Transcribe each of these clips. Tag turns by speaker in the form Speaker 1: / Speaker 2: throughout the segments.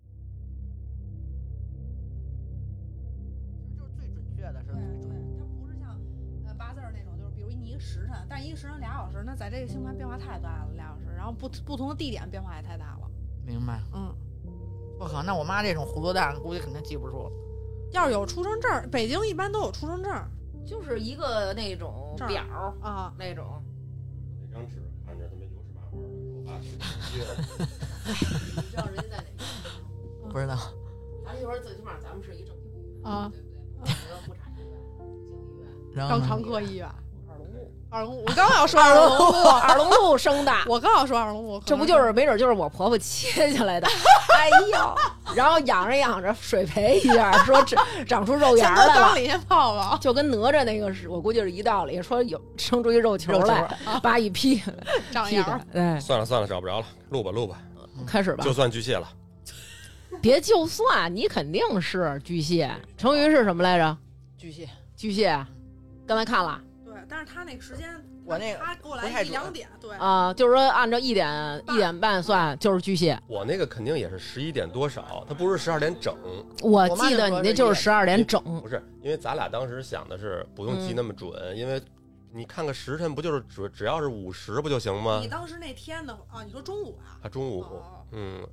Speaker 1: 嗯呃时辰，但是一个时辰俩小时，那在这个星盘变化太大了，俩小时，然后不不同的地点变化也太大了。
Speaker 2: 明白。
Speaker 1: 嗯，
Speaker 2: 我靠，那我妈这种糊涂蛋，估计肯定记不住了。
Speaker 1: 要是有出生证儿，北京一般都有出生证儿
Speaker 3: 就是一个那种
Speaker 1: 这儿
Speaker 3: 表儿
Speaker 1: 啊。
Speaker 3: 那种，
Speaker 4: 那张纸看着他妈油纸麻花的，我爸去接了。
Speaker 5: 你知道人家在哪地方吗？
Speaker 2: 不知道，
Speaker 5: 咱们一会儿最起码咱们是一正经医院，
Speaker 1: 啊
Speaker 5: 对不对？不可能妇产医院、精英医院，
Speaker 2: 然后
Speaker 1: 肛
Speaker 2: 呢
Speaker 1: 肠科医院，
Speaker 3: 二龙路，
Speaker 1: 二龙，我刚要说二
Speaker 3: 二
Speaker 1: 龙
Speaker 3: 龙
Speaker 1: 路
Speaker 3: 路，，二龙路生的。
Speaker 1: 我刚要说二龙路，
Speaker 3: 这不就是没准就是我婆婆切下来的？ 哎呦，然后养着养着水培一下，说这 长出肉
Speaker 1: 可能是
Speaker 3: 芽
Speaker 1: 先
Speaker 3: 儿
Speaker 1: 搁
Speaker 3: 来
Speaker 1: 缸
Speaker 3: 了。
Speaker 1: 里先泡 泡，
Speaker 3: 就跟哪吒那个是，我估计是一道理，说有生出一肉球啊
Speaker 2: 肉球
Speaker 3: 来，把一劈下来，
Speaker 1: 长
Speaker 3: 劈
Speaker 1: 牙
Speaker 3: 下
Speaker 1: 儿。
Speaker 3: 来，哎，
Speaker 4: 算了算了，找不着了，录吧录吧，
Speaker 3: 开始吧
Speaker 4: 就，算巨蟹了。
Speaker 3: 别就算你肯定是巨蟹，成语是什么来着？
Speaker 2: 巨蟹，
Speaker 3: 巨蟹，刚才看了
Speaker 1: 对，但是他那个时间，
Speaker 2: 我那个
Speaker 1: 他给我
Speaker 2: 不
Speaker 1: 来
Speaker 2: 太
Speaker 1: 一
Speaker 2: 准
Speaker 1: 两点，对，
Speaker 3: 啊、就是说按照一点一点半算就是巨蟹。
Speaker 4: 我那个肯定也是十一点多少，他不是十二点整，
Speaker 3: 我
Speaker 2: 我妈
Speaker 3: 记
Speaker 2: 就说
Speaker 3: 得你
Speaker 2: 是
Speaker 3: 那
Speaker 2: 一
Speaker 3: 就是
Speaker 2: 点
Speaker 3: 十二点整，
Speaker 4: 不是，因为咱俩当时想的是不用记那么准，因为你看个时辰不就是只只要是午时不就行吗
Speaker 1: 你？当时那天的啊，你说中午啊，
Speaker 4: 啊，中午
Speaker 1: 哦，
Speaker 4: 嗯，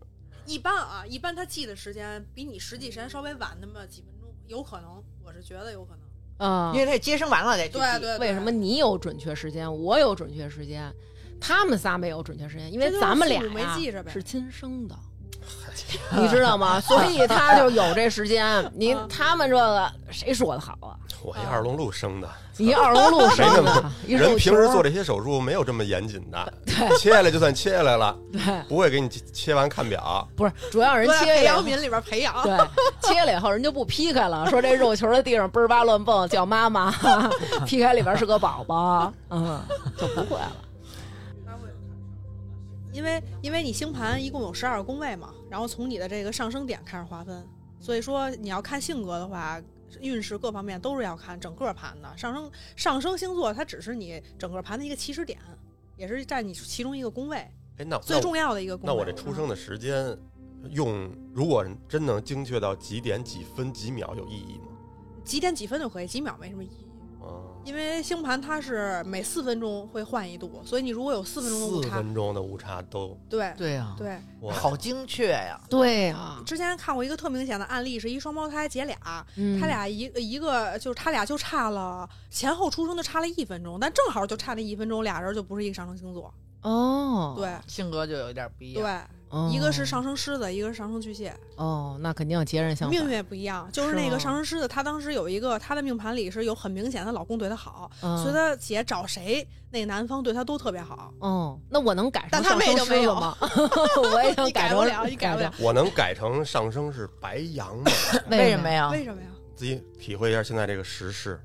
Speaker 1: 一般啊，一般他记的时间比你实际时间稍微晚那么几分钟，有可能，我是觉得有可能。
Speaker 3: 嗯，
Speaker 2: 因为他接生完了再去
Speaker 1: 对
Speaker 2: 记。
Speaker 1: 对，对
Speaker 3: 为什么？你有准确时间，我有准确时间，他们仨没有准确时间，因
Speaker 1: 这
Speaker 3: 为
Speaker 1: 就是
Speaker 3: 咱们俩
Speaker 1: 父母
Speaker 3: 呀
Speaker 1: 没记着呗
Speaker 3: 是亲 生的，你知道吗？所以他就有这时 间。你
Speaker 1: 嗯
Speaker 3: 他们这个谁说的好 啊？
Speaker 4: 我一二龙路生的，
Speaker 3: 你二龙路
Speaker 4: 谁
Speaker 3: 生
Speaker 4: 那
Speaker 3: 的
Speaker 4: 么，
Speaker 3: 一
Speaker 4: 人平时做
Speaker 3: 这
Speaker 4: 这些手术没有这么严谨的，
Speaker 3: 对
Speaker 4: 切下来就算切下来了，
Speaker 3: 对，
Speaker 4: 不会给你切切完看表。
Speaker 3: 不是主要人
Speaker 1: 都在
Speaker 3: 切
Speaker 1: 培
Speaker 3: 了
Speaker 1: 养皿里边培养。
Speaker 3: 对，切了以后人就不劈开了，说这肉球在地上嘣儿吧乱蹦，叫妈妈， 劈开里边是个宝宝， 嗯，就不会了。
Speaker 1: 它会因为因为你星盘一共有十二个宫位嘛，然后从你的这个上升点开始划分，所以说你要看性格的话，运势各方面都是要看整个盘的。上升上升星座它只是你整个盘的一个起始点，也是占你其中一个宫位
Speaker 4: 哎，那
Speaker 1: 最
Speaker 4: 那
Speaker 1: 重要的一个宫位。
Speaker 4: 那我这出生的时间用，如果真能精确到几点几分几秒，有意义吗？
Speaker 1: 几点几分就可以，几秒没什么意义。
Speaker 4: 啊，
Speaker 1: 因为星盘它是每四分钟会换一度，所以你如果有四分钟的误
Speaker 4: 四
Speaker 1: 差，
Speaker 4: 分钟的误差都
Speaker 1: 对
Speaker 2: 对呀，
Speaker 1: 对。
Speaker 4: 哇，
Speaker 2: 好精确呀！
Speaker 3: 对啊，
Speaker 1: 之前看过一个特明显的案例，是一双胞胎姐俩，
Speaker 3: 嗯
Speaker 1: 他俩一一个就是他俩就差了前后出生就差了一分钟，但正好就差那一分钟，俩人就不是一个上升星座。
Speaker 3: 哦，
Speaker 1: 对、
Speaker 2: 性格就有点不一
Speaker 1: 对
Speaker 2: 样。，
Speaker 3: 哦
Speaker 1: 一个是上升狮子，一个是上升巨蟹，
Speaker 3: 哦，那肯定截然相
Speaker 1: 命
Speaker 3: 反
Speaker 1: 运。也不一样。就是是那个
Speaker 3: 吗
Speaker 1: 上升狮子，她当时有一个她的命盘里是有很明显，她老公对她好，
Speaker 3: 嗯
Speaker 1: 所以她姐找谁那男方对她都特别好。
Speaker 3: 哦，那我能改成
Speaker 1: 但他
Speaker 3: 上
Speaker 1: 妹
Speaker 3: 升
Speaker 1: 就
Speaker 3: 狮
Speaker 1: 没
Speaker 3: 子
Speaker 1: 有
Speaker 3: 吗？ 我也 想
Speaker 1: 你改
Speaker 3: 成
Speaker 1: 不了你改
Speaker 3: 改
Speaker 1: 不了
Speaker 3: 成
Speaker 4: 我能改成上升是白羊吗？
Speaker 2: 为
Speaker 3: 什
Speaker 2: 什么
Speaker 3: 呀？
Speaker 2: 呀？
Speaker 1: 为什么呀？
Speaker 3: 啊
Speaker 4: 自己体会一下现在这个时事，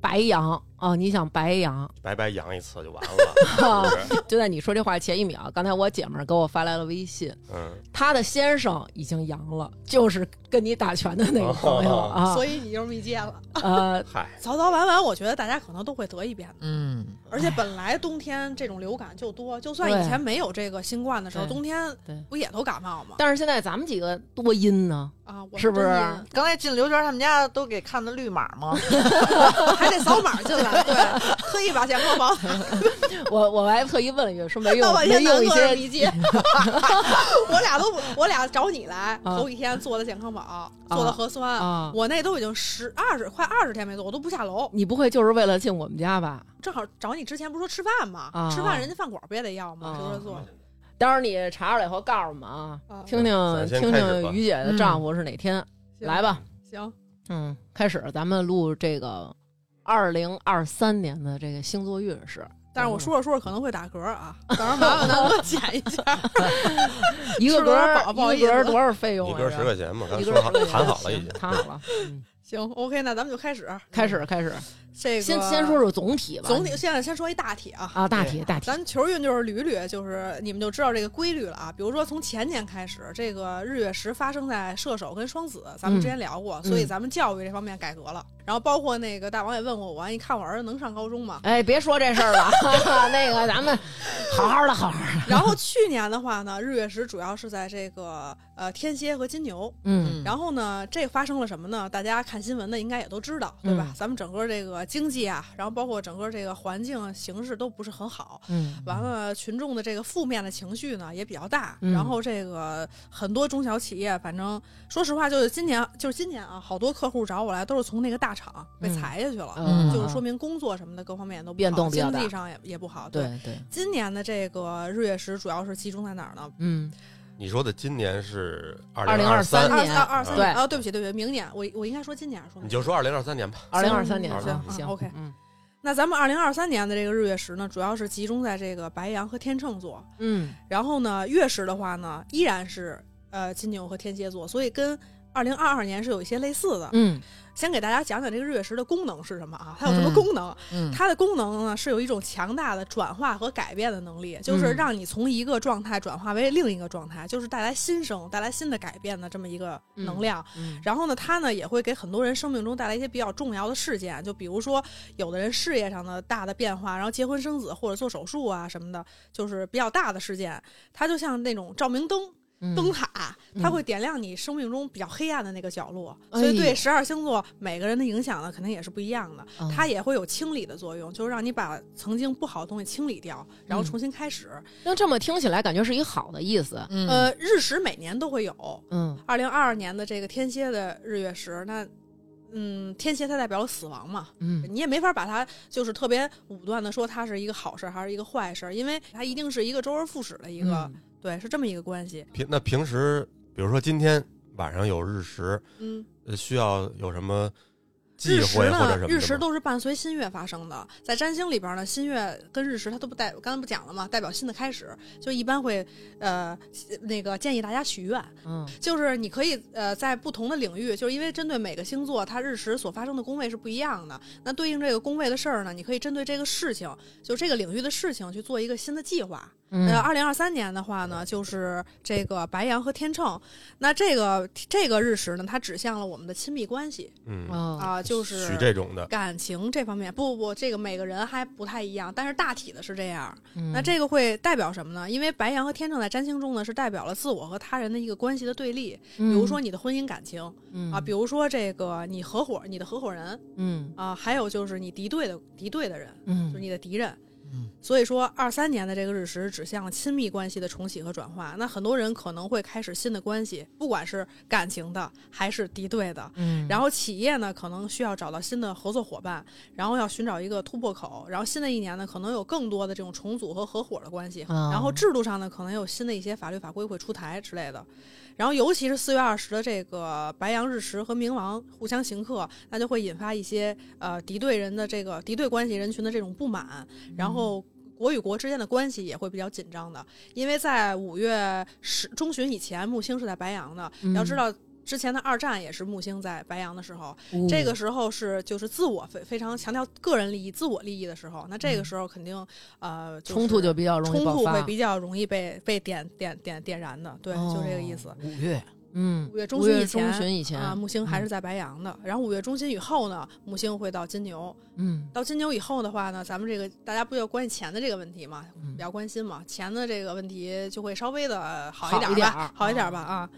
Speaker 3: 白羊哦，你想 白羊？
Speaker 4: 白白羊一次就完了， 是不是？
Speaker 3: 就在你说这话前一秒，刚才我姐们儿给我发来了微信，
Speaker 4: 嗯，
Speaker 3: 她的先生已经阳了，就是跟你打拳的那个 朋友
Speaker 4: 哦
Speaker 3: 啊，
Speaker 1: 所
Speaker 3: 以
Speaker 1: 以你就是密接了，
Speaker 3: 呃，
Speaker 4: 嗨，
Speaker 1: 早早晚晚，我觉得大家可能都会得一遍的。
Speaker 2: 嗯，
Speaker 1: 而且本来冬天这种流感就多，就算
Speaker 3: 对
Speaker 1: 以前没有这个新冠的时候，
Speaker 3: 对
Speaker 1: 冬天
Speaker 3: 对
Speaker 1: 不也都感冒吗？
Speaker 3: 但是现在咱们几个多阴呢，
Speaker 1: 啊，我
Speaker 3: 是不是
Speaker 1: 真阴
Speaker 2: 刚才进刘娟他们家都给看的绿码吗？
Speaker 1: 还得扫码进来，对，特意把健康宝
Speaker 3: 我我还特意问了一句，说没 用
Speaker 1: 到半
Speaker 3: 没
Speaker 1: 天
Speaker 3: 用一
Speaker 1: 做
Speaker 3: 些
Speaker 1: 笔记， 我俩都不我俩找你来，
Speaker 3: 啊
Speaker 1: 头一天做的健康宝，做的核酸，
Speaker 3: 啊，
Speaker 1: 我那都已经十二十快二十天没做，我都不下楼。
Speaker 3: 你不会就是为了进我们家吧？
Speaker 1: 正好找你之前不是说吃饭吗
Speaker 3: 啊？
Speaker 1: 吃饭人家饭馆不也得要吗？
Speaker 3: 啊
Speaker 1: 是不是做？
Speaker 3: 到时候你查出来以后告诉我们啊，
Speaker 1: 啊嗯
Speaker 3: 听听
Speaker 4: 咱先
Speaker 3: 听
Speaker 4: 开始
Speaker 3: 听
Speaker 4: 吧
Speaker 3: 于姐的丈夫是哪天，来吧，
Speaker 1: 行，
Speaker 3: 嗯，开始咱们录这个二零二三年的这个星座运 势。
Speaker 1: 但是我说着说着可能会打嗝啊，到时候麻烦咱给我剪一下。
Speaker 3: 一个
Speaker 1: 吃
Speaker 3: 格
Speaker 1: 多少
Speaker 3: 儿
Speaker 1: 饱不好
Speaker 3: 一个格
Speaker 1: 意
Speaker 3: 儿
Speaker 1: 思
Speaker 3: 多少费用
Speaker 4: 一
Speaker 3: 啊？
Speaker 4: 根
Speaker 3: 这
Speaker 4: 十块钱嘛，刚
Speaker 3: 一
Speaker 4: 才
Speaker 3: 个
Speaker 4: 说好
Speaker 3: 十块钱
Speaker 4: 谈好了已
Speaker 3: 行
Speaker 4: 经。
Speaker 3: 谈好了，嗯
Speaker 1: 行，OK，那咱们就开始
Speaker 3: 开始开始，
Speaker 1: 嗯这个
Speaker 3: 先先说说总体吧，
Speaker 1: 总体，现在先说一大体啊。
Speaker 3: 啊，大体大体，？
Speaker 1: 咱球运就是捋捋，就是你们就知道这个规律了啊。比如说从前年开始，这个日月食发生在射手跟双子，咱们之前聊过，所以咱们教育这方面改革了。然后包括那个大王也问过我，你看我儿子能上高中吗
Speaker 3: 哎，别说这事儿了，那个咱们好好的好好的，
Speaker 1: 然后去年的话呢，日月食主要是在这个呃天蝎和金牛。
Speaker 3: 嗯
Speaker 1: 然后呢，这发生了什么呢？大家看看新闻的应该也都知道，对吧？
Speaker 6: 嗯
Speaker 1: 咱们整个这个经济啊，然后包括整个这个环境啊形势都不是很好，
Speaker 6: 嗯，
Speaker 1: 完了，群众的这个负面的情绪呢也比较大，
Speaker 6: 嗯
Speaker 1: 然后这个很多中小企业，反正说实话，就是今年，就是今年啊，好多客户找我来都是从那个大厂被裁下去了，
Speaker 6: 嗯
Speaker 1: 就是说明工作什么的各方面都不好
Speaker 6: 变动比较
Speaker 1: 经
Speaker 6: 大
Speaker 1: 济上也也不好。，
Speaker 6: 对对，
Speaker 1: 今年的这个日月食主要是集中在哪儿呢？
Speaker 6: 嗯，
Speaker 4: 你说的今年是二零二
Speaker 6: 2023
Speaker 4: 三，
Speaker 1: 二
Speaker 6: 年
Speaker 1: 二二三
Speaker 6: 对
Speaker 1: 年啊，对不起，对不起，明年我我应该说今年还是说
Speaker 4: 你
Speaker 1: 明年
Speaker 4: 就说二零二三年吧。
Speaker 6: 二零二三年
Speaker 1: 行
Speaker 6: 行
Speaker 1: 嗯
Speaker 6: 行
Speaker 1: ，OK
Speaker 6: 嗯
Speaker 1: 那咱们二零二三年的这个日月食呢，主要是集中在这个白羊和天秤座，
Speaker 6: 嗯
Speaker 1: 然后呢，月食的话呢，依然是呃金牛和天蝎座，所以跟二零二二年是有一些类似的。
Speaker 6: 嗯
Speaker 1: 先给大家讲讲这个日月食的功能是什么啊？它有什么
Speaker 6: 嗯
Speaker 1: 功能？
Speaker 6: 嗯，
Speaker 1: 它的功能呢是有一种强大的转化和改变的能力，就是
Speaker 6: 嗯
Speaker 1: 让你从一个状态转化为另一个状态，就是带来新生、带来新的改变的这么一个能量。
Speaker 6: 嗯
Speaker 1: 然后呢，它呢也会给很多人生命中带来一些比较重要的事件，就比如说有的人事业上的大的变化，然后结婚生子或者做手术啊什么的，就是比较大的事件。它就像那种照明灯、
Speaker 6: 嗯
Speaker 1: 灯塔，
Speaker 6: 嗯
Speaker 1: 它会点亮你生命中比较黑暗的那个角落。
Speaker 6: 哎
Speaker 1: 所以对
Speaker 6: 呦
Speaker 1: 十二星座每个人的影响呢，肯定也是不一样的。
Speaker 6: 嗯
Speaker 1: 它也会有清理的作用，就是让你把曾经不好的东西清理掉，然后
Speaker 6: 嗯
Speaker 1: 重新开始。
Speaker 6: 那这么听起来感觉是一好的意思，
Speaker 2: 嗯
Speaker 1: 呃，日食每年都会有，
Speaker 6: 嗯
Speaker 1: 二零二二年的这个天蝎的日月食，那嗯，天蝎它代表了死亡嘛，
Speaker 6: 嗯
Speaker 1: 你也没法把它就是特别武断的说它是一个好事儿还是一个坏事儿，因为它一定是一个周而复始的一个，
Speaker 6: 嗯
Speaker 1: 对，是这么一个关系。
Speaker 4: 平那平时，比如说今天晚上有日食，
Speaker 1: 嗯，
Speaker 4: 呃，需要有什么忌
Speaker 1: 日食
Speaker 4: 讳或者
Speaker 1: 呢
Speaker 4: 什么，的吗
Speaker 1: 日食都是伴随新月发生的，在占星里边呢，新月跟日食它都不代，刚才不讲了嘛，代表新的开始，就一般会呃那个建议大家许愿，
Speaker 6: 嗯
Speaker 1: 就是你可以呃在不同的领域，就是因为针对每个星座，它日食所发生的宫位是不一样的。那对应这个宫位的事儿呢，你可以针对这个事情，就这个领域的事情去做一个新的计划。
Speaker 6: 嗯
Speaker 1: 那二零二三年的话呢，就是这个白羊和天秤，那这个这个日食呢，它指向了我们的亲密关系
Speaker 4: 嗯，
Speaker 6: 啊
Speaker 1: 啊、就是
Speaker 4: 许这种的，
Speaker 1: 感情这方面。不不不，这个每个人还不太一样，但是大体的是这样。
Speaker 6: 嗯
Speaker 1: 那这个会代表什么呢？因为白羊和天秤在占星中呢，是代表了自我和他人的一个关系的对立。
Speaker 6: 嗯
Speaker 1: 比如
Speaker 3: 嗯
Speaker 1: 说你的婚姻感情、啊，比
Speaker 6: 如
Speaker 1: 如说这个你合伙、你的合伙人
Speaker 6: 嗯
Speaker 1: 啊，还有就是你敌对的敌对的人，
Speaker 6: 嗯
Speaker 1: 就是你的敌人。
Speaker 2: 嗯
Speaker 1: 所以说，二三年的这个日食指向了亲密关系的重启和转化。那很多人可能会开始新的关系，不管是感情的还是敌对的。
Speaker 6: 嗯
Speaker 1: 然后企业呢，可能需要找到新的合作伙伴，然后要寻找一个突破口。然后新的一年呢，可能有更多的这种重组和合伙的关系。
Speaker 6: 啊
Speaker 1: 然后制度上呢，可能有新的一些法律法规会出台之类的。然后尤其是四月二十的这个白羊日食和冥王互相刑克，那就会引发一些呃敌对人的这个敌对关系人群的这种不满，
Speaker 6: 嗯
Speaker 1: 然后。国与国之间的关系也会比较紧张的，因为在五月十中旬以前，木星是在白羊的。
Speaker 6: 嗯哦
Speaker 1: 要知道，之前的二战也是木星在白羊的时候，
Speaker 6: 后
Speaker 1: 这个时候是就是自我非非常强调个人利益、自我利益的时候，那这个时候肯定、呃、
Speaker 6: 嗯
Speaker 1: 就是
Speaker 6: 冲突就比较容
Speaker 1: 冲
Speaker 6: 易爆
Speaker 1: 突会
Speaker 6: 发，
Speaker 1: 比较容易被被点点点点燃的，对，就这个意思。
Speaker 2: 五月
Speaker 6: 嗯
Speaker 1: 五月中
Speaker 6: 哦五
Speaker 1: 旬以
Speaker 6: 月中
Speaker 1: 前
Speaker 6: 旬以前
Speaker 1: 啊，木星还
Speaker 6: 嗯
Speaker 1: 是在白羊的，然后五月中旬以后呢，木星会到金牛，
Speaker 6: 嗯
Speaker 1: 到金牛以后的话呢，咱们这个大家不要关心钱的这个问题嘛，
Speaker 6: 嗯
Speaker 1: 比较关心嘛，钱的这个问题就会稍微的好
Speaker 6: 好
Speaker 1: 一点
Speaker 6: 一
Speaker 1: 儿
Speaker 6: 点
Speaker 1: 吧
Speaker 6: 儿，
Speaker 1: 好一点儿吧啊。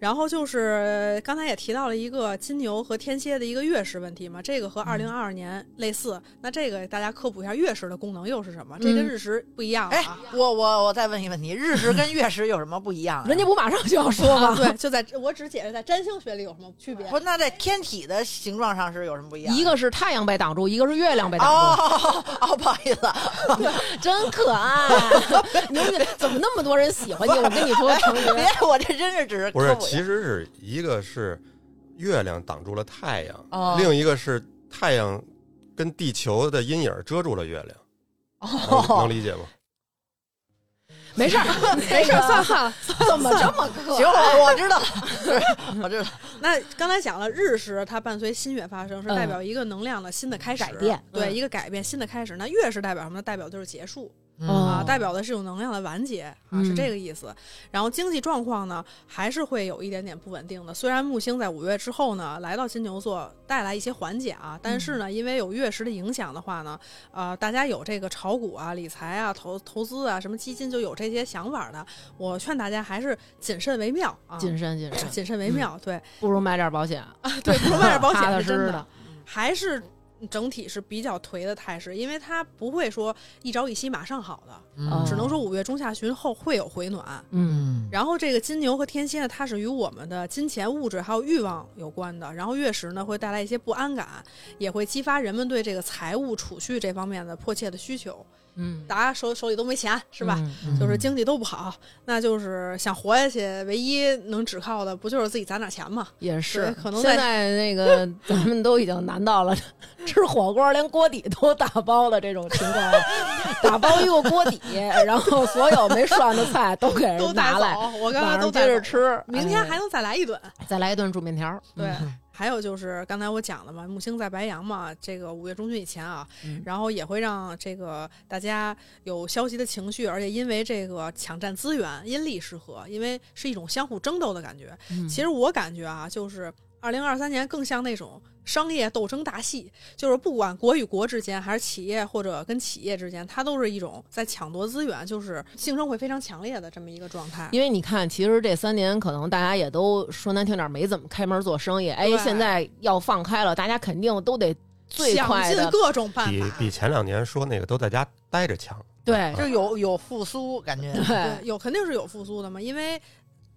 Speaker 1: 然后就是刚才也提到了一个金牛和天蝎的一个月食问题嘛，这个和二零二二年类似。那这个大家科普一下月食的功能又是什么？这跟
Speaker 6: 嗯
Speaker 1: 日食不一样了
Speaker 2: 哎
Speaker 1: 啊。，
Speaker 2: 我我我再问一个问题，日食跟月食有什么不一样、啊？
Speaker 6: 人家不马上就要说
Speaker 1: 啊，
Speaker 6: 吗？
Speaker 1: 对，就在我只解释在占星学里有什么区别
Speaker 6: 哎
Speaker 2: 不，。那在天体的形状上是有什么不一样？啊
Speaker 6: 一个是太阳被挡住，一个是月亮被挡住，
Speaker 2: 哦哦，不好意思，
Speaker 6: 真可爱！牛逼，怎么那么多人喜欢你？我跟你说，成
Speaker 2: 别
Speaker 6: 语，
Speaker 2: 我这真是只是
Speaker 4: 不是
Speaker 2: 科，普一
Speaker 4: 其
Speaker 2: 下
Speaker 4: 实是一个是月亮挡住了太阳，
Speaker 2: 哦
Speaker 4: 另一个是太阳跟地球的阴影遮住了月亮，能能
Speaker 2: 哦，
Speaker 4: 理解吗？
Speaker 6: 没事儿，哎没事儿，算算了，
Speaker 2: 怎么这么可？行，我我知道了，是我知道了，
Speaker 1: 那刚才讲了日食，它伴随新月发生，是
Speaker 6: 嗯
Speaker 1: 代表一个能量的新的开始，
Speaker 6: 改变
Speaker 1: 对，
Speaker 6: 嗯
Speaker 1: 一个改变，新的开始。那月是代表什么呢？代表就是结束，
Speaker 2: 嗯
Speaker 1: 啊、
Speaker 6: 哦嗯
Speaker 1: 代表的是一种能量的完结啊，是这个意思。然后经济状况呢，还是会有一点点不稳定的。虽然木星在五月之后呢，来到金牛座带来一些缓解啊，但是
Speaker 6: 嗯
Speaker 1: 呢，因为有月食的影响的话呢，呃，大家有这个炒股啊、理财啊、投投资啊、什么基金就有这些想法的，我劝大家还是谨慎为妙啊。
Speaker 6: 谨慎谨慎，
Speaker 1: 谨慎为妙，对
Speaker 6: 不如买点保险，
Speaker 1: 对，不是卖点保
Speaker 6: 踏
Speaker 1: 险
Speaker 6: 踏
Speaker 1: 是
Speaker 6: 实
Speaker 1: 真
Speaker 6: 实
Speaker 1: 的。
Speaker 6: 的。
Speaker 1: 还是整体是比较颓的态势，因为它不会说一朝一夕马上好的，
Speaker 6: 哦
Speaker 1: 只能说五月中下旬后会有回暖。
Speaker 6: 嗯
Speaker 2: 嗯，
Speaker 1: 然后这个金牛和天蝎呢，它是与我们的金钱、物质还有欲望有关的。然后月食呢，会带来一些不安感，也会激发人们对这个财务储蓄这方面的迫切的需求。
Speaker 6: 嗯，
Speaker 1: 大家手手里都没钱，是吧？
Speaker 6: 嗯？
Speaker 2: 嗯
Speaker 1: 就是经济都不好，那就是想活下去，唯一能只靠的不就是自己攒点钱嘛？
Speaker 6: 也是
Speaker 1: 对，可能
Speaker 6: 现
Speaker 1: 在
Speaker 6: 在那个咱们都已经难到了，吃火锅连锅底都打包的这种情况了，打包一个锅底，然后所有没涮的菜都给
Speaker 1: 都
Speaker 6: 人
Speaker 1: 带
Speaker 6: 哎拿来，
Speaker 1: 走，我刚才
Speaker 6: 晚
Speaker 1: 都
Speaker 6: 上
Speaker 1: 带
Speaker 6: 接
Speaker 1: 走
Speaker 6: 着吃，
Speaker 1: 明天
Speaker 6: 哎
Speaker 1: 还能再来一顿。
Speaker 6: 再来一顿煮面条。
Speaker 1: 对
Speaker 2: 嗯，
Speaker 1: 还有就是刚才我讲的嘛，木星在白羊嘛，这个五月中旬以前啊，
Speaker 6: 嗯
Speaker 1: 然后也会让这个大家有消极的情绪，而且因为这个抢占资源，因利失合，因为是一种相互争斗的感觉。
Speaker 6: 嗯
Speaker 3: 嗯
Speaker 1: 其实我感觉啊，就是二零二三年更像那种。商业斗争大戏，就是不管国与国之间，还是企业或者跟企业之间，它都是一种在抢夺资源，就是竞争会非常强烈的这么一个状态。
Speaker 6: 因为你看，其实这三年可能大家也都说难听点，没怎么开门做生意。哎，
Speaker 1: 对
Speaker 6: 现在要放开了，大家肯定都得最
Speaker 1: 想
Speaker 6: 快
Speaker 1: 尽
Speaker 6: 的，
Speaker 1: 各种办
Speaker 4: 比
Speaker 1: 法，
Speaker 4: 比前两年说那个都在家待着强，
Speaker 6: 对
Speaker 2: 就有有复苏感 觉，
Speaker 6: 对
Speaker 1: 对，有肯定是有复苏的嘛，因为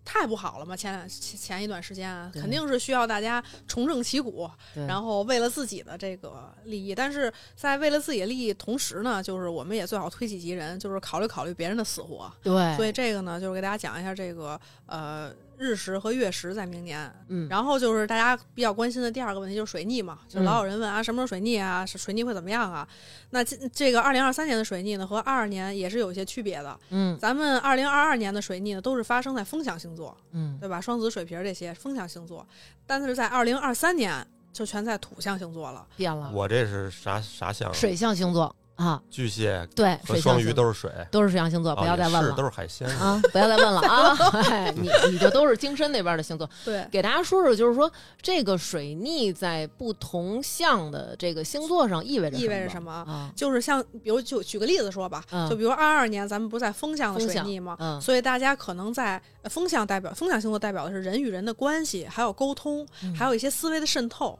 Speaker 1: 太不好了嘛，前两前前一段时间啊，
Speaker 6: 对
Speaker 1: 肯定是需要大家重振旗鼓，
Speaker 6: 对
Speaker 1: 然后为了自己的这个利益，但是在为了自己的利益同时呢，就是我们也最好推己及人，就是考虑考虑别人的死活。所
Speaker 6: 对，
Speaker 1: 以这个呢，就是给大家讲一下这个呃日食和月食在明年。
Speaker 6: 嗯，
Speaker 1: 然后就是大家比较关心的第二个问题就是水逆嘛，就老有人问啊，什么时候水逆啊，是水逆会怎么样啊？那这这个二零二三年的水逆呢，和二二年也是有一些区别的。
Speaker 6: 嗯
Speaker 1: 咱们二零二二年的水逆呢，都是发生在风象星座，
Speaker 6: 嗯，
Speaker 1: 对吧？双子、水瓶这些风象星座，但是在二零二三年就全在土象星座了。
Speaker 6: 变
Speaker 3: 啊
Speaker 6: 了，
Speaker 4: 我这是啥啥象？
Speaker 6: 水象星座啊，
Speaker 4: 巨蟹
Speaker 6: 对，
Speaker 4: 和
Speaker 6: 水象
Speaker 4: 双
Speaker 6: 星
Speaker 4: 鱼
Speaker 6: 座
Speaker 4: 都是水，
Speaker 6: 都是水象星座，
Speaker 4: 哦
Speaker 6: 不要
Speaker 4: 也
Speaker 6: 再问
Speaker 4: 是
Speaker 6: 了
Speaker 4: 都是海鲜。
Speaker 6: 啊，不要再问了啊， 哎你你就都是精深那边的星座，
Speaker 1: 对，
Speaker 6: 给大家说说，就是说这个水逆在不同象的这个星座上意味着
Speaker 1: 意味着
Speaker 6: 什
Speaker 1: 什
Speaker 6: 么
Speaker 1: 么？
Speaker 6: 啊？
Speaker 1: 就是像，比如就举个例子说吧，
Speaker 6: 嗯
Speaker 1: 就比如二二年咱们不是在风象的
Speaker 6: 风
Speaker 1: 水
Speaker 6: 象
Speaker 1: 逆吗？
Speaker 6: 嗯
Speaker 1: 所以大家可能在呃风象代表风象星座代表的是人与人的关系，还有沟通，
Speaker 6: 嗯
Speaker 1: 还有一些思维的渗透。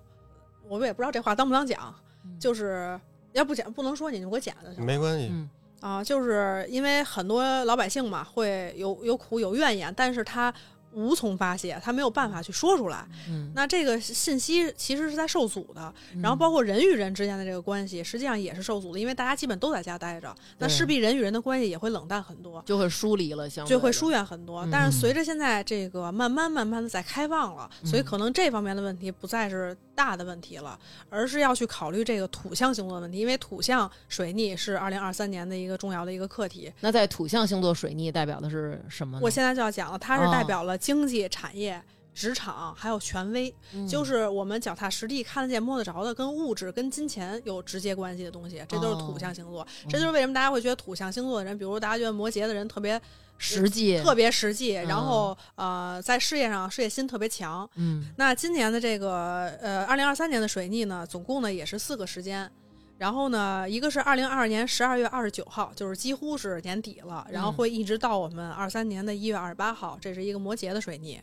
Speaker 1: 我们也不知道这话当不当讲，
Speaker 6: 嗯
Speaker 1: 就是要不讲不能说你就给我剪了去。
Speaker 4: 没关系，
Speaker 6: 嗯
Speaker 1: 啊，就是因为很多老百姓嘛，会有有苦有怨言，但是他无从发泄，他没有办法去说出来。
Speaker 6: 嗯，
Speaker 1: 那这个信息其实是在受阻的，然后包括人与人之间的这个关系，实际上也是受阻的，因为大家基本都在家待着，那
Speaker 6: 对
Speaker 1: 势必人与人的关系也会冷淡很多。
Speaker 6: 就会疏离了，相对
Speaker 1: 就会
Speaker 6: 的
Speaker 1: 疏远很多
Speaker 6: 嗯，嗯
Speaker 1: 但是随着现在这个慢慢慢慢的在开放了，所以可能这方面的问题不再是大的问题了，而是要去考虑这个土象星座的问题，因为土象水逆是二零二三年的一个重要的一个课题。
Speaker 6: 那在土象星座，水逆代表的是什么呢？
Speaker 1: 我现在就要讲了，它是代
Speaker 6: 嗯哦
Speaker 1: 表了经济、产业、职场还有权威，
Speaker 6: 嗯
Speaker 1: 就是我们脚踏实地、看得见、摸得着的，跟物质、跟金钱有直接关系的东西，这都是
Speaker 6: 哦
Speaker 1: 土象星座。这就是为什么大家会觉得土象星座的人，比如大家觉得摩羯的人特别
Speaker 6: 实际
Speaker 1: 特别实际，然后呃，在事业上事业心特别强。
Speaker 6: 嗯
Speaker 1: 那今年的这个呃，二零二三年的水逆呢，总共呢也是四个时间。然后呢，一个是二零二二年十二月二十九号，就是几乎是年底了，然后
Speaker 6: 嗯
Speaker 1: 会一直到我们二三年的一月二十八号，这是一个摩羯的水逆。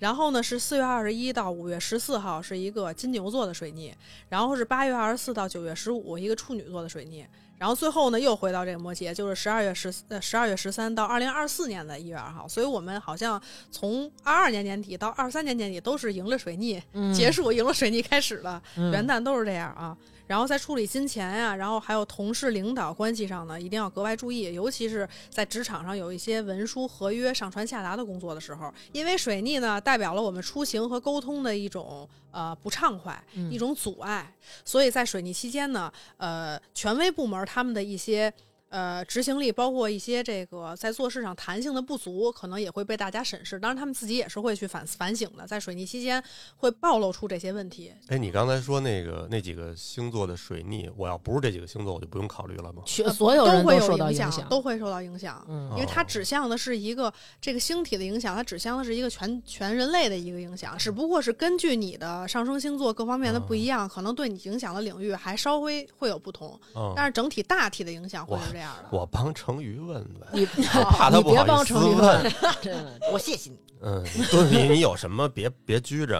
Speaker 1: 然后呢是四月二十一到五月十四号是一个金牛座的水逆，然后是八月二十四到九月十五一个处女座的水逆，然后最后呢又回到这个摩羯，就是十二月十呃十二月十三到二零二四年的一月二号，所以我们好像从二二年年底到二三年年底都是迎着水逆
Speaker 6: 嗯
Speaker 1: 结束，迎着水逆开始的，元
Speaker 3: 嗯
Speaker 6: 旦
Speaker 1: 旦都是这样啊。然后在处理金钱呀、然后还有同事、领导关系上呢，一定要格外注意，尤其是在职场上有一些文书、合约上传下达的工作的时候，因为水逆呢代表了我们出行和沟通的一种呃不畅快，
Speaker 6: 嗯
Speaker 1: 一种阻碍，所以在水逆期间呢，呃，权威部门他们的一些。呃，执行力包括一些这个在做事上弹性的不足，可能也会被大家审视。当然，他们自己也是会去反反省的，在水逆期间会暴露出这些问题。
Speaker 4: 哎，你刚才说那个那几个星座的水逆，我要不是这几个星座，我就不用考虑了吗？
Speaker 6: 全
Speaker 1: 呃
Speaker 6: 所有人
Speaker 1: 会
Speaker 6: 受
Speaker 1: 有
Speaker 6: 到
Speaker 1: 响，
Speaker 6: 响，
Speaker 1: 都会受到影响。
Speaker 6: 嗯
Speaker 1: 因为它指向的是一个这个星体的影响，它指向的是一个全全人类的一个影响，只不过是根据你的上升星座各方面的
Speaker 6: 嗯
Speaker 1: 不一样，可能对你影响的领域还稍微会有不同，
Speaker 6: 哦
Speaker 4: 嗯，
Speaker 1: 但是整体大体的影响会是这样的。
Speaker 4: 我帮成瑜问问，
Speaker 6: 你
Speaker 4: 怕他
Speaker 6: 你
Speaker 4: 不
Speaker 6: 别
Speaker 4: 好
Speaker 6: 帮
Speaker 4: 意思
Speaker 6: 程宇问
Speaker 4: 问。
Speaker 6: 真的
Speaker 2: 我谢谢你。
Speaker 4: 嗯，所以你有什么别别拘着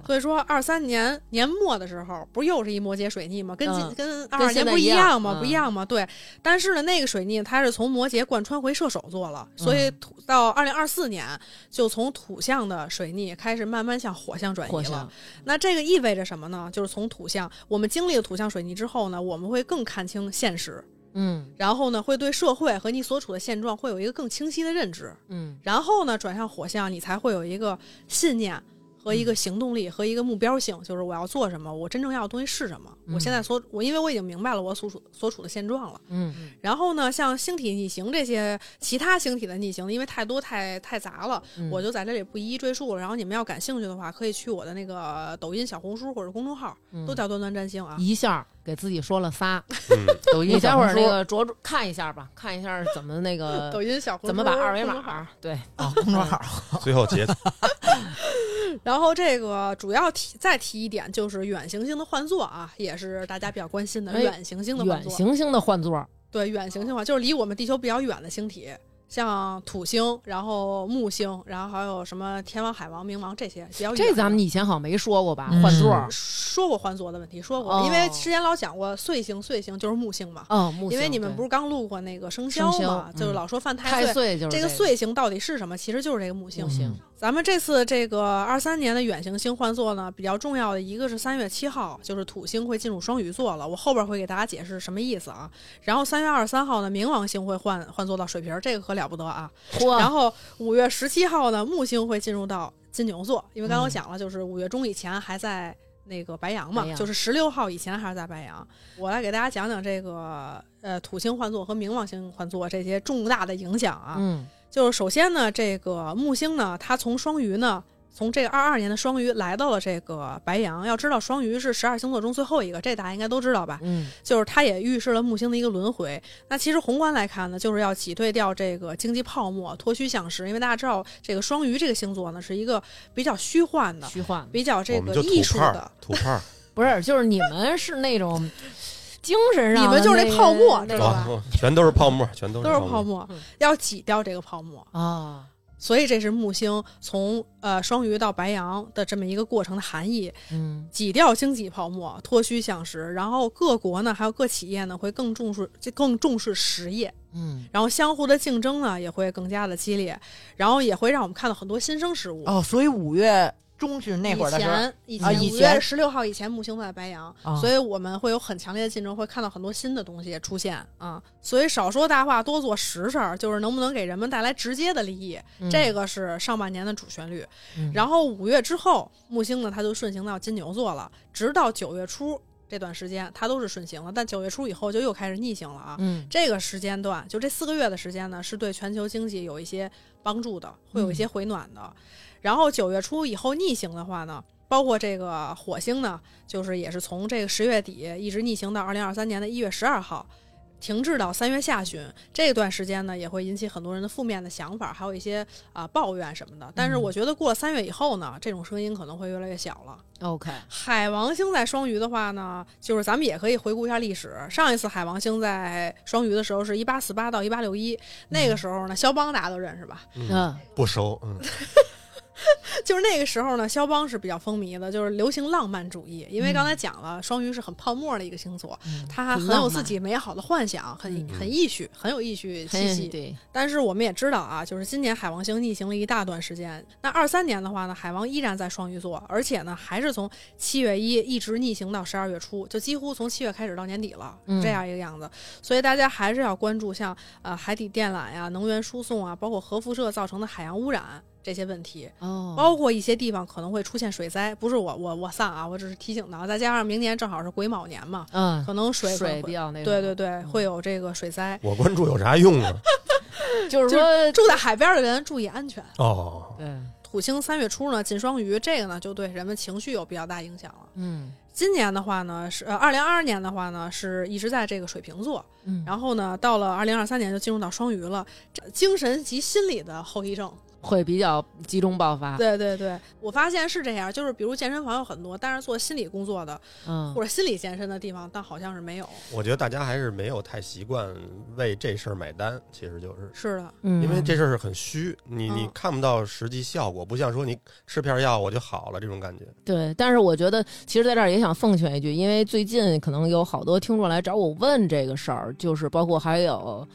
Speaker 6: 对，
Speaker 1: 所以说，二三年年末的时候，不又是一摩羯水逆吗？跟今、
Speaker 6: 嗯
Speaker 1: 跟二二年
Speaker 6: 现在
Speaker 1: 不
Speaker 6: 一样
Speaker 1: 样吗？
Speaker 6: 嗯
Speaker 1: 不一样吗？对。但是呢，那个水逆它是从摩羯贯穿回射手座了，所以
Speaker 6: 嗯
Speaker 1: 土到二零二四年就从土象的水逆开始慢慢向火象转
Speaker 6: 火
Speaker 1: 移了
Speaker 6: 象。，
Speaker 1: 那这个意味着什么呢？就是从土象，我们经历了土象水逆之后呢，我们会更看清现实，
Speaker 6: 嗯
Speaker 1: 然后呢，会对社会和你所处的现状会有一个更清晰的认知。
Speaker 6: 嗯
Speaker 1: 然后呢，转向火象，你才会有一个信念和一个
Speaker 6: 嗯
Speaker 1: 行动力和一个目标性，就是我要做什么，我真正要的东西是什么。我现在所我因为我已经明白了我所处所处的现状了。
Speaker 6: 嗯
Speaker 1: 然后呢，像星体逆行这些其他星体的逆行，因为太多太太杂了，
Speaker 6: 嗯，
Speaker 1: 我就在这里不一一赘述了。然后你们要感兴趣的话，可以去我的那个抖音、小红书或者公众号，
Speaker 6: 嗯
Speaker 1: 都叫端端占星啊。
Speaker 6: 一下给自己说了 仨。
Speaker 4: 嗯，
Speaker 6: 抖
Speaker 2: 音
Speaker 6: 你待会儿那
Speaker 2: 小红书
Speaker 6: 个着重看一下吧，看一下怎么那个
Speaker 1: 抖音、小红书
Speaker 6: 呃怎么把二维
Speaker 1: 公众号
Speaker 6: 码对
Speaker 2: 啊，公众号，
Speaker 4: 最后结
Speaker 1: 然后这个主要提再提一点就是远行星的换座啊，也是大家比较关心的
Speaker 6: 哎
Speaker 1: 远行星的换
Speaker 6: 远
Speaker 1: 座。
Speaker 6: 行星的换座，
Speaker 1: 对远行星嘛，就是离我们地球比较远的星体，像土星，然后木星，然后还有什么天王、海王、冥王这些比较远。
Speaker 6: 这咱们以前好像没说过吧？
Speaker 2: 嗯
Speaker 6: 换座，
Speaker 1: 说过换座的问题，说过，
Speaker 6: 哦
Speaker 1: 因为之前老讲过岁星，岁星就是木星嘛。
Speaker 6: 哦，木星
Speaker 1: 因为你们
Speaker 6: 对
Speaker 1: 不是刚录过那个生
Speaker 6: 生肖
Speaker 1: 嘛，就是
Speaker 6: 嗯
Speaker 1: 老说犯太
Speaker 6: 太
Speaker 1: 岁。
Speaker 6: 岁就是
Speaker 1: 这
Speaker 6: 个
Speaker 1: 个岁星到底是什么？其实就是这个木星。
Speaker 6: 木星，
Speaker 1: 咱们这次这个二三年的远行星换座呢，比较重要的一个是三月七号，就是土星会进入双鱼座了，我后边会给大家解释什么意思啊。然后三月二十三号呢，冥王星会换换座到水瓶，这个可了不得啊。
Speaker 6: 嚯，
Speaker 1: 然后五月十七号呢，木星会进入到金牛座，因为刚刚我讲了，就是五月中以前还在那个白羊
Speaker 6: 嗯
Speaker 1: 嘛，
Speaker 6: 白羊
Speaker 1: 就是十六号以前还是在白羊。我来给大家讲讲这个呃土星换座和冥王星换座这些重大的影响啊。
Speaker 6: 嗯
Speaker 1: 就是首先呢，这个木星呢，它从双鱼呢，从这个二二年的双鱼来到了这个白羊。要知道，双鱼是十二星座中最后一个，这大家应该都知道吧？
Speaker 6: 嗯
Speaker 1: 就是它也预示了木星的一个轮回。那其实宏观来看呢，就是要挤兑掉这个经济泡沫，脱虚向实。因为大家知道，这个双鱼这个星座呢，是一个比较虚幻的。
Speaker 6: 虚幻
Speaker 1: 比较
Speaker 4: 我
Speaker 1: 这
Speaker 4: 们
Speaker 1: 个
Speaker 4: 就
Speaker 1: 艺
Speaker 4: 土
Speaker 1: 术
Speaker 4: 炮
Speaker 1: 的
Speaker 4: 儿，，土炮儿，
Speaker 6: 不是就是你们是那种精神上
Speaker 1: 你
Speaker 6: 的
Speaker 1: 们就是
Speaker 6: 那
Speaker 1: 那泡沫
Speaker 6: 那
Speaker 1: 知道
Speaker 6: 种
Speaker 1: 吧
Speaker 4: 啊全都是泡沫，全都
Speaker 1: 都是泡
Speaker 4: 沫。
Speaker 1: 沫
Speaker 6: 嗯，
Speaker 1: 要挤掉这个泡沫。
Speaker 6: 啊，
Speaker 1: 所以这是木星从呃双鱼到白羊的这么一个过程的含义。
Speaker 6: 嗯
Speaker 1: 挤掉经济泡沫，脱虚向实。然后各国呢，还有各企业呢，会更重视就更重视实业，
Speaker 6: 嗯
Speaker 1: 然后相互的竞争呢也会更加的激烈，然后也会让我们看到很多新生事物。
Speaker 2: 哦，所以五月中旬那会儿的
Speaker 1: 以
Speaker 2: 时候，
Speaker 1: 前，以
Speaker 2: 啊
Speaker 1: 前
Speaker 2: 以
Speaker 1: 五
Speaker 2: 前
Speaker 1: 月十六号以前，木星在白羊，
Speaker 6: 哦
Speaker 2: 啊
Speaker 1: 所以我们会有很强烈的竞争，会看到很多新的东西出现啊。所以少说大话，多做实事儿，就是能不能给人们带来直接的利益，
Speaker 2: 嗯
Speaker 1: 这个是上半年的主旋律。
Speaker 6: 嗯
Speaker 1: 然后五月之后，木星呢，它就顺行到金牛座了，直到九月初这段时间，它都是顺行了。但九月初以后就又开始逆行了啊。
Speaker 6: 嗯
Speaker 1: 这个时间段，就这四个月的时间呢，是对全球经济有一些帮助的，会有一些回暖的。然后九月初以后逆行的话呢，包括这个火星呢，就是也是从这个十月底一直逆行到二零二三年的一月十二号。停滞到三月下旬这段时间呢，也会引起很多人的负面的想法，还有一些啊、抱怨什么的。但是我觉得过了三月以后呢，这种声音可能会越来越小了。
Speaker 6: OK
Speaker 1: 海王星在双鱼的话呢，就是咱们也可以回顾一下历史。上一次海王星在双鱼的时候是一八四八到一八六一，那个时候呢，肖邦大家都认识吧？
Speaker 4: 嗯，
Speaker 6: 嗯
Speaker 4: 不收，嗯，
Speaker 1: 就是那个时候呢，肖邦是比较风靡的，就是流行浪漫主义。因为刚才讲了，双鱼是很泡沫的一个星座，它
Speaker 6: 很
Speaker 1: 很
Speaker 6: 浪
Speaker 1: 有自
Speaker 6: 漫
Speaker 1: 己美好的幻想，很
Speaker 6: 嗯
Speaker 1: 很意趣，很有意趣气息
Speaker 6: 嘿。对
Speaker 1: 但是我们也知道啊，就是今年海王星逆行了一大段时间。那二三年的话呢，海王依然在双鱼座，而且呢还是从七月一一直逆行到十二月初，就几乎从七月开始到年底了，
Speaker 6: 嗯
Speaker 1: 这样一个样子。所以大家还是要关注像呃海底电缆呀、能源输送啊，包括核辐射造成的海洋污染。这些问题，
Speaker 3: 哦，
Speaker 1: 包括一些地方可能会出现水灾。不是我我我丧啊，我只是提醒到，再加上明年正好是癸卯年嘛，
Speaker 3: 嗯，
Speaker 1: 可能水可能
Speaker 3: 水比
Speaker 1: 会
Speaker 3: 较那
Speaker 1: 对对对，
Speaker 3: 嗯
Speaker 1: 会有这个水灾。
Speaker 4: 我关注有啥用啊？
Speaker 3: 对，就是
Speaker 1: 就
Speaker 3: 说
Speaker 1: 住在海边的人注意安全。
Speaker 4: 哦，
Speaker 3: 对，
Speaker 1: 土星三月初呢进双鱼，这个呢就对人们情绪有比较大影响了。
Speaker 3: 嗯
Speaker 1: 今年的话呢是呃二零二二年的话呢是一直在这个水瓶座，
Speaker 3: 嗯，
Speaker 1: 然后呢到了二零二三年就进入到双鱼了，这精神及心理的后遗症。
Speaker 3: 会比较集中爆发，
Speaker 1: 对对对，我发现是这样，就是比如健身房有很多，但是做心理工作的
Speaker 3: 嗯
Speaker 1: 或，者心理健身的地方，但好像是没有。
Speaker 4: 我觉得大家还是没有太习惯为这事儿买单，其实就是。
Speaker 1: 是的，
Speaker 3: 嗯
Speaker 4: 因为这事儿是很虚，你你
Speaker 1: 嗯
Speaker 4: 看不到实际效果，不像说你吃片药我就好了这种感觉。
Speaker 3: 对，但是我觉得，其实在这儿也想奉劝一句，因为最近可能有好多听众来找我问这个事儿，就是包括还有，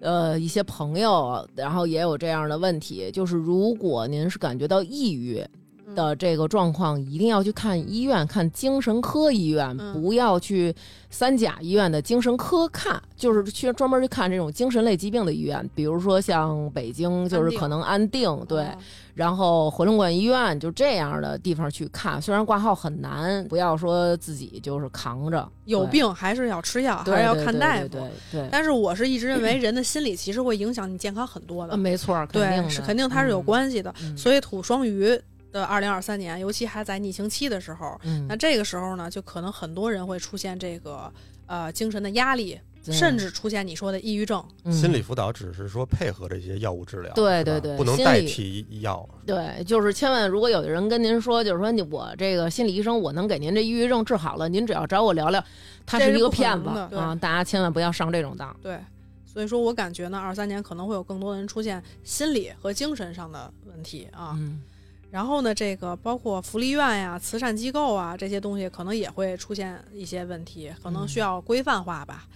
Speaker 3: 呃，一些朋友，然后也有这样的问题，就是如果您是感觉到抑郁
Speaker 1: 嗯
Speaker 3: 的这个状况，一定要去看医院，看精神科医院，
Speaker 1: 嗯
Speaker 3: 不要去三甲医院的精神科看，就是去专门去看这种精神类疾病的医院，比如说像北京就
Speaker 1: 安
Speaker 3: 是
Speaker 1: 定
Speaker 3: 可能安定对。
Speaker 1: 啊
Speaker 3: 然后回龙观医院就这样的地方去看，虽然挂号很难，不要说自己就是扛着
Speaker 1: 有
Speaker 3: 对
Speaker 1: 病还是要吃药，
Speaker 3: 对
Speaker 1: 还是要看大
Speaker 3: 对对
Speaker 1: 夫。
Speaker 3: 对对对
Speaker 1: 但是我是一直认为人的心理其实会影响你健康很多的
Speaker 3: 呃，，没错儿，肯定
Speaker 1: 对，
Speaker 3: 的
Speaker 1: 是肯定它是有，关系的。
Speaker 3: 嗯、以
Speaker 1: 所以土双鱼的二零二三年，尤其还在逆行期的时候，
Speaker 3: 嗯，
Speaker 1: 那这个时候呢，就可能很多人会出现这个呃精神的压力，
Speaker 3: 对
Speaker 1: 甚至出现你说的抑郁症。
Speaker 3: 嗯
Speaker 4: 心理辅导只是说配合这些药物治疗，
Speaker 3: 对
Speaker 4: 是
Speaker 3: 对
Speaker 4: 吧
Speaker 3: 对
Speaker 4: 不能
Speaker 3: 心理
Speaker 4: 代替药。
Speaker 3: 对，就是千万，如果有的人跟您说，就是说你我这个心理医生，我能给您这抑郁症治好了，您只要找我聊聊，他
Speaker 1: 这
Speaker 3: 是
Speaker 1: 是
Speaker 3: 一个
Speaker 1: 不可
Speaker 3: 骗
Speaker 1: 能
Speaker 3: 子
Speaker 1: 的对
Speaker 3: 啊！大家千万不要上这种当。
Speaker 1: 对，所以说我感觉呢，二三年可能会有更多的人出现心理和精神上的问题啊。
Speaker 3: 嗯，
Speaker 1: 然后呢，这个包括福利院呀、慈善机构啊这些东西，可能也会出现一些问题，可能需要规范化吧。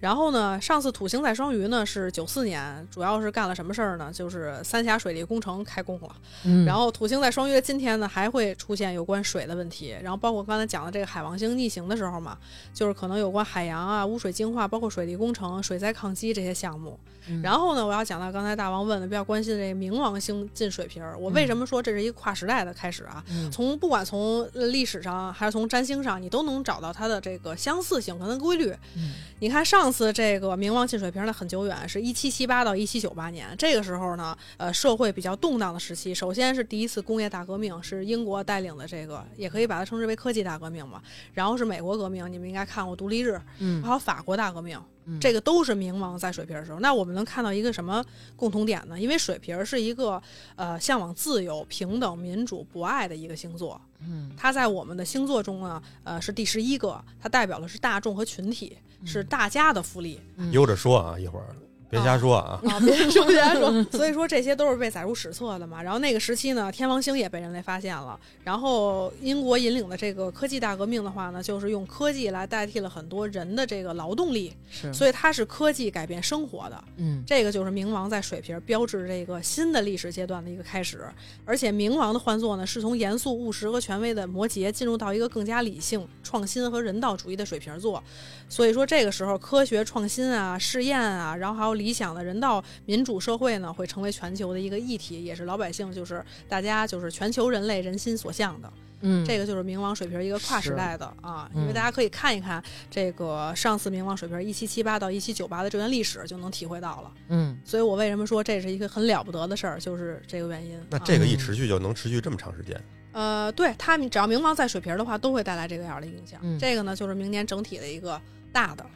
Speaker 1: 然后呢，上次土星在双鱼呢是九四年，主要是干了什么事儿呢？就是三峡水利工程开工了。
Speaker 3: 嗯
Speaker 1: 然后土星在双鱼的今天呢，还会出现有关水的问题。然后包括刚才讲的这个海王星逆行的时候嘛，就是可能有关海洋啊、污水净化，包括水利工程、水灾抗击这些项目。
Speaker 3: 嗯
Speaker 1: 然后呢，我要讲到刚才大王问的比较关心的这个冥王星进水瓶儿，我为什么说这是一个跨时代的开始啊？
Speaker 3: 嗯
Speaker 1: 从不管从呃历史上还是从占星上，你都能找到它的这个相似性跟规律。
Speaker 3: 嗯
Speaker 1: 你看上次这个冥王进水瓶呢，很久远，是一七七八到一七九八年。这个时候呢，呃，社会比较动荡的时期，首先是第一次工业大革命，是英国带领的这个，也可以把它称之为科技大革命嘛。然后是美国革命，你们应该看过独立日，还
Speaker 3: 嗯，
Speaker 1: 有法国大革命，
Speaker 3: 嗯
Speaker 1: 这个都是冥王在水瓶的时候。那我们能看到一个什么共同点呢？因为水瓶是一个呃向往自由、平等、民主、博爱的一个星座，
Speaker 3: 嗯
Speaker 1: 它在我们的星座中呢，呃是第十一个，它代表的是大众和群体，是大家的福利。
Speaker 3: 嗯哦
Speaker 4: 悠着说啊，一会儿别瞎说啊。
Speaker 1: 啊， 别说别说， 所以说这些都是被载入史册的嘛。然后那个时期呢，天王星也被人类发现了。然后英国引领的这个科技大革命的话呢，就是用科技来代替了很多人的这个劳动力，
Speaker 3: 是
Speaker 1: 所以它是科技改变生活的。
Speaker 3: 嗯
Speaker 1: 这个就是冥王在水瓶标志这个新的历史阶段的一个开始。而且冥王的换座呢，是从严肃、务实和权威的摩羯进入到一个更加理性、创新和人道主义的水瓶座。所以说，这个时候科学创新啊、试验啊，然后还有理想的人道民主社会呢，会成为全球的一个议题，也是老百姓就是大家就是全球人类人心所向的。
Speaker 3: 嗯
Speaker 1: 这个就是冥王水瓶一个跨时
Speaker 3: 是
Speaker 1: 代的啊，
Speaker 3: 嗯
Speaker 1: 因为大家可以看一看这个上次冥王水瓶一七七八到一七九八的这段历史，就能体会到了。
Speaker 3: 嗯
Speaker 1: 所以我为什么说这是一个很了不得的事儿，就是这个原因。
Speaker 4: 那
Speaker 1: 啊
Speaker 4: 这个一持续就能持续这么长时间，
Speaker 3: 嗯
Speaker 1: 呃，对他们只要冥王在水瓶的话，都会带来这个样儿的影响。
Speaker 3: 嗯
Speaker 1: 这个呢，就是明年整体的一个大的。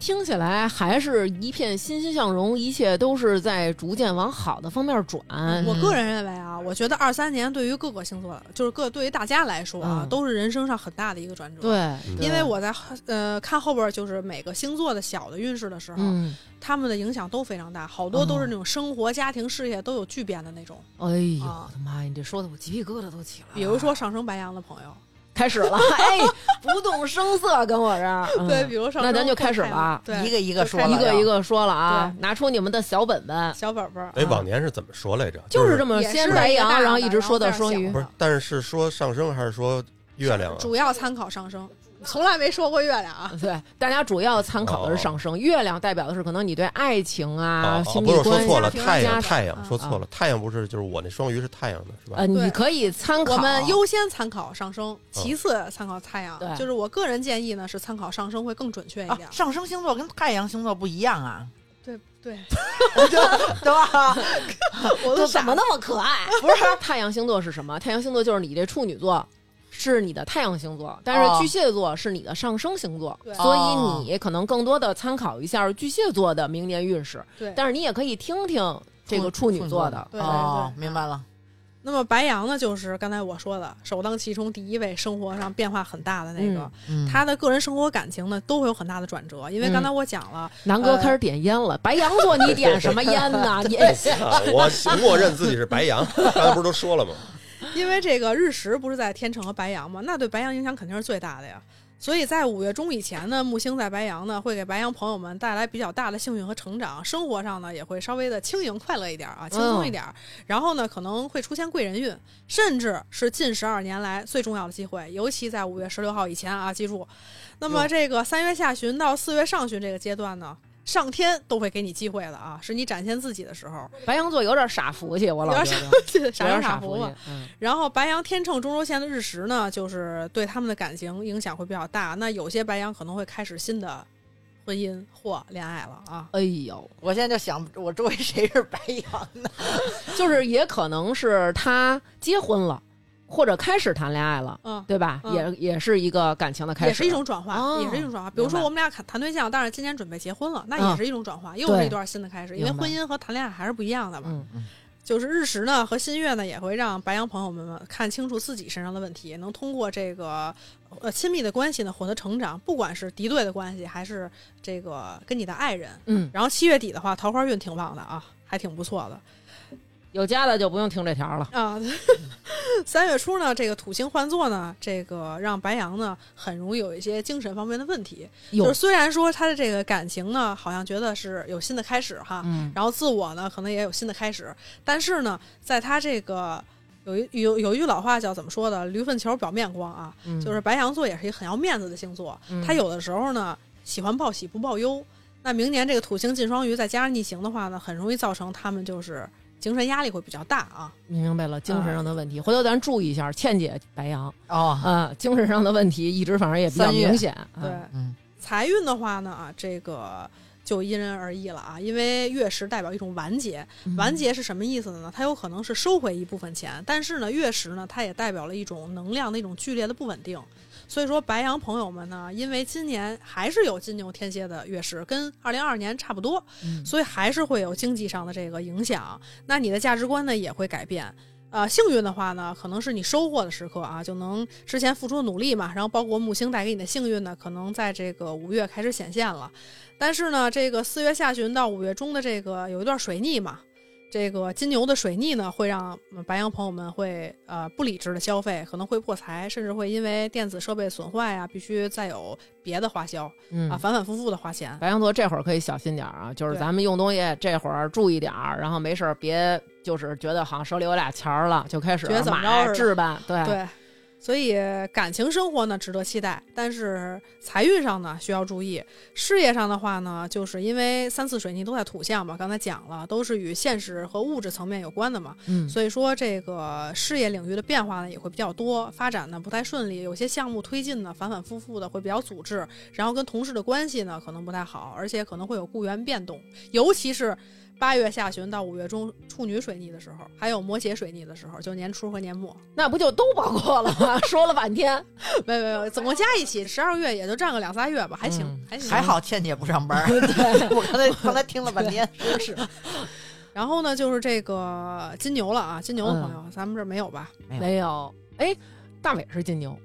Speaker 3: 听起来还是一片欣欣向荣，一切都是在逐渐往好的方面转。
Speaker 1: 我个人认为啊，我觉得二三年对于各个星座，就是各对于大家来说啊，
Speaker 3: 嗯
Speaker 1: 都是人生上很大的一个转折。。
Speaker 3: 对，
Speaker 4: 嗯
Speaker 1: 因为我在呃看后边儿就是每个星座的小的运势的时候，
Speaker 3: 嗯，
Speaker 1: 他们的影响都非常大，好多都是
Speaker 3: 哦
Speaker 1: 那种生活、家庭、事业都有巨变的那种。
Speaker 3: 哎呦
Speaker 1: 啊
Speaker 3: 我的妈呀，你这说的我鸡皮疙瘩都起来了。啊
Speaker 1: 比如说上升白羊的朋友，
Speaker 3: 开始 了，哎，不动声色跟我这儿，嗯
Speaker 1: 对，比如上升
Speaker 3: 那咱就
Speaker 1: 火
Speaker 3: 开始
Speaker 1: 太阳
Speaker 3: 了啊
Speaker 1: 对，
Speaker 2: 一个一个说了，
Speaker 3: 一个一个说了啊
Speaker 1: 对，
Speaker 3: 拿出你们的小本本，
Speaker 1: 小本本儿。
Speaker 4: 哎，往年是怎么说来着？
Speaker 3: 就是这么
Speaker 1: 也
Speaker 3: 先
Speaker 1: 是
Speaker 3: 白
Speaker 1: 一个大
Speaker 3: 羊，
Speaker 1: 的
Speaker 3: 然后一直说到
Speaker 1: 然后
Speaker 3: 双
Speaker 1: 再
Speaker 3: 鱼
Speaker 1: 小
Speaker 4: 不是？但是是说上升还是说月亮啊？
Speaker 1: 主要参考上升，从来没说过月亮啊。
Speaker 3: 对，大家主要参考的是上升，月亮代表的是可能你对爱情啊、
Speaker 4: 哦，
Speaker 3: 亲密
Speaker 4: 不是我说
Speaker 3: 关系、
Speaker 4: 错了，
Speaker 3: 家
Speaker 4: 太阳
Speaker 3: 庭
Speaker 4: 太
Speaker 1: 啊
Speaker 4: 阳说错了，太阳不是就是我那双鱼是太阳的是吧？
Speaker 3: 呃，你
Speaker 1: 对
Speaker 3: 可以参考
Speaker 1: 我们优先参考上升，其次参考太阳。
Speaker 3: 对
Speaker 1: 就是我个人建议呢，是参考上升会更准确一
Speaker 2: 啊
Speaker 1: 点。，
Speaker 2: 上升星座跟太阳星座不一样啊，哦
Speaker 1: 对 对，
Speaker 2: 对吧？
Speaker 1: 我
Speaker 6: 就
Speaker 1: 都
Speaker 6: 怎
Speaker 1: 傻
Speaker 6: 么那么可 爱？
Speaker 3: 不是太阳星座是什么？太阳星座就是你这处女座。是你的太阳星座，但
Speaker 2: 哦
Speaker 3: 是巨蟹座是你的上升星座，
Speaker 1: 对
Speaker 3: 所
Speaker 2: 哦
Speaker 3: 以你可能更多的参考一下巨蟹座的明年运势，
Speaker 1: 对。
Speaker 3: 但是你也可以听听这个处女座的。
Speaker 1: 对对
Speaker 2: 哦，
Speaker 1: 对
Speaker 2: 明白了。
Speaker 1: 那么白羊呢，就是刚才我说的，首当其冲第一位，生活上变化很大的那个，
Speaker 2: 嗯，
Speaker 1: 他的个人生活感情呢都会有很大的转折。因为刚才我讲了，
Speaker 3: 南哥
Speaker 1: 呃
Speaker 3: 开始点烟了，白羊座你点什么烟呢？你
Speaker 4: 啊，我默认自己是白羊， 刚才不是都说了吗？
Speaker 1: 因为这个日食不是在天秤和白羊嘛，那对白羊影响肯定是最大的呀。所以在五月中以前呢，木星在白羊呢，会给白羊朋友们带来比较大的幸运和成长，生活上呢也会稍微的轻盈快乐一点啊，轻松一点。然后呢，可能会出现贵人运，甚至是近十二年来最重要的机会，尤其在五月十六号以前啊，记住。那么这个三月下旬到四月上旬这个阶段呢，上天都会给你机会的啊，是你展现自己的时候。
Speaker 3: 白羊座有点傻福气，我老觉 得
Speaker 1: 傻
Speaker 3: 有
Speaker 1: 人傻
Speaker 3: 点傻
Speaker 1: 福
Speaker 3: 福气
Speaker 1: 嘛，。
Speaker 3: 嗯
Speaker 1: 然后白羊、天秤、中轴线的日食呢，就是对他们的感情影响会比较大。那有些白羊可能会开始新的婚姻或恋爱了啊。
Speaker 3: 哎呦，
Speaker 2: 我现在就想，我周围谁是白羊 的？
Speaker 3: 就是也可能是他结婚了，或者开始谈恋爱了，
Speaker 1: 嗯，
Speaker 3: 对吧？
Speaker 1: 嗯
Speaker 3: 也也是一个感情的开始，
Speaker 1: 也是一种转化，
Speaker 3: 哦
Speaker 1: 也是一种转化。比如
Speaker 3: 明
Speaker 1: 说
Speaker 3: 白
Speaker 1: 我们俩谈谈对象，但是今年准备结婚了，那也
Speaker 3: 嗯
Speaker 1: 是一种转化，又是
Speaker 3: 对
Speaker 1: 一段新的开始。因为
Speaker 3: 明白
Speaker 1: 婚姻和谈恋爱还是不一样的嘛。
Speaker 3: 嗯，
Speaker 1: 就是日食呢和新月呢，也会让白羊朋友们们看清楚自己身上的问题，能通过这个呃亲密的关系呢获得成长，不管是敌对的关系，还是这个跟你的爱人。
Speaker 3: 嗯，
Speaker 1: 然后七月底的话，桃花运挺旺的啊，还挺不错的
Speaker 3: 有家的就不用听这条了。
Speaker 1: 啊。 三月初呢，这个土星换座呢，这个让白羊呢很容易有一些精神方面的问题。
Speaker 3: 有
Speaker 1: 就是虽然说他的这个感情呢，好像觉得是有新的开始哈，
Speaker 3: 嗯
Speaker 1: 然后自我呢可能也有新的开始，但是呢，在他这个。有一有有一句老话叫怎么说的？驴粪球表面光啊，
Speaker 3: 嗯
Speaker 1: 就是白羊座也是一个很要面子的星座，他有的时候呢喜欢报喜不报忧。那明年这个土星进双鱼，再加上逆行的话呢，很容易造成他们就是精神压力会比较大啊。
Speaker 3: 明白了精神上的问题，回头咱注意一下。倩姐白羊
Speaker 2: 哦，
Speaker 3: 啊，精神上的问题一直反正也比较
Speaker 2: 三月
Speaker 3: 明显。
Speaker 1: 对
Speaker 3: 啊，
Speaker 2: 嗯
Speaker 1: 财运的话呢啊，这个就因人而异了啊，因为月食代表一种完结，完结是什么意思呢？它有可能是收回一部分钱，但是呢，月食呢，它也代表了一种能量的一种剧烈的不稳定。所以说，白羊朋友们呢，因为今年还是有金牛、天蝎的月食，跟二零二二年差不多，
Speaker 2: 嗯
Speaker 1: 所以还是会有经济上的这个影响。那你的价值观呢也会改变。呃，幸运的话呢，可能是你收获的时刻啊，就能之前付出的努力嘛，然后包括木星带给你的幸运呢，可能在这个五月开始显现了。但是呢，这个四月下旬到五月中的这个有一段水逆嘛，这个金牛的水逆呢，会让嗯白羊朋友们会呃不理智的消费，可能会破财，甚至会因为电子设备损坏啊，必须再有别的花销
Speaker 3: 嗯
Speaker 1: 啊，反反复复的花钱。
Speaker 3: 白羊座这会儿可以小心点儿啊，就是
Speaker 1: 对
Speaker 3: 咱们用东西这会儿注意点儿，然后没事儿别就是觉得好像手里有俩钱儿了，就开始
Speaker 1: 觉得怎么着
Speaker 3: 买
Speaker 1: 似的
Speaker 3: 置办，对，
Speaker 1: 对，所以感情生活呢值得期待，但是财运上呢需要注意。事业上的话呢，就是因为三次水逆都在土象嘛，刚才讲了，都是与现实和物质层面有关的嘛，
Speaker 3: 嗯
Speaker 1: 所以说这个事业领域的变化呢也会比较多，发展呢不太顺利，有些项目推进呢反反复复的会比较阻滞，然后跟同事的关系呢可能不太好，而且可能会有雇员变动，尤其是。八月下旬到五月中，处女水逆的时候，还有摩羯水逆的时候，就年初和年末，
Speaker 3: 那不就都包括了吗？ 说了半天，
Speaker 1: 哎没有没有，总共加一起十二月也就占个两仨月吧，还行、
Speaker 3: 嗯
Speaker 1: 还行。
Speaker 2: 还好倩姐不上班 儿。我刚 才刚才听了半天，真是
Speaker 1: 然后呢，就是这个金牛了啊，金牛的朋友，咱们这儿没有吧？
Speaker 3: 没有，哎，大伟是金牛，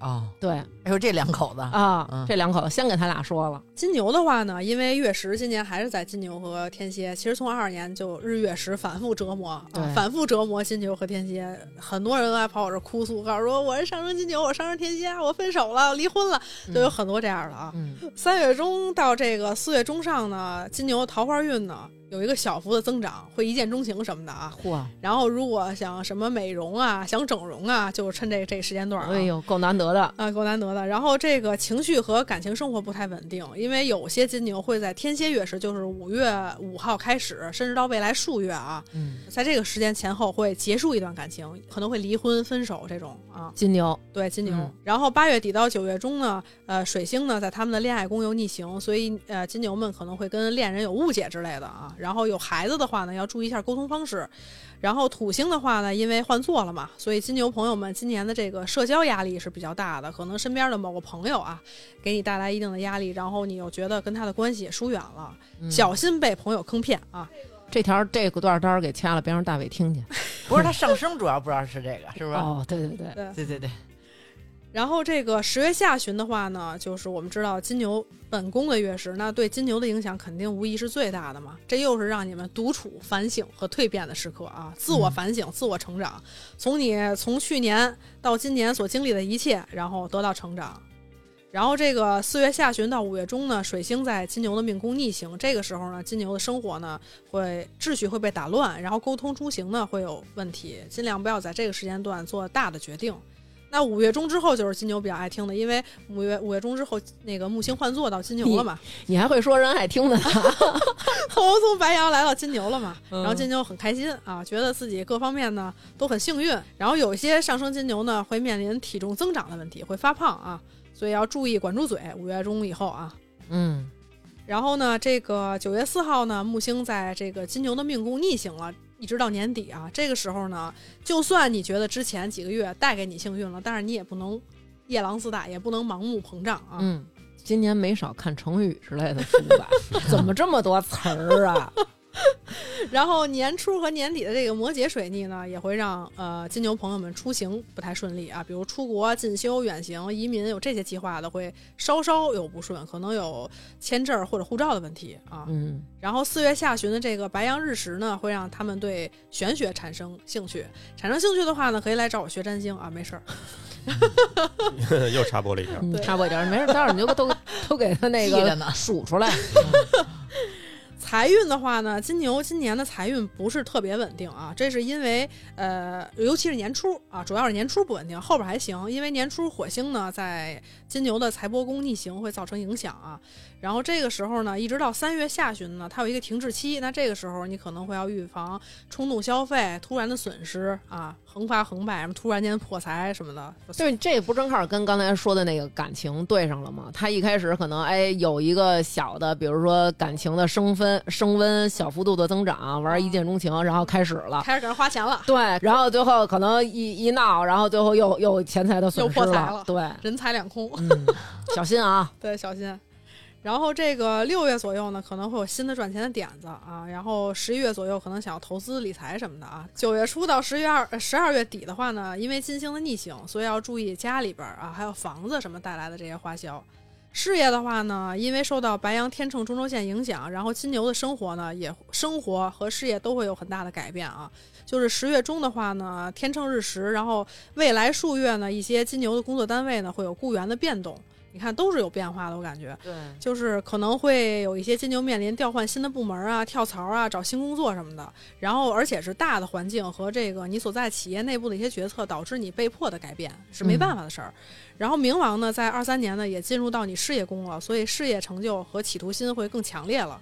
Speaker 2: 哦。
Speaker 3: 对
Speaker 1: 啊
Speaker 2: 哎呦，这两口子，
Speaker 3: 啊，
Speaker 2: 嗯
Speaker 3: 这两口子先给他俩说了，
Speaker 1: 金牛的话呢，因为月食今年还是在金牛和天蝎，其实从二二年就日月食反复折磨，
Speaker 3: 对
Speaker 1: 啊、反复折磨金牛和天蝎，很多人都来跑我这儿哭诉，告诉说我是上升金牛，我上升天蝎，我分手了，我离婚了，就有很多这样的啊。
Speaker 3: 嗯，
Speaker 1: 三月中到这个四月中上呢，金牛桃花运呢有一个小幅的增长，会一见钟情什么的啊。
Speaker 3: 嚯，
Speaker 1: 然后如果想什么美容啊，想整容啊，就趁这这时间段、啊。
Speaker 3: 哎呦，够难得的。
Speaker 1: 啊，够难得的。然后这个情绪和感情生活不太稳定，因为有些金牛会在天蝎月时，就是五月五号开始，甚至到未来数月啊，
Speaker 3: 嗯，
Speaker 1: 在这个时间前后会结束一段感情，可能会离婚、分手这种啊。
Speaker 3: 金牛，
Speaker 1: 对金牛。
Speaker 3: 嗯
Speaker 1: 然后八月底到九月中呢，呃，水星呢在他们的恋爱宫又逆行，所以呃，金牛们可能会跟恋人有误解之类的啊。然后有孩子的话呢，要注意一下沟通方式。然后土星的话呢，因为换座了嘛，所以金牛朋友们今年的这个社交压力是比较大的，可能身边的某个朋友啊，给你带来一定的压力，然后你又觉得跟他的关系也疏远了，
Speaker 3: 嗯
Speaker 1: 小心被朋友坑骗啊。
Speaker 3: 这条这个段儿待会儿给掐了，别让大伟听见。
Speaker 2: 不是他上升主要不知道是这个，是不是？
Speaker 3: 哦，对对对，
Speaker 1: 对，
Speaker 2: 对对对，
Speaker 1: 然后这个十月下旬的话呢，就是我们知道金牛本宫的月食，那对金牛的影响肯定无疑是最大的嘛。这又是让你们独处、反省和蜕变的时刻啊，自我反省、自我成长，从你从去年到今年所经历的一切，然后得到成长。然后这个四月下旬到五月中呢，水星在金牛的命宫逆行，这个时候呢，金牛的生活呢会秩序会被打乱，然后沟通出行呢会有问题，尽量不要在这个时间段做大的决定。那五月中之后就是金牛比较爱听的，因为五月五月中之后那个木星换座到金牛了 嘛，
Speaker 3: 你还会说人爱听的呢。
Speaker 1: 从从白羊来到金牛了嘛，
Speaker 3: 嗯
Speaker 1: 然后金牛很开心啊，觉得自己各方面呢都很幸运。然后有一些上升金牛呢会面临体重增长的问题，会发胖啊，所以要注意管住嘴。五月中以后啊，
Speaker 3: 嗯，
Speaker 1: 然后呢，这个九月四号呢，木星在这个金牛的命宫逆行了，一直到年底啊。这个时候呢，就算你觉得之前几个月带给你幸运了，但是你也不能夜郎自大，也不能盲目膨胀啊。
Speaker 3: 嗯，今年没少看成语之类的书 吧？
Speaker 6: 怎么这么多词儿啊？
Speaker 1: 然后年初和年底的这个摩羯水逆呢，也会让呃金牛朋友们出行不太顺利啊，比如出国、进修、远行、移民有这些计划的，会稍稍有不顺，可能有签证或者护照的问题啊。
Speaker 3: 嗯，
Speaker 1: 然后四月下旬的这个白羊日食呢，会让他们对玄学产生兴趣。产生兴趣的话呢，可以来找我学占星啊，没事儿。
Speaker 4: 又插播了一条。
Speaker 3: 你
Speaker 1: 对
Speaker 3: 插播一点，没事，待会儿你就 都都给他那
Speaker 2: 记着
Speaker 3: 个
Speaker 2: 呢
Speaker 3: 数出来。
Speaker 1: 财运的话呢，金牛今年的财运不是特别稳定啊，这是因为呃，尤其是年初啊，主要是年初不稳定，后边还行，因为年初火星呢在金牛的财帛宫逆行会造成影响啊。然后这个时候呢，一直到三月下旬呢，它有一个停滞期，那这个时候你可能会要预防冲动消费、突然的损失啊，横发横败，什么突然间破财什么的。
Speaker 3: 就是这不正好跟刚才说的那个感情对上了吗？他一开始可能哎有一个小的，比如说感情的升温、升温、小幅度的增长，玩一见钟情，然后开始了。
Speaker 1: 开始给人花钱了，
Speaker 3: 对，然后最后可能一一闹，然后最后又又钱财的损失
Speaker 1: 又破财了
Speaker 3: 对，
Speaker 1: 人财两空。
Speaker 3: 嗯，小心啊，
Speaker 1: 对，小心。然后这个六月左右呢，可能会有新的赚钱的点子啊。然后十一月左右可能想要投资理财什么的啊。九月初到十月二、呃十二月底的话呢，因为金星的逆行，所以要注意家里边儿啊，还有房子什么带来的这些花销。事业的话呢，因为受到白羊、天秤、中轴线影响，然后金牛的生活呢，也生活和事业都会有很大的改变啊。就是十月中的话呢，天秤日食，然后未来数月呢，一些金牛的工作单位呢会有雇员的变动，你看都是有变化的，我感觉。
Speaker 2: 对，
Speaker 3: 嗯
Speaker 1: 就是可能会有一些金牛面临调换新的部门啊、跳槽啊、找新工作什么的，然后而且是大的环境和这个你所在企业内部的一些决策导致你被迫的改变是没办法的事儿。然后冥王呢，在二三年呢也进入到你事业宫了，所以事业成就和企图心会更强烈了。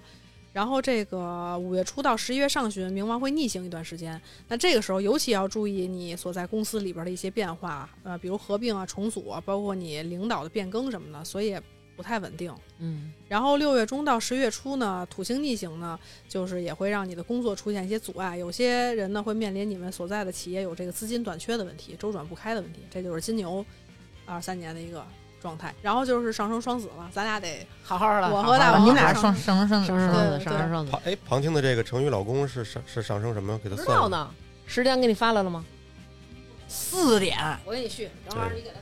Speaker 1: 然后这个五月初到十一月上旬，冥王会逆行一段时间。那这个时候尤其要注意你所在公司里边的一些变化，呃，比如合并啊、重组啊，包括你领导的变更什么的，所以也不太稳定。
Speaker 3: 嗯，
Speaker 1: 然后六月中到十月初呢，土星逆行呢，就是也会让你的工作出现一些阻碍。有些人呢会面临你们所在的企业有这个资金短缺的问题、周转不开的问题，这就是金牛二三年的一个状态。然后就是上升双子了，咱俩得
Speaker 2: 好好的，
Speaker 1: 我
Speaker 2: 好
Speaker 1: 和大
Speaker 2: 好的
Speaker 1: 王
Speaker 2: 你俩
Speaker 1: 上
Speaker 2: 双双双
Speaker 3: 上升上
Speaker 1: 对
Speaker 3: 子，上升上子，
Speaker 4: 旁哎，旁听的这个成语“老公”是上是上升什么？给他
Speaker 3: 不知
Speaker 4: 算
Speaker 3: 道
Speaker 4: 了。
Speaker 3: 呢。时间给你发来了吗？
Speaker 2: 四点，
Speaker 5: 我给你续，等会儿你给他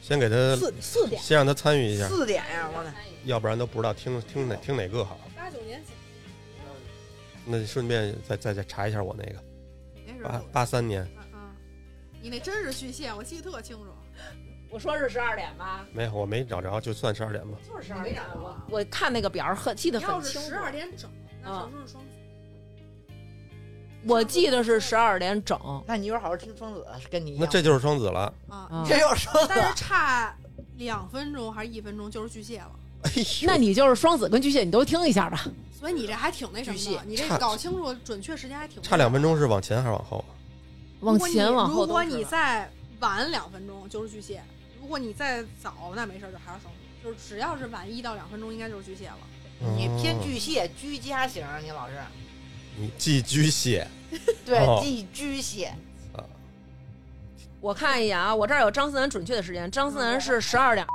Speaker 4: 先给他，
Speaker 2: 四四点，
Speaker 4: 先让他参与一下，
Speaker 2: 四点
Speaker 3: 哎
Speaker 2: 呀！我的
Speaker 5: 看一眼。
Speaker 4: 要不然都不知道听听哪听哪个好。
Speaker 1: 八九年
Speaker 4: 那顺便再再再查一下我那个八八三年
Speaker 1: 啊，你那真是续线，我记得特清楚。
Speaker 3: 我说是十二点吧，
Speaker 4: 没有，我没找着，就算十二点吧。
Speaker 5: 就是没找着，
Speaker 3: 我看那个表儿很记得很清楚。
Speaker 1: 点整，
Speaker 3: 那上
Speaker 1: 升是双子。
Speaker 3: 我记得是十二点整，
Speaker 2: 那你一会儿好好听双子，跟你一
Speaker 4: 那
Speaker 2: 样。
Speaker 4: 这就是双子了。
Speaker 1: 啊，
Speaker 3: 啊
Speaker 2: 这又说
Speaker 1: 但是
Speaker 2: 了，
Speaker 1: 差两分钟还是一分钟就是巨蟹了。
Speaker 4: 哎呦，
Speaker 3: 那你就是双子跟巨蟹，你都听一下吧。
Speaker 1: 所以你这还挺那什
Speaker 3: 巨
Speaker 1: 么
Speaker 3: 蟹
Speaker 1: 的，你这
Speaker 4: 差
Speaker 1: 搞清楚准确时间还挺
Speaker 4: 差两分钟是往前还是往后啊？
Speaker 1: 如
Speaker 3: 往
Speaker 1: 果你
Speaker 3: 前往后
Speaker 1: 如
Speaker 3: 都
Speaker 1: 果
Speaker 3: 是
Speaker 1: 你再晚两分钟就是巨蟹，如果你再早那没事儿，就还是双子，就是只要是晚一到两分钟应该就是巨蟹了。
Speaker 2: 你偏
Speaker 4: 哦
Speaker 2: 巨蟹居家型，啊你老是
Speaker 4: 你寄居蟹
Speaker 2: 对
Speaker 4: 哦
Speaker 2: 寄居 蟹，
Speaker 4: 啊，
Speaker 3: 我看一眼啊，我这儿有张思楠准确的时间，张思楠是十二点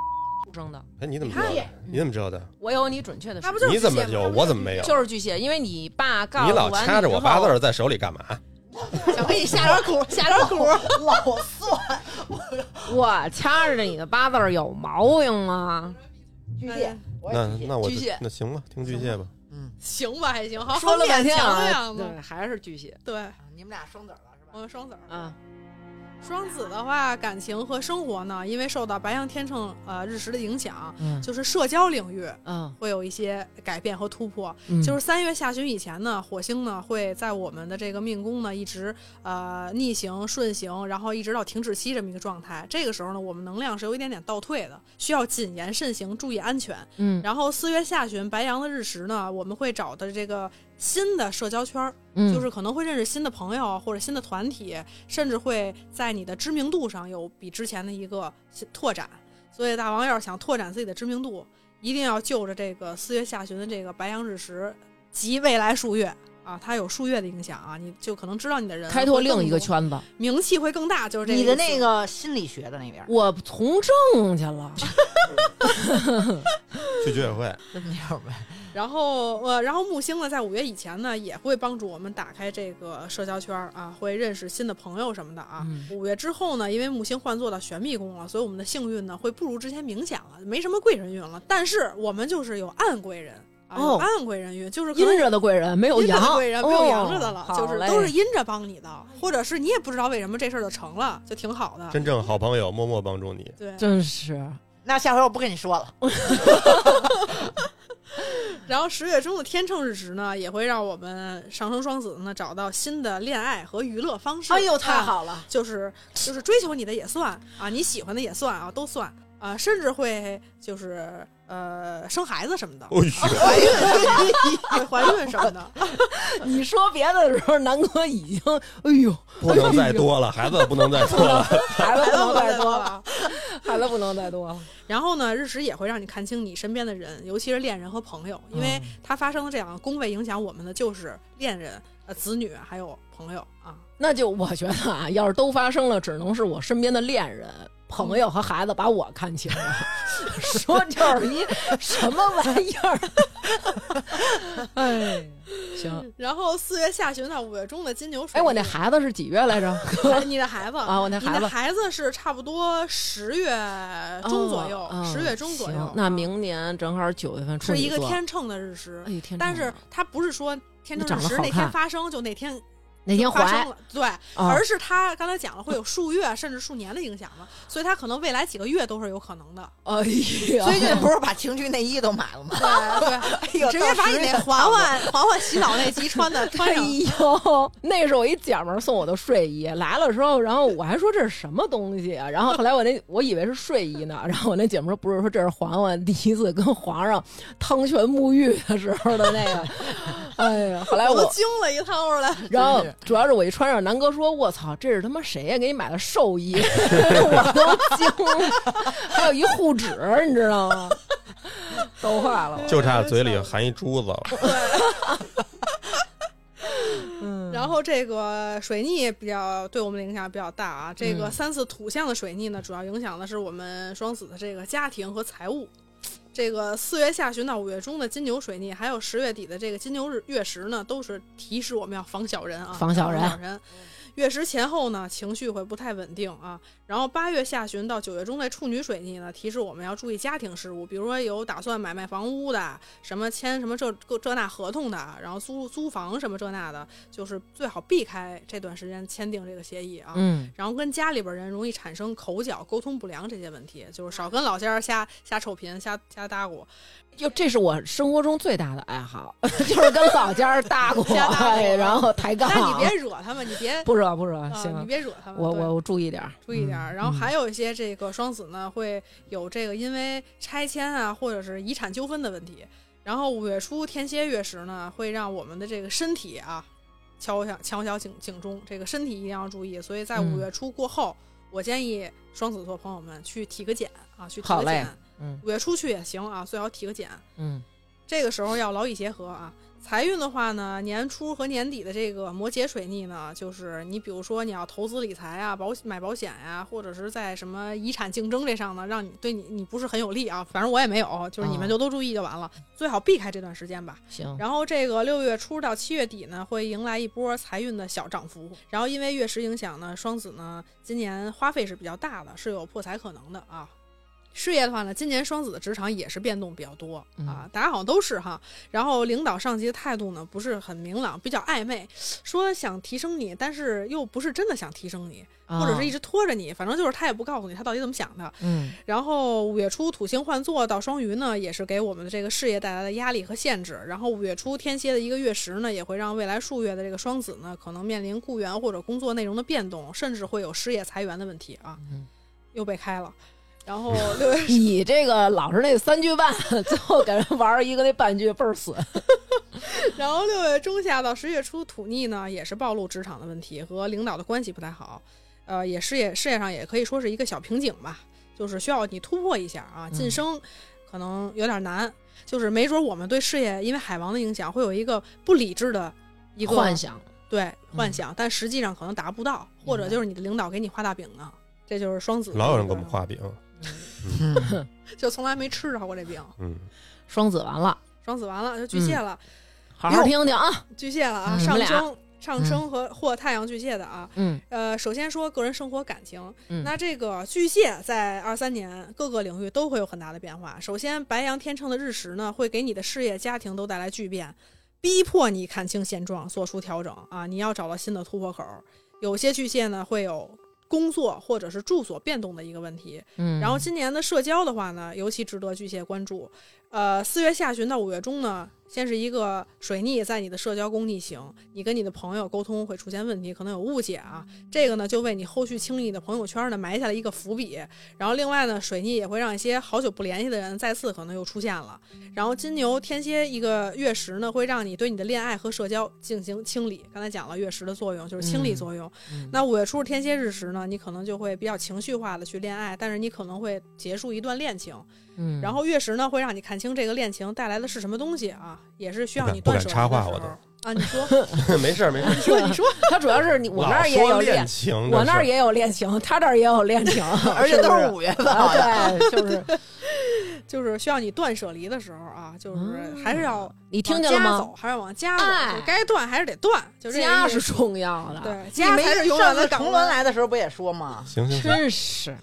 Speaker 3: 出生的，
Speaker 4: 哎，你怎么知道
Speaker 5: 你
Speaker 4: 的？你怎么知道的？
Speaker 3: 我有你准确的时
Speaker 1: 那不
Speaker 3: 间。
Speaker 1: 就是
Speaker 4: 你怎么
Speaker 1: 巨蟹
Speaker 4: 有？
Speaker 1: 吗
Speaker 4: 我怎么没有？
Speaker 3: 就是巨蟹，因为你爸告
Speaker 4: 你
Speaker 3: 诉
Speaker 4: 老
Speaker 3: 完
Speaker 4: 掐着
Speaker 3: 之
Speaker 4: 我八
Speaker 3: 后
Speaker 4: 字儿在手里干嘛？
Speaker 2: 想给你下点 苦，
Speaker 3: 下点苦，
Speaker 2: 老算
Speaker 3: 我掐着你的八字儿有毛病吗？
Speaker 2: 巨
Speaker 1: 哎
Speaker 2: 蟹，我也
Speaker 4: 那
Speaker 2: 巨蟹
Speaker 4: 那我
Speaker 3: 巨
Speaker 4: 就
Speaker 3: 蟹
Speaker 4: 那行吧，听巨蟹吧。
Speaker 1: 行吧，还行，好
Speaker 3: 说了半天
Speaker 1: 好勉
Speaker 3: 啊，
Speaker 1: 强的样
Speaker 3: 对，还是巨蟹
Speaker 1: 子。对，
Speaker 2: 啊你们俩双子了是吧？
Speaker 1: 我是双子儿。
Speaker 3: 啊。
Speaker 1: 双子的话，感情和生活呢，因为受到白羊天秤呃日食的影响，
Speaker 3: 嗯
Speaker 1: 就是社交领域
Speaker 3: 嗯，
Speaker 1: 会有一些改变和突破。
Speaker 3: 嗯
Speaker 1: 就是三月下旬以前呢，火星呢会在我们的这个命宫呢一直呃逆行、顺行，然后一直到停止期这么一个状态。这个时候呢，我们能量是有一点点倒退的，需要谨言慎行，注意安全。
Speaker 3: 嗯
Speaker 1: 然后四月下旬白羊的日食呢，我们会找的这个新的社交圈儿，
Speaker 3: 嗯
Speaker 1: 就是可能会认识新的朋友啊或者新的团体，甚至会在你的知名度上有比之前的一个新拓展。所以大王要是想拓展自己的知名度，一定要就着这个四月下旬的这个白羊日食及未来数月啊，它有数月的影响啊，你就可能知道你的人
Speaker 3: 开拓
Speaker 1: 会更
Speaker 3: 另一个
Speaker 1: 多，
Speaker 3: 圈子。
Speaker 1: 名气会更大，就是这个
Speaker 2: 你的
Speaker 1: 意思
Speaker 2: 那个心理学的那边，
Speaker 3: 我从政去了，
Speaker 4: 去居委会，
Speaker 2: 这么点儿呗。
Speaker 1: 然后呃，然后木星呢，在五月以前呢，也会帮助我们打开这个社交圈儿啊，会认识新的朋友什么的啊。五、月之后呢，因为木星换座到玄秘宫了，所以我们的幸运呢会不如之前明显了，没什么贵人运了。但是我们就是有暗贵人啊，有
Speaker 3: 哦
Speaker 1: 暗贵人运，就是可能
Speaker 3: 阴着的贵人没有
Speaker 1: 阴着的
Speaker 3: 阳，
Speaker 1: 贵人没有阳着的了，
Speaker 3: 哦
Speaker 1: 就是
Speaker 3: 好嘞
Speaker 1: 都是阴着帮你的，或者是你也不知道为什么这事儿就成了，就挺好的。
Speaker 4: 真正好朋友默默帮助你。
Speaker 1: 对，
Speaker 3: 真是
Speaker 2: 那下回我不跟你说了。
Speaker 1: 然后十月中的天秤日值呢，也会让我们上升双子呢找到新的恋爱和娱乐方式。
Speaker 6: 哎呦，太
Speaker 1: 啊
Speaker 6: 好了！
Speaker 1: 就是就是追求你的也算啊，你喜欢的也算啊，都算啊，甚至会就是呃生孩子什么的，
Speaker 4: 哦呦，
Speaker 1: 会怀孕什么 的。
Speaker 6: 你说别的时候，南哥已经，哎呦，
Speaker 4: 不能再多了，孩子不 能再多了。
Speaker 6: 孩子不能再多了，
Speaker 1: 了。
Speaker 6: 孩子不能再多了。
Speaker 1: 然后呢，日食也会让你看清你身边的人，尤其是恋人和朋友，因
Speaker 3: 嗯
Speaker 1: 为它发生的这两个宫位影响我们的就是恋人、呃子女还有朋友啊。
Speaker 3: 那就我觉得啊，要是都发生了，只能是我身边的恋人、朋友和孩子把我看清了。 说就是一什么玩意儿？ 哎，行。
Speaker 1: 然后四月下旬到五月中的金牛水
Speaker 3: 哎，
Speaker 1: 逆，
Speaker 3: 我那孩子是几月来着？
Speaker 1: 孩你的孩子
Speaker 3: 啊，我那
Speaker 1: 你
Speaker 3: 孩
Speaker 1: 的
Speaker 3: 子
Speaker 1: 孩子是差不多十月中左右，
Speaker 3: 哦
Speaker 1: 十、月中左
Speaker 3: 行
Speaker 1: 右。
Speaker 3: 那
Speaker 1: 啊
Speaker 3: 明年正好九月份处
Speaker 1: 是
Speaker 3: 女
Speaker 1: 一个
Speaker 3: 座，
Speaker 1: 天秤的日食
Speaker 3: 哎，呦天秤啊，
Speaker 1: 但是它不是说天
Speaker 3: 那长
Speaker 1: 秤
Speaker 3: 得
Speaker 1: 日食
Speaker 3: 好
Speaker 1: 那天
Speaker 3: 看
Speaker 1: 发生就那天
Speaker 3: 哪天
Speaker 1: 发生
Speaker 3: 怀？
Speaker 1: 了，对，
Speaker 3: 哦
Speaker 1: 而是它刚才讲了会有数月甚至数年的影响嘛，所以它可能未来几个月都是有可能 的。
Speaker 3: 哎呀，
Speaker 2: 最近不是把情趣内衣都买了吗？
Speaker 1: 对
Speaker 2: 哎
Speaker 1: 对，
Speaker 2: 呦，
Speaker 1: 直接把你那嬛嬛嬛嬛洗澡那集穿的穿
Speaker 3: 哎
Speaker 1: 上。
Speaker 3: 呦，那是我一姐们儿送我的睡衣，来了之后，然后我还说这是什么东西啊？然后后来我那我以为是睡衣呢，然后我那姐们儿说不是，说这是嬛嬛第一次跟皇上 汤泉沐浴的时候的那个。哎呀，后来
Speaker 1: 我
Speaker 3: 我
Speaker 1: 都惊了一套了，
Speaker 3: 然后
Speaker 2: 真是
Speaker 3: 主要是我一穿上，南哥说：“我操，这是他妈谁呀、给你买的寿衣？” 我都惊了，还有一护指，你知道吗？ 都坏了我。
Speaker 4: 就差嘴里含一珠子了。
Speaker 3: 嗯
Speaker 1: 然后这个水逆比较对我们的影响比较大啊。这个
Speaker 3: 嗯
Speaker 1: 三次土象的水逆呢，主要影响的是我们双子的这个家庭和财务。这个四月下旬到五月中的金牛水逆，还有十月底的这个金牛日月食呢，都是提示我们要防小人啊，
Speaker 3: 防小人
Speaker 1: 防小人。月食前后呢，情绪会不太稳定啊。然后八月下旬到九月中的处女水逆呢，提示我们要注意家庭事务，比如说有打算买卖房屋的，什么签什么这各这那合同的，然后租租房什么这那的，就是最好避开这段时间签订这个协议啊。
Speaker 3: 嗯，
Speaker 1: 然后跟家里边人容易产生口角、沟通不良这些问题，就是少跟老先生瞎瞎臭贫、瞎瞎搭 咕。
Speaker 3: 就这是我生活中最大的爱好， 就是跟老家儿搭过哎
Speaker 1: 瞎搭伙
Speaker 3: 然后抬杠。
Speaker 1: 但你别惹他们，你别
Speaker 3: 不惹不惹，
Speaker 1: 啊、你
Speaker 3: 行，
Speaker 1: 别惹他们。
Speaker 3: 我
Speaker 1: 对
Speaker 3: 我我注意点儿，
Speaker 1: 注意点儿。
Speaker 3: 嗯
Speaker 1: 然后
Speaker 3: 嗯
Speaker 1: 还有一些这个双子呢，会有这个因为拆迁啊，或者是遗产纠纷的问题。然后五月初天蝎月食呢，会让我们的这个身体啊敲响敲响警警钟，这个身体一定要注意。所以在
Speaker 3: 嗯
Speaker 1: 五月初过后，我建议双子座朋友们去体个检啊，去体
Speaker 3: 好
Speaker 1: 个
Speaker 3: 嘞
Speaker 1: 检。
Speaker 3: 嗯
Speaker 1: 五月初去也行啊，最好体个检。
Speaker 3: 嗯
Speaker 1: 这个时候要劳逸结合啊。财运的话呢，年初和年底的这个摩羯水逆呢，就是你比如说你要投资理财啊、保买保险呀、或者是在什么遗产竞争这上呢，让你对你你不是很有利啊。反正我也没有，就是你们
Speaker 3: 啊
Speaker 1: 就都注意就完了，最好避开这段时间吧。
Speaker 3: 行，
Speaker 1: 然后这个六月初到七月底呢，会迎来一波财运的小涨幅。然后因为月食影响呢，双子呢今年花费是比较大的，是有破财可能的啊。事业的话呢，今年双子的职场也是变动比较多啊，大家好像都是哈。然后领导上级的态度呢不是很明朗，比较暧昧，说想提升你，但是又不是真的想提升你，或者是一
Speaker 3: 直
Speaker 1: 直拖着你，反正就是他也不告诉你他到底怎么想的。
Speaker 3: 嗯
Speaker 1: 然后五月初土星换座到双鱼呢，也是给我们的这个事业带来的压力和限制。然后五月初天蝎的一个月食呢，也会让未来数月的这个双子呢，可能面临雇员或者工作内容的变动，甚至会有失业裁员的问题啊。
Speaker 3: 嗯
Speaker 1: 又被开了。然后六月
Speaker 6: 你这个老是那三句半， 最后给人玩一个那半句倍儿损。
Speaker 1: 然后六月中下到十月初，土逆呢也是暴露职场的问题和领导的关系不太好，呃，也事业事业上也可以说是一个小瓶颈吧，就是需要你突破一下
Speaker 3: 嗯
Speaker 1: 啊，晋升可能有点难，就是没准我们对事业因为海王的影响会有一个不理智的一个
Speaker 3: 幻想，嗯
Speaker 1: 对幻想，但实际上可能达不到，或者
Speaker 3: 明白
Speaker 1: 就是你的领导给你画大饼呢，这就是双子，
Speaker 4: 老有人给我们，画饼，
Speaker 2: 嗯
Speaker 1: 就从来没吃着过这饼，
Speaker 4: 嗯，
Speaker 3: 双子完了，
Speaker 1: 双子完了就巨蟹了，
Speaker 3: 好好
Speaker 1: 哟
Speaker 3: 听听啊，
Speaker 1: 巨蟹了啊，
Speaker 3: 嗯
Speaker 1: 上
Speaker 3: 你们俩
Speaker 1: 升上升和或太阳巨蟹的啊。
Speaker 3: 嗯
Speaker 1: 呃，首先说个人生活感情，
Speaker 3: 嗯
Speaker 1: 那这个巨蟹在二三年各个领域都会有很大的变化。首先，白羊天秤的日食呢，会给你的事业、家庭都带来巨变，逼迫你看清现状，做出调整啊！你要找到新的突破口。有些巨蟹呢，会有工作或者是住所变动的一个问题，
Speaker 3: 嗯，
Speaker 1: 然后今年的社交的话呢，尤其值得巨蟹关注。呃，四月下旬到五月中呢，先是一个水逆在你的社交宫逆行，你跟你的朋友沟通会出现问题，可能有误解啊。这个呢，就为你后续清理你的朋友圈呢埋下了一个伏笔。然后另外呢，水逆也会让一些好久不联系的人再次可能又出现了。然后金牛、天蝎一个月食呢，会让你对你的恋爱和社交进行清理。刚才讲了月食的作用就是清理
Speaker 3: 嗯
Speaker 1: 作用。
Speaker 3: 嗯
Speaker 1: 那五月初是天蝎日食呢，你可能就会比较情绪化的去恋爱，但是你可能会结束一段恋情。
Speaker 3: 嗯，
Speaker 1: 然后月食呢，会让你看清这个恋情带来的是什么东西啊，也是需要你
Speaker 4: 不
Speaker 1: 断
Speaker 4: 敢
Speaker 1: 舍离
Speaker 4: 不敢插
Speaker 1: 的
Speaker 4: 话
Speaker 1: 时
Speaker 4: 我
Speaker 1: 候
Speaker 4: 都
Speaker 1: 啊，你 说
Speaker 4: 没事儿没事儿，
Speaker 1: 你说你说，
Speaker 6: 他主要是你我那
Speaker 4: 老
Speaker 6: 儿也有
Speaker 4: 说
Speaker 6: 恋
Speaker 4: 恋，情，
Speaker 6: 我那儿
Speaker 4: 也
Speaker 6: 也有恋情，他这儿也有恋情，
Speaker 2: 而且都
Speaker 6: 是
Speaker 2: 是
Speaker 6: 不
Speaker 2: 五月份
Speaker 6: 是
Speaker 2: 好像，
Speaker 6: 啊，对，就是
Speaker 1: 就是需要你断舍离的时候啊，就是还是要
Speaker 3: 你听
Speaker 1: 往
Speaker 3: 见了
Speaker 1: 家
Speaker 3: 吗？
Speaker 1: 走，还是往家走，
Speaker 3: 哎
Speaker 1: 就该断还是得断，就这个
Speaker 3: 家
Speaker 1: 意思
Speaker 3: 是重要的，
Speaker 1: 对，
Speaker 2: 你
Speaker 1: 家才是
Speaker 2: 没
Speaker 1: 永
Speaker 2: 上
Speaker 1: 远的
Speaker 2: 次
Speaker 1: 港
Speaker 2: 重
Speaker 1: 湾
Speaker 2: 轮。来的时候不也说吗？
Speaker 4: 行
Speaker 1: 嗯
Speaker 4: 行行，
Speaker 3: 真是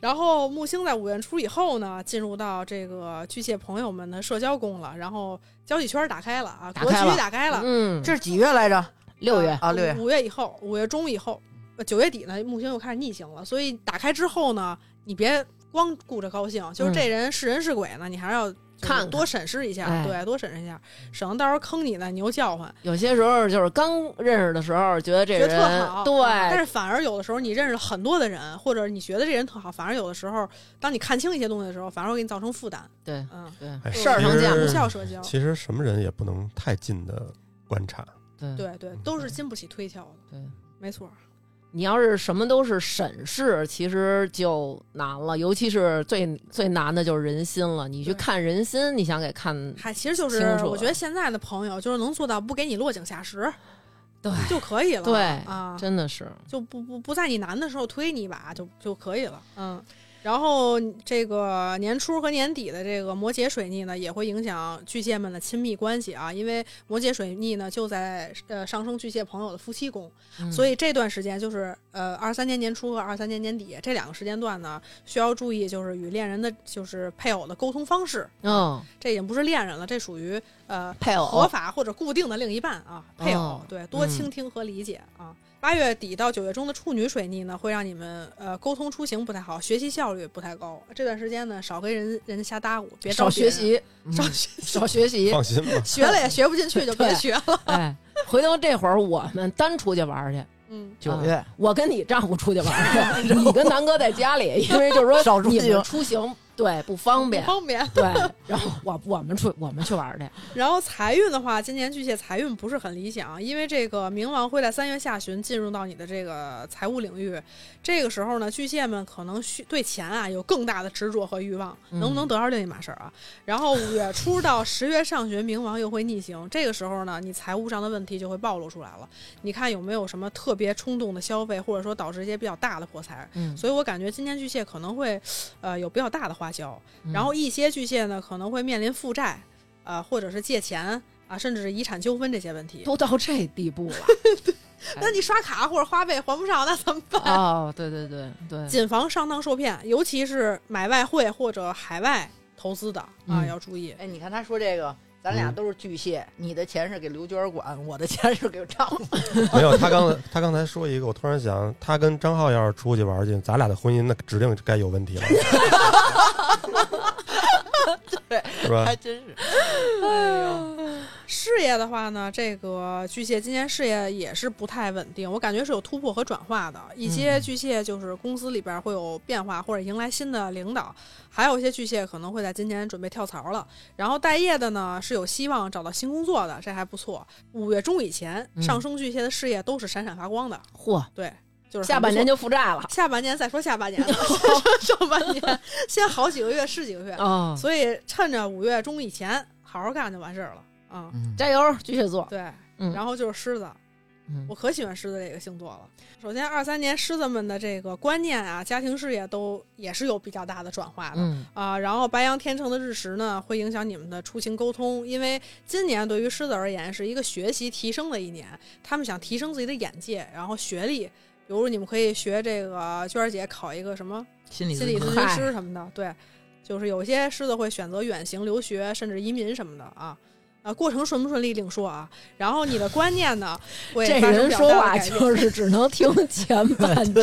Speaker 1: 然后木星在五月初以后呢，进入到这个巨蟹朋友们的社交宫了，然后交际圈打开了啊，
Speaker 3: 打
Speaker 1: 格局
Speaker 3: 开了
Speaker 1: 打开了，
Speaker 3: 嗯，
Speaker 2: 这是几月来着？
Speaker 3: 六
Speaker 1: 呃
Speaker 3: 月
Speaker 2: 啊六月
Speaker 1: 五月以后，五月中以后，呃九月底呢，木星又开始逆行了。所以打开之后呢，你别光顾着高兴，就是这人是人是鬼呢，你还是要就是
Speaker 3: 嗯看看
Speaker 1: 多审视一下，
Speaker 3: 哎
Speaker 1: 对，多审视一下，省得到时候坑你呢，你又叫唤。
Speaker 3: 有些时候就是刚认识的时候，觉得这
Speaker 1: 觉得特
Speaker 3: 人
Speaker 1: 好，嗯但
Speaker 3: 对，
Speaker 1: 是反而有的时候你认识了很多的人，或者你觉得这人特好，反而有的时候，当你看清一些东西的时候，反而会给你造成负担。
Speaker 3: 对
Speaker 1: 嗯，
Speaker 3: 对，
Speaker 4: 哎
Speaker 3: 事儿上见
Speaker 1: 无
Speaker 4: 其实
Speaker 1: 效社交，
Speaker 4: 其实什么人也不能太近的观察，
Speaker 3: 对
Speaker 1: 对对，都是经不起推敲的，
Speaker 3: 对。
Speaker 1: 没错。
Speaker 3: 你要是什么都是审视，其实就难了，尤其是最最难的就是人心了。你
Speaker 1: 对
Speaker 3: 去看人心，你想给看，
Speaker 1: 嗨，其实就是
Speaker 3: 清楚了
Speaker 1: 我觉得现在的朋友就是能做到不给你落井下石
Speaker 3: 对
Speaker 1: 就可以了。
Speaker 3: 对
Speaker 1: 啊，
Speaker 3: 真的是
Speaker 1: 就不不不在你难的时候推你一把就就可以了。嗯，然后这个年初和年底的这个摩羯水逆呢，也会影响巨蟹们的亲密关系啊，因为摩羯水逆呢就在呃上升巨蟹朋友的夫妻宫，所
Speaker 3: 以
Speaker 1: 以这段时间就是呃二三年年初和二三年年底这两个时间段呢，需要注意就是与恋人的就是配偶的沟通方式，
Speaker 3: 嗯，
Speaker 1: 这已经不是恋人了，这属于呃
Speaker 3: 配
Speaker 1: 合
Speaker 3: 偶
Speaker 1: 法或者固定的另一半啊，配偶、
Speaker 3: 哦
Speaker 1: 对，多
Speaker 3: 嗯
Speaker 1: 倾听和理解、啊。八月底到九月中的处女水逆呢，会让你们呃沟通出行不太好，学习效率不太高。这段时间呢，少跟人人家瞎搭咕，别招
Speaker 6: 少
Speaker 1: 别
Speaker 6: 学
Speaker 1: 人，
Speaker 6: 习，
Speaker 1: 少学
Speaker 3: 嗯
Speaker 1: 习，
Speaker 6: 少学 习。
Speaker 4: 放心吧，
Speaker 1: 学了也学不进去，就别
Speaker 3: 对
Speaker 1: 学了。
Speaker 3: 哎，回头这会儿我们单出去玩儿去，
Speaker 1: 嗯，
Speaker 2: 九月
Speaker 3: 我跟你丈夫出去玩 儿去，你跟南哥在家里，因为就是说
Speaker 2: 少出
Speaker 3: 你
Speaker 2: 行
Speaker 3: 们出行对不方便
Speaker 1: 不，方便。
Speaker 3: 对，然后我我们出我们去玩儿去，
Speaker 1: 然后财运的话，今年巨蟹财运不是很理想，因为这个冥王会在三月下旬进入到你的这个财务领域。这个时候呢，巨蟹们可能需对钱啊有更大的执着和欲望，能不能得着另一码事儿啊。然后五月初到十月上旬，冥王又会逆行，这个时候呢，你财务上的问题就会暴露出来了。你看有没有什么特别冲动的消费，或者说导致一些比较大的破财？
Speaker 3: 嗯，
Speaker 1: 所以我感觉今年巨蟹可能会，呃，有比较大的花销。
Speaker 3: 嗯
Speaker 1: 然后一些巨蟹呢可能会面临负债，啊，或者是借钱啊，甚至是遗产纠纷这些问题。
Speaker 3: 都到这地步了，
Speaker 1: 那你刷卡或者花呗还不上，那怎么办？
Speaker 3: 哦，对对对对，
Speaker 1: 谨防上当受骗，尤其是买外汇或者海外投资的啊，
Speaker 3: 嗯
Speaker 1: 要注意。
Speaker 2: 哎，你看他说这个，咱
Speaker 4: 嗯
Speaker 2: 俩都是巨蟹，你的钱是给刘娟儿管，我的钱是给丈夫。
Speaker 4: 没有他刚才他刚才说一个，我突然想，他跟张浩要是出去玩去，咱俩的婚姻那指定该有问 题了，
Speaker 2: 对，
Speaker 4: 是 吧？，
Speaker 2: 还真是。哎
Speaker 1: 事业的话呢，这个巨蟹今年事业也是不太稳定，我感觉是有突破和转化的。一些巨蟹就是公司里边会有变化，或者迎来新的领导，还有一些巨蟹可能会在今年准备跳槽了。然后待业的呢是有希望找到新工作的，这还不错。五月中以前，
Speaker 3: 嗯
Speaker 1: 上升巨蟹的事业都是闪闪发光的，
Speaker 3: 嚯，
Speaker 1: 对，就是
Speaker 6: 下半年
Speaker 1: 就
Speaker 6: 就负债了，
Speaker 1: 下半年再说下半年 吧，上半年先好几个月是几个月，
Speaker 3: 哦，
Speaker 1: 所以趁着五月中以前好好干就完事儿了啊。
Speaker 2: 嗯，
Speaker 6: 加油，巨蟹座。
Speaker 1: 对，
Speaker 3: 嗯
Speaker 1: 然后就是狮子，
Speaker 3: 嗯
Speaker 1: 我可喜欢狮子这个星座了。首先，二三年狮子们的这个观念啊、家庭事业都也是有比较大的转化的。
Speaker 3: 嗯
Speaker 1: 啊，然后白羊天秤的日食呢，会影响你们的出行沟通，因为今年对于狮子而言是一个学习提升的一年，他们想提升自己的眼界，然后学历，比如你们可以学这个娟儿姐考一个什么
Speaker 2: 心理
Speaker 1: 心
Speaker 2: 咨
Speaker 1: 理
Speaker 2: 询
Speaker 1: 咨询师什么的，对，就是有些狮子会选择远行留学，甚至移民什么的啊。啊，过程顺不顺利另说啊。然后你的观念呢，会
Speaker 6: 这
Speaker 1: 发生
Speaker 6: 人
Speaker 1: 比较
Speaker 6: 说
Speaker 1: 大的
Speaker 6: 话
Speaker 1: 改变
Speaker 6: 就是只能听前 半句，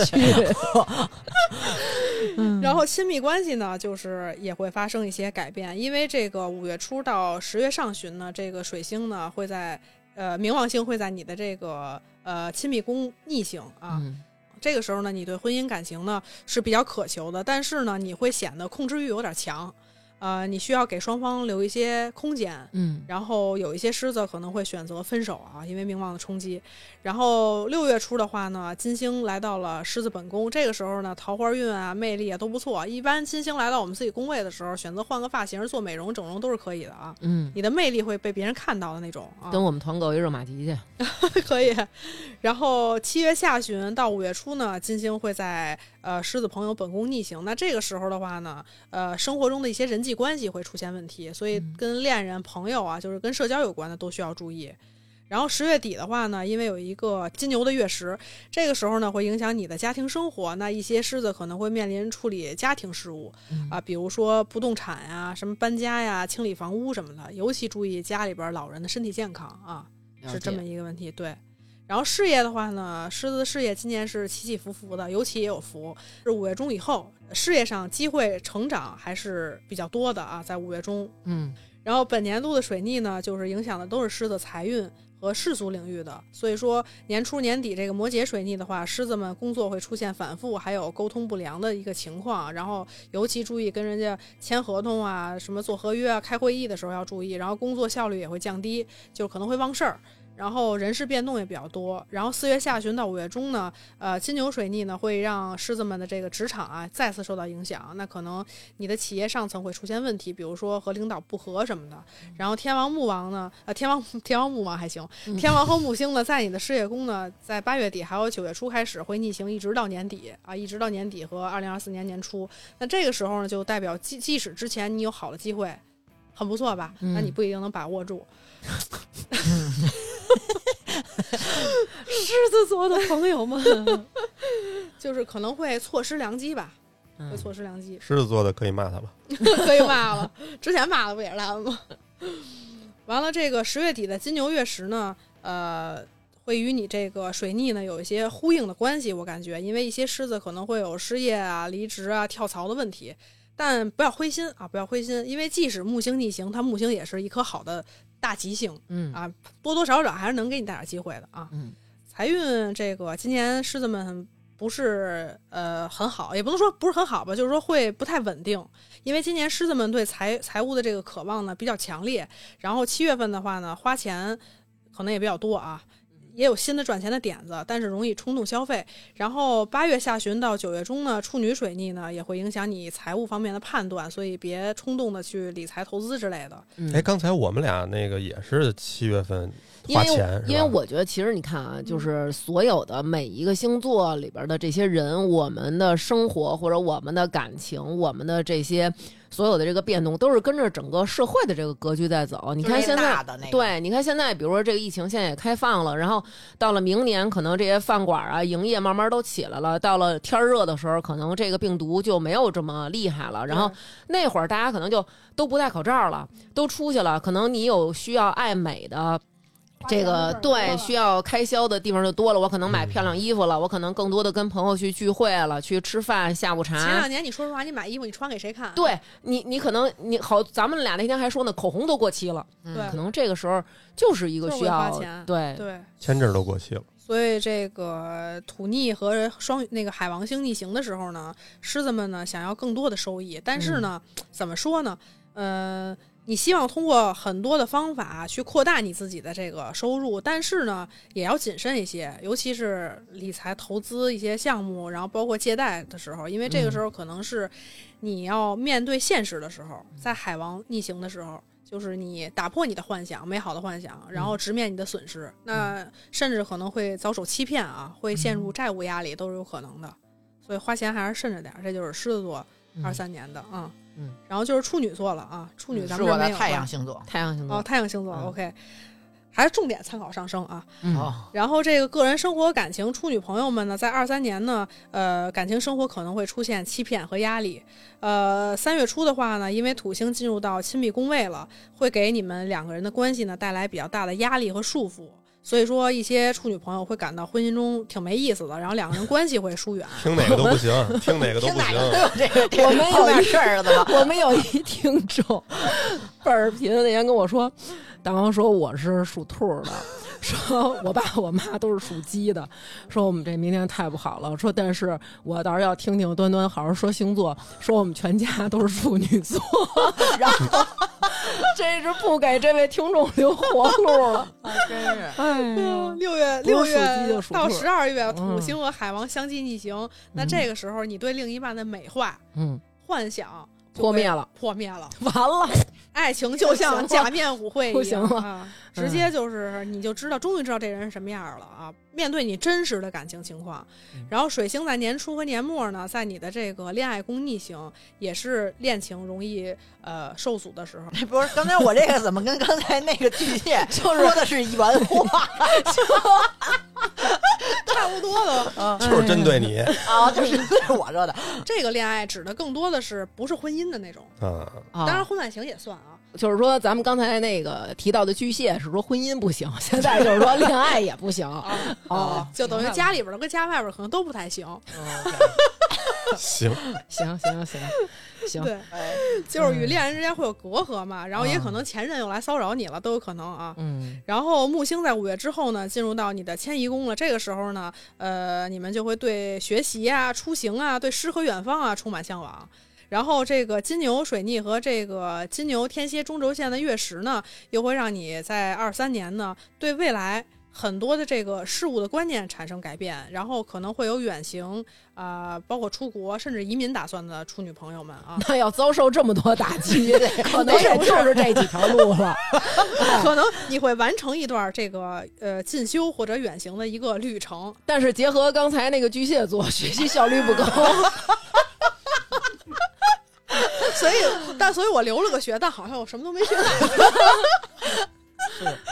Speaker 6: 嗯
Speaker 1: 然后亲密关系呢，就是也会发生一些改变，因为这个五月初到十月上旬呢，这个水星呢会在呃冥王星会在你的这个呃亲密宫逆行啊。
Speaker 3: 嗯
Speaker 1: 这个时候呢，你对婚姻感情呢是比较渴求的，但是呢，你会显得控制欲有点强，呃，你需要给双方留一些空间。
Speaker 3: 嗯
Speaker 1: 然后有一些狮子可能会选择分手啊，因为冥王的冲击。然后六月初的话呢，金星来到了狮子本宫，这个时候呢，桃花运啊、魅力啊都不错。一般金星来到我们自己宫位的时候，选择换个发型、做美容、整容都是可以的啊。
Speaker 3: 嗯，
Speaker 1: 你的魅力会被别人看到的那种啊，
Speaker 3: 跟我们团购一热玛吉去，
Speaker 1: 可以。然后七月下旬到五月初呢，金星会在呃狮子朋友本宫逆行。那这个时候的话呢，呃，生活中的一些人际关系会出现问题，所以跟恋人、朋友啊，就是跟社交有关的都需要注意。然后十月底的话呢，因为有一个金牛的月食，这个时候呢会影响你的家庭生活。那一些狮子可能会面临处理家庭事务啊，比如说不动产呀、什么搬家呀、清理房屋什么的，尤其注意家里边老人的身体健康啊。是这么一个问题，对。然后事业的话呢，狮子的事业今年是起起伏伏的，尤其也有福。是五月中以后，事业上机会成长还是比较多的啊，在五月中。
Speaker 3: 嗯
Speaker 1: 然后本年度的水逆呢，就是影响的都是狮子财运和世俗领域的，所以说年初年底这个摩羯水逆的话，狮子们工作会出现反复，还有沟通不良的一个情况，然后尤其注意跟人家签合同啊、什么做合约啊、开会议的时候要注意，然后工作效率也会降低，就可能会忘事儿。然后人事变动也比较多。然后四月下旬到五月中呢，呃，金牛水逆呢会让狮子们的这个职场啊再次受到影响。那可能你的企业上层会出现问题，比如说和领导不和什么的。然后天王木王呢，呃，天王天王木王还行，天王和木星呢在你的事业宫呢，在八月底还有九月初开始会逆行，一直到年底啊，一直到年底和二零二四年年初。那这个时候呢，就代表即即使之前你有好的机会，很不错吧？那你
Speaker 3: 嗯
Speaker 1: 不一定能把握住。
Speaker 3: 狮子座的朋友们，
Speaker 1: 就是可能会错失良机吧，
Speaker 3: 嗯
Speaker 1: 会错失良机
Speaker 4: 狮子座的可以骂他了。
Speaker 1: 可以骂了。之前骂的不也是他们吗？ 完了，这个十月底的金牛月食呢，呃，会与你这个水逆呢有一些呼应的关系，我感觉，因为一些狮子可能会有失业啊、离职啊、跳槽的问题，但不要灰心啊，不要灰心，因为即使木星逆行，它木星也是一颗好的大吉星，
Speaker 3: 嗯
Speaker 1: 啊多多少少还是能给你带点机会的啊。
Speaker 3: 嗯
Speaker 1: 财运这个今年狮子们不是呃很好，也不能说不是很好吧，就是说会不太稳定。因为今年狮子们对财财务的这个渴望呢比较强烈，然后七月份的话呢，花钱可能也比较多啊。也有新的赚钱的点子，但是容易冲动消费。然后八月下旬到九月中呢，处女水逆呢也会影响你财务方面的判断，所以别冲动的去理财投资之类的。
Speaker 3: 嗯
Speaker 4: 哎，刚才我们俩那个也是七月份
Speaker 3: 因
Speaker 4: 花
Speaker 3: 为
Speaker 4: 钱，是
Speaker 3: 因为
Speaker 4: 吧
Speaker 3: 我觉得其实你看
Speaker 2: 嗯
Speaker 3: 啊，就是所有的每一个星座里边的这些人，我们的生活或者我们的感情，我们的这些所有的这个变动，都是跟着整个社会的这个格局在走。你
Speaker 2: 你
Speaker 3: 看现在
Speaker 2: 的那个，
Speaker 3: 对，你看现在，比如说这个疫情现在也开放了，然后到了明年，可能这些饭馆啊营业慢慢都起来了。到了天儿热的时候，可能这个病毒就没有这么厉害了。然后那会儿大家可能就都不戴口罩了，
Speaker 1: 嗯
Speaker 3: 都出去了。可能你有需要爱美的。这个对需要开销的地方就多了，我可能买漂亮衣服了，我可能更多的跟朋友去聚会了，去吃饭、下午茶。
Speaker 1: 前两年你说实话，你买衣服你穿给谁看？啊
Speaker 3: 对你，你可能你好，咱们俩那天还说呢，口红都过期了，
Speaker 1: 对
Speaker 3: 嗯可能这个时候就是一个
Speaker 1: 就是
Speaker 3: 需
Speaker 1: 会花
Speaker 3: 要
Speaker 1: 钱
Speaker 3: 对
Speaker 1: 对，
Speaker 4: 签证都过期了，
Speaker 1: 所以这个土逆和双那个海王星逆行的时候呢，狮子们呢想要更多的收益，但是呢，怎么说呢？呃，你希望通过很多的方法去扩大你自己的这个收入，但是呢，也要谨慎一些，尤其是理财投资一些项目，然后包括借贷的时候，因为这个时候可能是你要面对现实的时候，
Speaker 2: 嗯
Speaker 1: 在海王逆行的时候。就是你打破你的幻想，美好的幻想，
Speaker 2: 嗯
Speaker 1: 然后直面你的损失，那甚至可能会遭受欺骗啊，会
Speaker 2: 嗯
Speaker 1: 陷入债务压力都是有可能的。所以花钱还是慎着点儿，这就是狮子座二三年的啊。
Speaker 3: 嗯，
Speaker 1: 然后就是处女座了啊，处女
Speaker 2: 嗯
Speaker 1: 咱
Speaker 2: 是
Speaker 1: 们这
Speaker 2: 我
Speaker 1: 儿没
Speaker 2: 的
Speaker 1: 有
Speaker 2: 太
Speaker 1: 吧
Speaker 2: 阳星座。
Speaker 3: 太阳星座。
Speaker 1: 哦，太阳星座、
Speaker 3: 嗯
Speaker 1: OK，还是重点参考上升啊。
Speaker 3: 嗯
Speaker 2: 哦，
Speaker 1: 然后这个个人生活感情，处女朋友们呢，在二三年呢，呃，感情生活可能会出现欺骗和压力。呃，三月初的话呢，因为土星进入到亲密宫位了，会给你们两个人的关系呢带来比较大的压力和束缚。所以说，一些处女朋友会感到婚姻中挺没意思的，然后两个人关系会疏远。
Speaker 4: 听哪个都不行， 听哪个都
Speaker 2: 听
Speaker 4: 不
Speaker 2: 哪
Speaker 4: 行
Speaker 2: 个。都有这个这
Speaker 6: 我们
Speaker 2: 个
Speaker 6: 有
Speaker 2: 后面
Speaker 6: 一
Speaker 2: 事儿的吧？
Speaker 6: 我们有一
Speaker 3: 听众 倍儿贫那天跟我说，大王说我是属兔儿的， 说我爸我妈都是属鸡的，说我们这明天太不好了，说但是我倒是要听听端端好好说星座，说我们全家都是处女座， 然后这是不给这位听众留活路了，
Speaker 2: 真是
Speaker 3: 哎呀，
Speaker 1: 六月六
Speaker 3: 不 是属鸡就
Speaker 1: 月
Speaker 3: 是属兔
Speaker 1: 到十二月，土
Speaker 3: 嗯
Speaker 1: 星和海王相继逆行，那这个时候你对另一半的美化、
Speaker 3: 嗯，
Speaker 1: 幻想就
Speaker 3: 破
Speaker 1: 被
Speaker 3: 灭了，
Speaker 1: 破灭了。
Speaker 3: 完了，
Speaker 1: 爱情就 像假面舞会
Speaker 3: 不
Speaker 1: 一
Speaker 3: 行
Speaker 1: 样
Speaker 3: 了嗯
Speaker 1: 啊，直接就是你就知道，终于知道这人是什么样了啊！面对你真实的感情情况，然后水星在年初和年末呢，在你的这个恋爱宫逆行，也是恋情容易呃受阻的时候。
Speaker 2: 不是刚才我这个怎么跟刚才那个巨蟹说的是原话？
Speaker 1: 差不多了，
Speaker 4: 就是针 对你
Speaker 2: 啊，就是对我说的，
Speaker 1: 这个恋爱指的更多的是不是婚姻的那种，
Speaker 4: 啊！
Speaker 3: 当
Speaker 1: 当然婚外情也算啊。
Speaker 3: 就是说，咱们刚才那个提到的巨蟹是说婚姻不行，现在就是说恋爱也不行。哦，
Speaker 1: 就等于家里边儿跟家外边儿可能都不太行，
Speaker 4: 行，
Speaker 3: 行行行行，
Speaker 1: 对，
Speaker 2: 哎
Speaker 1: 就是与恋人之间会有隔阂嘛，然后也可能前任又来骚扰你了，都有可能啊。
Speaker 3: 嗯
Speaker 1: 然后木星在五月之后呢，进入到你的迁移宫了。这个时候呢，呃，你们就会对学习啊、出行啊、对诗和远方啊充满向往。然后这个金牛水逆和这个金牛天蝎中轴线的月食呢，又会让你在二三年呢对未来很多的这个事物的观念产生改变，然后可能会有远行啊、包括出国甚至移民打算的处女朋友们啊，
Speaker 3: 那要遭受这么多打 击，可能
Speaker 1: 不是
Speaker 3: 也
Speaker 1: 不是
Speaker 3: 就是这几条路了。
Speaker 1: 可能你会完成一段这个呃进修或者远行的一个旅程。
Speaker 3: 但是结合刚才那个巨蟹座，学习效率不高，
Speaker 1: 所以，但所以我留了个学，但好像我什么都没学到。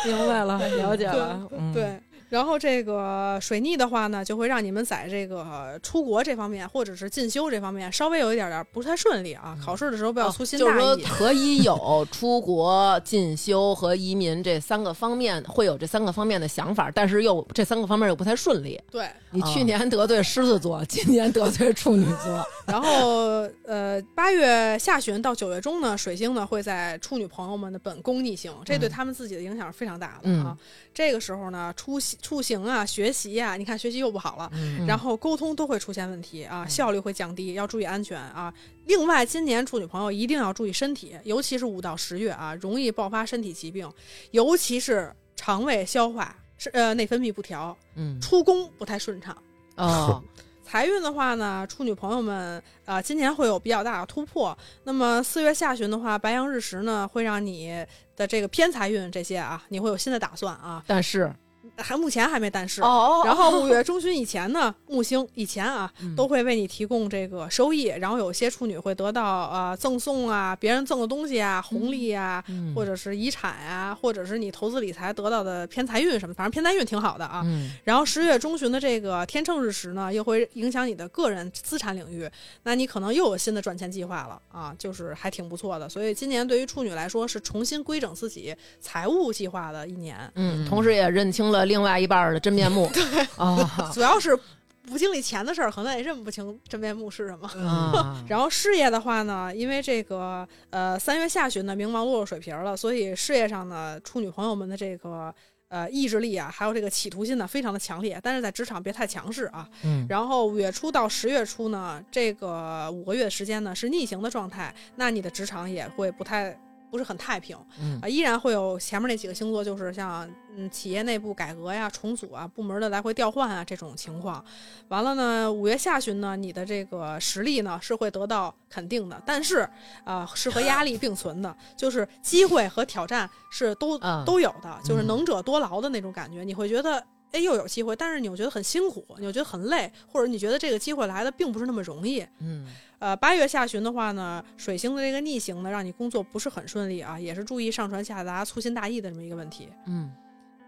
Speaker 3: 明白了，了解了，嗯，
Speaker 1: 对，然后这个水逆的话呢，就会让你们在这个出国这方面，或者是进修这方面，稍微有一点点不太顺利啊。考试的时候不要粗心
Speaker 3: 嗯哦就是
Speaker 1: 大
Speaker 3: 说
Speaker 1: 意。
Speaker 3: 可以有出国、进修和移民这三个方面，会有这三个方面的想法，但是又这三个方面又不太顺利。哦
Speaker 1: 对，
Speaker 3: 你去年得罪狮子座，今年得罪处女座，
Speaker 1: 然后呃，八月下旬到九月中呢，水星呢会在处女朋友们的本宫逆行，这对
Speaker 3: 嗯
Speaker 1: 他们自己的影响是非常大的啊。这个时候呢，出行出行啊，学习呀、你看学习又不好了，
Speaker 2: 嗯
Speaker 1: 然后沟通都会出现问题啊，
Speaker 3: 嗯
Speaker 1: 效率会降低，要注意安全啊。另外，今年处女朋友一定要注意身体，尤其是五到十月啊，容易爆发身体疾病，尤其是肠胃消化是呃内分泌不调，
Speaker 3: 嗯，
Speaker 1: 出宫不太顺畅。
Speaker 3: 哦，
Speaker 1: 财运的话呢，处女朋友们啊、呃今年会有比较大的突破。那么四月下旬的话，白羊日食呢，会让你的这个偏财运这些啊，你会有新的打算啊，
Speaker 3: 但是
Speaker 1: 还目前还没但是。
Speaker 3: 哦
Speaker 1: 然 后五月中旬以前呢，木星以前啊
Speaker 3: 嗯
Speaker 1: 都会为你提供这个收益，然后有些处女会得到呃赠送啊，别人赠的东西啊，红利啊，
Speaker 3: 嗯
Speaker 1: 或者是遗产啊，或者是你投资理财得到的偏财运什么，反正偏财运挺好的啊。
Speaker 3: 嗯
Speaker 1: 然后十月中旬的这个天秤日食呢，又会影响你的个人资产领域，那你可能又有新的赚钱计划了啊，就是还挺不错的。所以今年对于处女来说是重新规整自己财务计划的一年，
Speaker 3: 嗯，同时也认清了另外一半儿的真面 目。啊
Speaker 1: 主要是不经历钱的事儿，可能也认不清真面目是什么。
Speaker 2: 嗯
Speaker 3: 啊，
Speaker 1: 然后事业的话呢，因为这个呃三月下旬呢，冥王落入水瓶了，所以事业上呢，处女朋友们的这个呃意志力啊，还有这个企图心呢，非常的强烈。但是在职场别太强势啊。
Speaker 3: 嗯
Speaker 1: 然后五月初到十月初呢，这个五个月时间呢是逆行的状态，那你的职场也会不太。不是很太平
Speaker 3: 嗯
Speaker 1: 啊，依然会有前面那几个星座，就是像嗯企业内部改革呀、重组啊、部门的来回调换啊这种情况。完了呢，五月下旬呢，你的这个实力呢是会得到肯定的，但是啊、是和压力并存的，就是机会和挑战是都、
Speaker 3: 啊
Speaker 1: 都有的，就是能者多劳的那种感觉，你会觉得。哎，又有机会，但是你又觉得很辛苦，你又觉得很累，或者你觉得这个机会来的并不是那么容易。
Speaker 3: 嗯
Speaker 1: 呃，八月下旬的话呢，水星的这个逆行呢，让你工作不是很顺利啊，也是注意上传下达、粗心大意的这么一个问题。
Speaker 3: 嗯，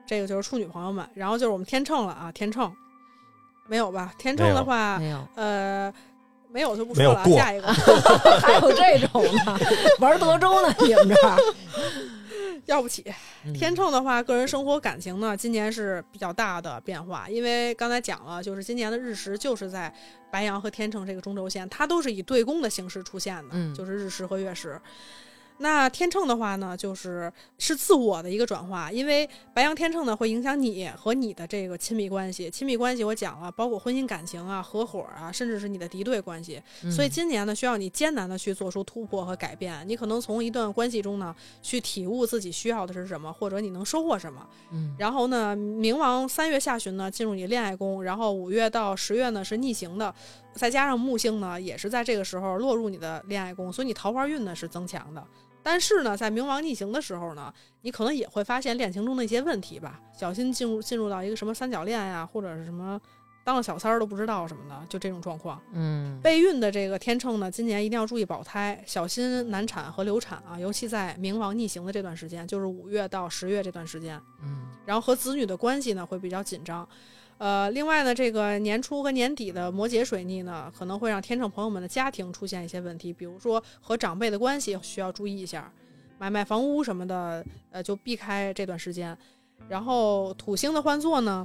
Speaker 1: 这个就是处女朋友们，然后就是我们天秤了啊，天秤没有吧？天秤的话，
Speaker 3: 没 有，
Speaker 1: 呃，没有就不
Speaker 7: 没有
Speaker 1: 说了啊，
Speaker 7: 过
Speaker 1: 下一 个，
Speaker 6: 还有这种 呢，玩德州呢，你们这儿
Speaker 1: 要不起。
Speaker 3: 嗯
Speaker 1: 天秤的话，个人生活感情呢，今年是比较大的变化，因为刚才讲了，就是今年的日食就是在白羊和天秤这个中轴线，它都是以对宫的形式出现的，
Speaker 3: 嗯
Speaker 1: 就是日食和月食。那天秤的话呢，就是是自我的一个转化，因为白羊天秤呢会影响你和你的这个亲密关系，亲密关系我讲了，包括婚姻感情啊、合伙啊，甚至是你的敌对关系。
Speaker 3: 嗯
Speaker 1: 所以今年呢，需要你艰难的去做出突破和改变。你可能从一段关系中呢，去体悟自己需要的是什么，或者你能收获什么。
Speaker 3: 嗯
Speaker 1: 然后呢，冥王三月下旬呢进入你恋爱宫，然后五月到十月呢是逆行的，再加上木星呢也是在这个时候落入你的恋爱宫，所以你桃花运呢是增强的。但是呢，在冥王逆行的时候呢，你可能也会发现恋情中的一些问题吧，小心进入进入到一个什么三角恋呀、或者是什么当了小三儿都不知道什么的，就这种状况。
Speaker 3: 嗯
Speaker 1: 备孕的这个天秤呢，今年一定要注意保胎，小心难产和流产啊，尤其在冥王逆行的这段时间，就是五月到十月这段时间，
Speaker 3: 嗯
Speaker 1: 然后和子女的关系呢会比较紧张。呃，另外呢，这个年初和年底的摩羯水逆呢，可能会让天秤朋友们的家庭出现一些问题，比如说和长辈的关系需要注意一下，买卖房屋什么的，呃，就避开这段时间。然后土星的换座呢，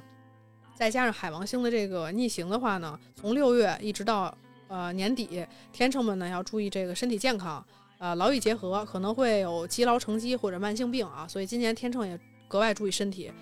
Speaker 1: 再加上海王星的这个逆行的话呢，从六月一直到呃年底，天秤们呢要注意这个身体健康，呃，劳逸结合，可能会有积劳成疾或者慢性病啊，所以今年天秤也格外注意身体。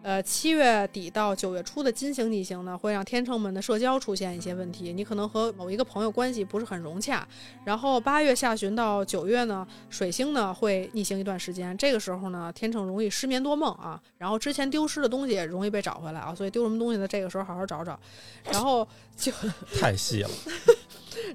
Speaker 1: 呃，七月底到九月初的金星逆行呢，会让天秤们的社交出现一些问题，你可能和某一个朋友关系不是很融洽。然后八月下旬到九月呢，水星呢会逆行一段时间，这个时候呢，天秤容易失眠多梦啊，然后之前丢失的东西也容易被找回来啊，所以丢什么东西呢？这个时候好好找找。然后九
Speaker 4: 太细了，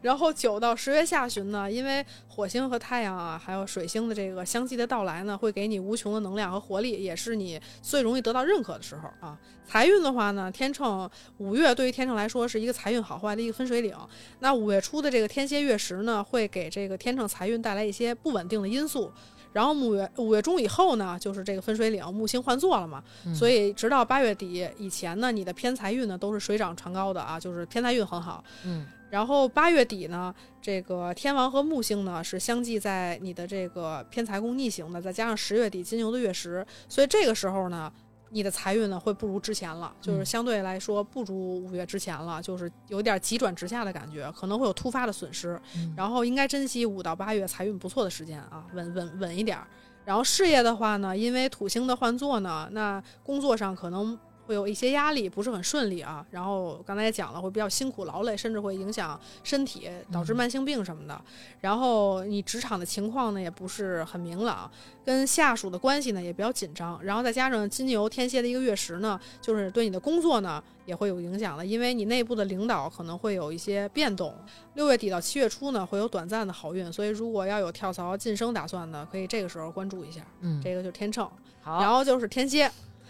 Speaker 1: 然后九到十月下旬呢，因为火星和太阳啊，还有水星的这个相继的到来呢，会给你无穷的能量和活力，也是你最容易得到认可的时候啊。财运的话呢，天秤五月对于天秤来说是一个财运好坏的一个分水岭。那五月初的这个天蝎月食呢，会给这个天秤财运带来一些不稳定的因素。然后五月五月中以后呢，就是这个分水岭，木星换座了嘛，
Speaker 3: 嗯
Speaker 1: 所以直到八月底以前呢，你的偏财运呢都是水涨船高的啊，就是偏财运很好。
Speaker 3: 嗯，
Speaker 1: 然后八月底呢，这个天王和木星呢是相继在你的这个偏财宫逆行的，再加上十月底金牛的月食，所以这个时候呢，你的财运呢会不如之前了，就是
Speaker 3: 嗯
Speaker 1: 相对来说不如五月之前了，就是有点急转直下的感觉，可能会有突发的损失。
Speaker 3: 嗯
Speaker 1: 然后应该珍惜五到八月财运不错的时间啊，稳稳稳一点儿。然后事业的话呢，因为土星的换座呢，那工作上可能会有一些压力，不是很顺利啊。然后刚才也讲了，会比较辛苦劳累，甚至会影响身体，导致慢性病什么的。然后你职场的情况呢，也不是很明朗，跟下属的关系呢也比较紧张。然后再加上金牛天蝎的一个月食呢，就是对你的工作呢也会有影响的，因为你内部的领导可能会有一些变动。六月底到七月初呢，会有短暂的好运，所以如果要有跳槽晋升打算的，可以这个时候关注一下。
Speaker 3: 嗯
Speaker 1: 这个就是天秤，然
Speaker 2: 好，
Speaker 1: 后就是天蝎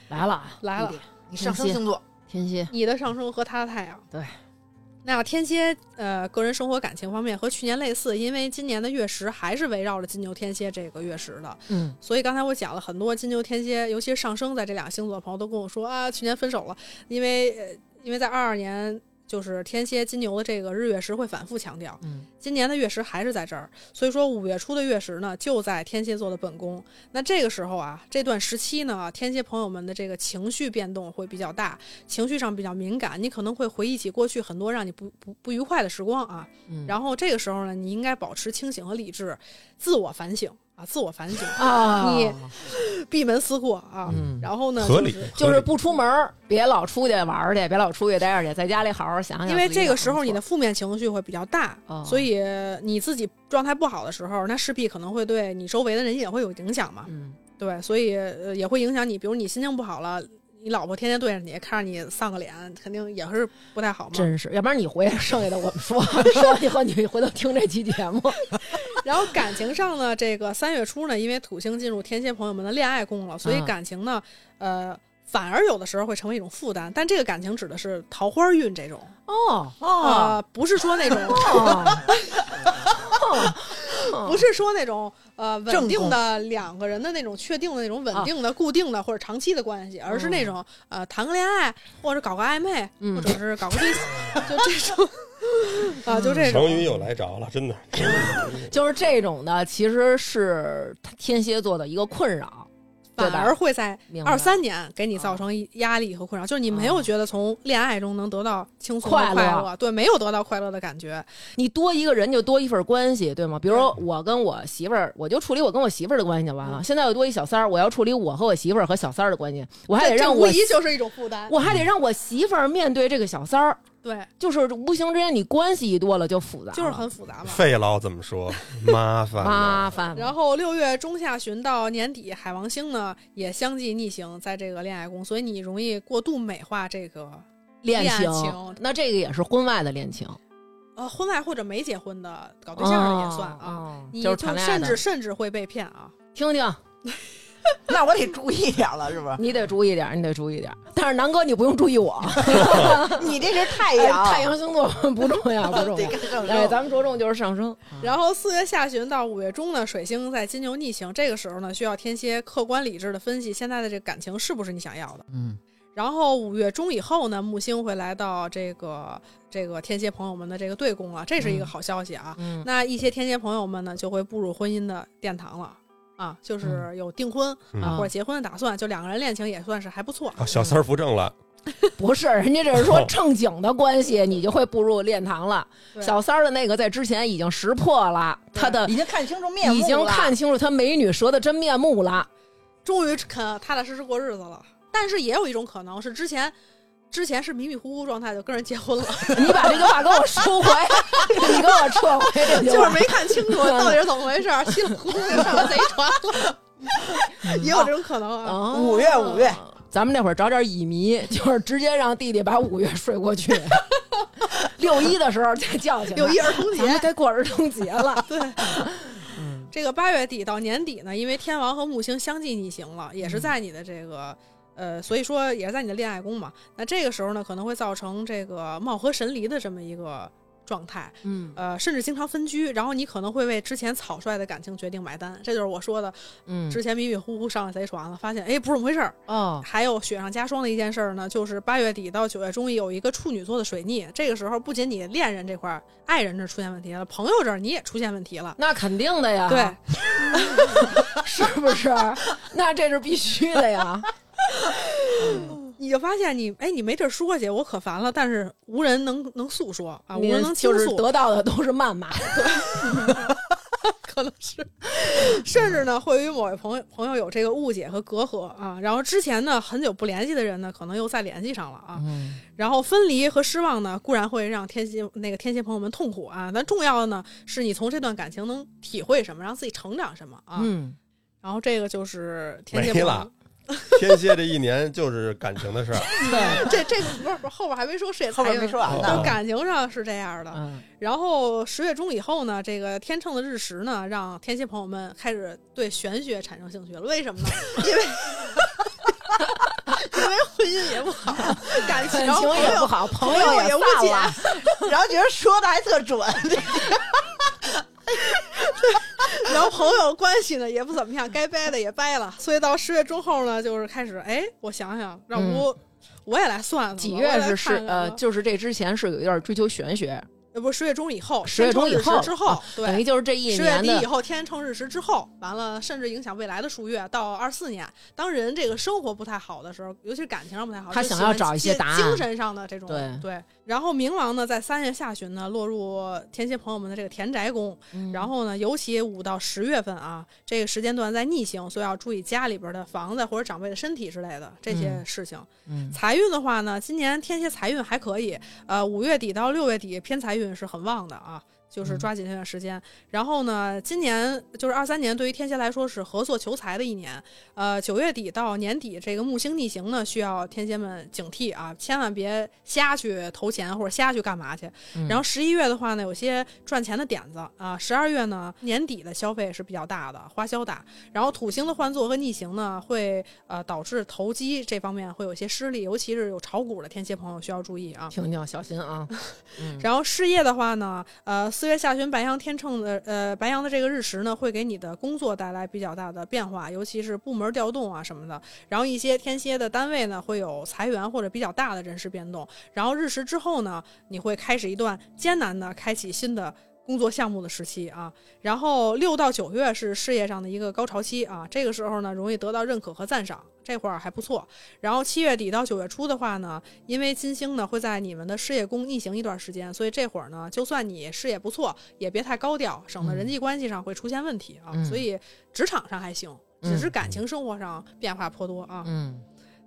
Speaker 3: 来了啊，
Speaker 1: 来了，
Speaker 2: 你上升星座，
Speaker 3: 天蝎，
Speaker 1: 你的上升和他的太阳。
Speaker 3: 对。
Speaker 1: 那天蝎，呃，个人生活感情方面和去年类似，因为今年的月食还是围绕着金牛天蝎这个月食的，
Speaker 3: 嗯，
Speaker 1: 所以刚才我讲了很多金牛天蝎，尤其是上升在这两个星座的朋友都跟我说啊，去年分手了，因为呃，因为在二二年就是天蝎金牛的这个日月食会反复强调，
Speaker 3: 嗯，
Speaker 1: 今年的月食还是在这儿，所以说五月初的月食呢就在天蝎座的本宫，那这个时候啊，这段时期呢，天蝎朋友们的这个情绪变动会比较大，情绪上比较敏感，你可能会回忆起过去很多让你不不不愉快的时光啊，
Speaker 3: 嗯
Speaker 1: 然后这个时候呢，你应该保持清醒和理智，自我反省啊，自我反省。
Speaker 3: 啊，
Speaker 1: 你闭门思过啊。
Speaker 3: 嗯
Speaker 1: 然后呢，
Speaker 4: 合理
Speaker 1: 就是
Speaker 3: 就是
Speaker 4: 合理
Speaker 3: 不出门儿，别老出去玩儿去，别老出去待着去，在家里好好想 想。
Speaker 1: 因为这个时候你的负面情绪会比较大，
Speaker 3: 哦
Speaker 1: 所以你自己状态不好的时候，那势必可能会对你周围的人也会有影响嘛。
Speaker 3: 嗯，
Speaker 1: 对，所以呃也会影响你，比如你心情不好了，你老婆天天对着你，看着你丧个脸，肯定也是不太好嘛。
Speaker 3: 真是，要不然你回来，剩下的我们说 说完以后，你回头听这期节目。
Speaker 1: 然后感情上呢，这个三月初呢，因为土星进入天蝎朋友们的恋爱宫了，所以
Speaker 3: 啊
Speaker 1: 感情呢，呃。反而有的时候会成为一种负担，但这个感情指的是桃花运这种，
Speaker 3: 哦
Speaker 1: 啊，呃，不是说那种
Speaker 3: 哦，
Speaker 1: 不是说那种呃稳
Speaker 2: 正
Speaker 1: 定的两个人的那种确定的那种稳定的、固定的或者长期的关系，而是那种呃谈个恋爱或者搞个暧昧，
Speaker 3: 嗯
Speaker 1: 或者是搞个对象，就这种啊，就
Speaker 3: 嗯
Speaker 1: 这
Speaker 4: 成
Speaker 1: 种。
Speaker 4: 语又来着了，真的。
Speaker 3: 就是这种的，其实是天蝎座的一个困扰，对
Speaker 1: 反
Speaker 3: 吧
Speaker 1: 而会在
Speaker 3: 明白
Speaker 1: 二三年给你造成一压力和困扰，就是你没有觉得从恋爱中能得到轻松和
Speaker 3: 快乐
Speaker 1: 快乐，对，没有得到快乐的感觉。
Speaker 3: 你多一个人就多一份关系，对吗？嗯比如说我跟我媳妇儿，我就处理我跟我媳妇儿的关系就完了。现在又多一小三儿，我要处理我和我媳妇儿和小三儿的关系，我还得
Speaker 1: 这这
Speaker 3: 让
Speaker 1: 无
Speaker 3: 我
Speaker 1: 疑就是一种负 担。
Speaker 3: 我还得让我媳妇儿面对这个小三儿，
Speaker 1: 对，
Speaker 3: 就是无形之间你关系一多了就复杂了，
Speaker 1: 就是很复
Speaker 3: 啊
Speaker 1: 杂嘛。
Speaker 4: 费老怎么说？麻烦
Speaker 3: 麻
Speaker 4: 了。
Speaker 3: 烦。
Speaker 1: 然后六月中下旬到年底，海王星呢也相继逆行在这个恋爱宫，所以你容易过度美化这个
Speaker 3: 恋
Speaker 1: 恋
Speaker 3: 情，
Speaker 1: 情
Speaker 3: 那这个也是婚外的恋情，
Speaker 1: 呃婚外或者没结婚的搞对象的也算啊，
Speaker 3: 啊
Speaker 1: 你
Speaker 3: 就是
Speaker 1: 就
Speaker 3: 谈恋爱
Speaker 1: 甚
Speaker 3: 的
Speaker 1: 至甚至会被骗啊。
Speaker 3: 听听，
Speaker 2: 那我得注意点了，是不 是？
Speaker 3: 你得注意点儿，你得注意点儿。但是南哥，你不用注意我，
Speaker 2: 你这是太
Speaker 3: 哎
Speaker 2: 阳，
Speaker 3: 太阳星座不 重要，不重
Speaker 2: 得
Speaker 3: 要。
Speaker 2: 跟上
Speaker 3: 哎，
Speaker 2: 升。
Speaker 3: 咱们着重就是上升，
Speaker 1: 然后四月下旬到五月中呢，水星在金牛逆行，这个时候呢，需要天蝎客观理智的分析现在的这个感情是不是你想要的。
Speaker 2: 嗯，
Speaker 1: 然后五月中以后呢，木星会来到这个这个天蝎朋友们的这个对宫了，这是一个好消息啊。
Speaker 3: 嗯
Speaker 1: 那一些天蝎朋友们呢，就会步入婚姻的殿堂了啊，就是有订婚、啊
Speaker 3: 嗯哦
Speaker 1: 或者结婚的打算，就两个人恋情也算是还不错。
Speaker 4: 啊，小三儿扶正了，
Speaker 3: 不是，人家这是说正经的关系，你就会步入殿堂了。
Speaker 1: 对
Speaker 3: 小三儿的那个在之前已经识破了他的，
Speaker 2: 已经看清楚面目了，
Speaker 3: 已经看清楚他美女蛇的真面目了。
Speaker 1: 终于肯踏踏实实过日子了。但是也有一种可能是之前。之前是迷迷糊糊状态就跟人结婚了，
Speaker 6: 你把这句话给我收回，你给我撤回这句
Speaker 1: 就是
Speaker 6: 话。
Speaker 1: 没看清楚到底是怎么回事儿，稀里糊涂就上了贼船了，也有这种可能啊。
Speaker 3: 啊
Speaker 2: 五月五月，
Speaker 3: 咱们那会儿找点乙醚， 就是直接让弟弟把五月睡过去， 六一的时候再叫起来。
Speaker 1: 六一儿童节
Speaker 6: 咱，们该过儿童节 了，
Speaker 1: 对，这个八月底到年底呢，因为天王和木星相继逆行了，也是在你的这个。呃，所以说也是在你的恋爱宫嘛，那这个时候呢，可能会造成这个貌合神离的这么一个状态，
Speaker 3: 嗯
Speaker 1: 呃，甚至经常分居，然后你可能会为之前草率的感情决定买单，这就是我说的，
Speaker 3: 嗯
Speaker 1: 之前迷迷糊糊上了贼船了，发现哎不是那么回事儿。
Speaker 3: 哦，
Speaker 1: 还有雪上加霜的一件事儿呢，就是八月底到九月中有一个处女座的水逆，这个时候不仅你恋人这块儿、爱人这儿出现问题了，朋友这儿你也出现问题了。
Speaker 3: 那肯定的呀，
Speaker 1: 对，，
Speaker 3: 是不是？ 那这是必须的呀。
Speaker 1: 你就发现你哎，你没地儿说去，我可烦了，但是无人能能诉说啊，无
Speaker 3: 你
Speaker 1: 人能倾
Speaker 3: 就是
Speaker 1: 诉，
Speaker 3: 得到的都是谩骂，
Speaker 1: 可能是，甚至呢会与某位朋友朋友有这个误解和隔阂啊。然后之前呢很久不联系的人呢，可能又再联系上了啊。
Speaker 3: 嗯
Speaker 1: 然后分离和失望呢，固然会让天蝎那个天蝎朋友们痛苦啊，但重要的呢，是你从这段感情能体会什么，让自己成长什么啊。
Speaker 3: 嗯，
Speaker 1: 然后这个就是天蝎朋
Speaker 4: 没
Speaker 1: 友
Speaker 4: 了天蝎这一年就是感情的事儿，
Speaker 3: 对，
Speaker 1: 这这个不是不是后边还没说事业财
Speaker 2: 后边
Speaker 1: 运
Speaker 2: 没说完
Speaker 1: 就
Speaker 2: 呢
Speaker 4: 啊。
Speaker 1: 感情上是这样的。啊
Speaker 3: 嗯
Speaker 1: 然后十月中以后呢，这个天秤的日食呢，让天蝎朋友们开始对玄学产生兴趣了。为什么呢？ 因为因为婚姻也不好，感情
Speaker 3: 感情也不好，朋
Speaker 1: 朋友
Speaker 3: 也
Speaker 1: 也误
Speaker 3: 散
Speaker 1: 解
Speaker 3: 了，
Speaker 2: 然后觉得说的还特准，
Speaker 1: 然后朋友关系呢也不怎么样，该掰的也掰了，所以到十月中后呢，就是开始哎，我想想，让我、我也来算算吧，
Speaker 3: 几
Speaker 1: 我也
Speaker 3: 月
Speaker 1: 来
Speaker 3: 是是
Speaker 1: 看看吧
Speaker 3: 呃，就是这之前是有一段追求玄学，
Speaker 1: 呃不是十月中以后，
Speaker 3: 十月中以
Speaker 1: 天秤
Speaker 3: 后
Speaker 1: 日食之后，
Speaker 3: 啊等
Speaker 1: 对。
Speaker 3: 于就是这一
Speaker 1: 十月
Speaker 3: 年
Speaker 1: 底以
Speaker 3: 的
Speaker 1: 后，天秤日食之后，完了，甚至影响未来的数月到二四年。当人这个生活不太好的时候，尤其是感情上不太好，
Speaker 3: 他
Speaker 1: 就
Speaker 3: 想
Speaker 1: 喜欢
Speaker 3: 要找一些
Speaker 1: 接
Speaker 3: 答案
Speaker 1: 精神上的这种
Speaker 3: 对
Speaker 1: 然后冥王呢，在三月下旬呢，落入天蝎朋友们的这个田宅宫，
Speaker 3: 嗯
Speaker 1: 然后呢，尤其五到十月份啊，这个时间段在逆行，所以要注意家里边的房子或者长辈的身体之类的这些
Speaker 3: 嗯
Speaker 1: 事情。
Speaker 3: 嗯
Speaker 1: 财运的话呢，今年天蝎财运还可以，呃，五月底到六月底偏财运是很旺的啊。就是
Speaker 3: 嗯
Speaker 1: 抓紧这段时间，然后呢，今年就是二三年，对于天蝎来说是合作求财的一年。呃，九月底到年底，这个木星逆行呢，需要天蝎们警惕啊，千万别瞎去投钱或者瞎去干嘛去。
Speaker 3: 嗯
Speaker 1: 然后十一月的话呢，有些赚钱的点子啊；十二月呢，年底的消费是比较大的，花销大。然后土星的换座和逆行呢，会呃导致投机这方面会有一些失利，尤其是有炒股的天蝎朋友需要注意啊。
Speaker 3: 听听小心啊，嗯
Speaker 1: 然后事业的话呢，呃，四月下旬白羊天秤的呃白羊的这个日食呢，会给你的工作带来比较大的变化，尤其是部门调动啊什么的。然后一些天蝎的单位呢，会有裁员或者比较大的人事变动。然后日食之后呢，你会开始一段艰难的开启新的。工作项目的时期啊，然后六到九月是事业上的一个高潮期啊，这个时候呢容易得到认可和赞赏，这会儿还不错。然后七月底到九月初的话呢，因为金星呢会在你们的事业宫逆行一段时间，所以这会儿呢，就算你事业不错，也别太高调，省得人际关系上会出现问题啊。
Speaker 3: 嗯
Speaker 1: 所以职场上还行，
Speaker 3: 嗯
Speaker 1: 只是感情生活上变化颇多啊。
Speaker 3: 嗯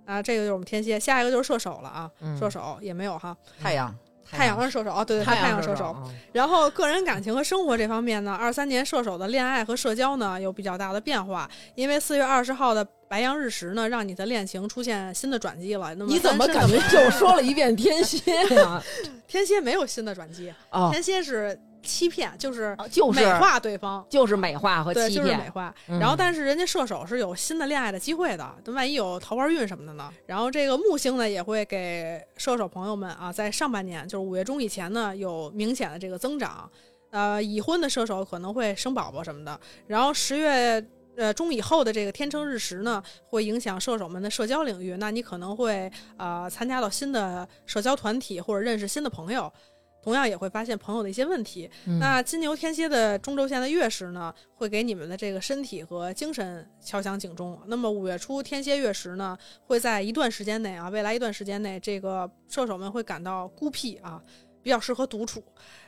Speaker 1: 啊，这个就是我们天蝎，下一个就是射手了啊。
Speaker 3: 嗯
Speaker 1: 射手也没有哈，
Speaker 2: 太阳，
Speaker 1: 太阳是射手哦，对对，
Speaker 3: 太
Speaker 1: 阳
Speaker 3: 射
Speaker 1: 射手。，然后个人感情和生活这方面呢，二三年射手的恋爱和社交呢有比较大的变化，因为四月二十号的白羊日食呢，让你的恋情出现新的转机了。那么
Speaker 3: 你怎么
Speaker 1: 单身的
Speaker 3: 感觉就说了一遍天 蝎 呀？
Speaker 1: 天蝎没有新的转机，
Speaker 3: 哦，
Speaker 1: 天蝎是欺骗，就是
Speaker 3: 就是
Speaker 1: 美化对方，
Speaker 3: 就是美化和
Speaker 1: 对，
Speaker 3: 欺
Speaker 1: 就是美
Speaker 3: 骗，
Speaker 1: 化。
Speaker 3: 嗯
Speaker 1: 然后，但是人家射手是有新的恋爱的机会的，那万一有桃花运什么的呢？然后这个木星呢，也会给射手朋友们啊，在上半年，就是五月中以前呢，有明显的这个增长。呃，已婚的射手可能会生宝宝什么的。然后十月。呃，中以后的这个天秤日食呢，会影响射手们的社交领域。那你可能会呃参加到新的社交团体，或者认识新的朋友，同样也会发现朋友的一些问题。
Speaker 3: 嗯
Speaker 1: 那金牛天蝎的中轴线的月食呢，会给你们的这个身体和精神敲响警钟。那么五月初天蝎月食呢，会在一段时间内啊，未来一段时间内，这个射手们会感到孤僻啊，比较适合独处，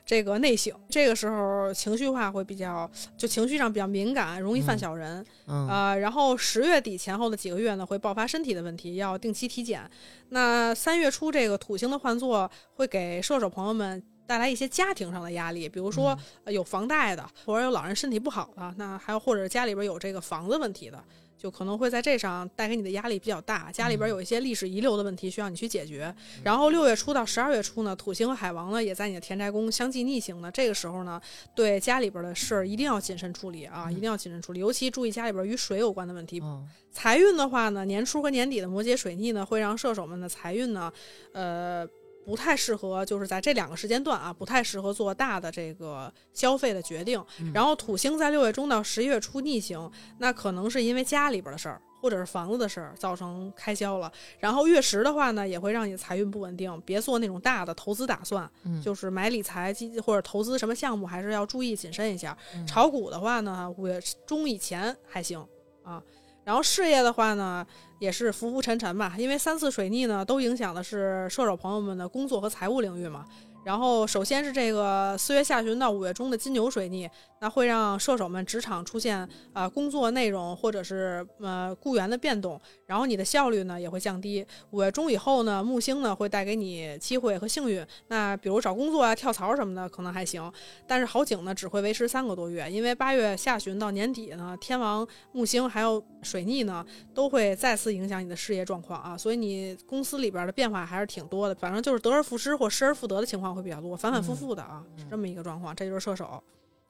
Speaker 1: 这个内省，这个时候情绪化会比较，就情绪上比较敏感，容易犯
Speaker 3: 嗯
Speaker 1: 小人。
Speaker 3: 嗯
Speaker 1: 呃，然后十月底前后的几个月呢，会爆发身体的问题，要定期体检。那三月初这个土星的换座会给射手朋友们带来一些家庭上的压力，比如
Speaker 3: 嗯
Speaker 1: 说、呃有房贷的，或者有老人身体不好的，那还有或者家里边有这个房子问题的，就可能会在这上带给你的压力比较大。家里边有一些历史遗留的问题需要你去解决。然后六月初到十二月初呢，土星和海王呢也在你的田宅宫相继逆行呢，这个时候呢，对家里边的事儿一定要谨慎处理啊，一定要谨慎处理，尤其注意家里边与水有关的问题。
Speaker 3: 嗯
Speaker 1: 财运的话呢，年初和年底的摩羯水逆呢，会让射手们的财运呢，呃，不太适合，就是在这两个时间段啊，不太适合做大的这个消费的决定。然后土星在六月中到十一月初逆行，那可能是因为家里边的事儿。或者是房子的事儿造成开销了，然后月食的话呢，也会让你财运不稳定，别做那种大的投资打算，
Speaker 3: 嗯
Speaker 1: 就是买理财基或者投资什么项目，还是要注意谨慎一下。
Speaker 3: 嗯
Speaker 1: 炒股的话呢，五月中以前还行啊。然后事业的话呢，也是浮浮沉沉吧，因为三次水逆呢，都影响的是射手朋友们的工作和财务领域嘛。然后首先是这个四月下旬到五月中的金牛水逆，那会让射手们职场出现呃工作内容或者是呃雇员的变动，然后你的效率呢也会降低。五月中以后呢，木星呢会带给你机会和幸运，那比如找工作啊、跳槽什么的可能还行，但是好景呢只会维持三个多月，因为八月下旬到年底呢，天王木星还有水逆呢都会再次影响你的事业状况啊，所以你公司里边的变化还是挺多的，反正就是得而复失或失而复得的情况会比较多，反反复复的啊，是这么一个状况，这就是射手，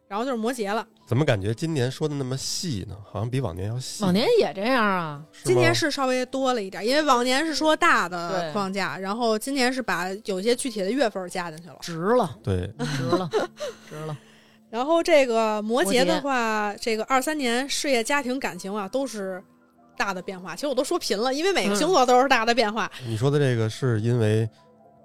Speaker 1: 然后就是摩羯了。
Speaker 4: 怎么感觉今年说的那么细呢？好像比往年要细。
Speaker 3: 往年也这样啊，
Speaker 4: 是
Speaker 1: 今年
Speaker 4: 吗
Speaker 1: 是稍微多了一点，因为往年是说大的
Speaker 3: 对
Speaker 1: 框架，然后今年是把有一些具体的月份加进去了。
Speaker 3: 值了，
Speaker 4: 对，
Speaker 3: 值了，值了。
Speaker 1: 然后这个摩羯
Speaker 3: 摩
Speaker 1: 的
Speaker 3: 羯
Speaker 1: 话，这个二三年事业、家庭、感情啊，都是大的变化。其实我都说频了，因为每个
Speaker 3: 嗯
Speaker 1: 星座都是大的变化。
Speaker 4: 你说的这个是因为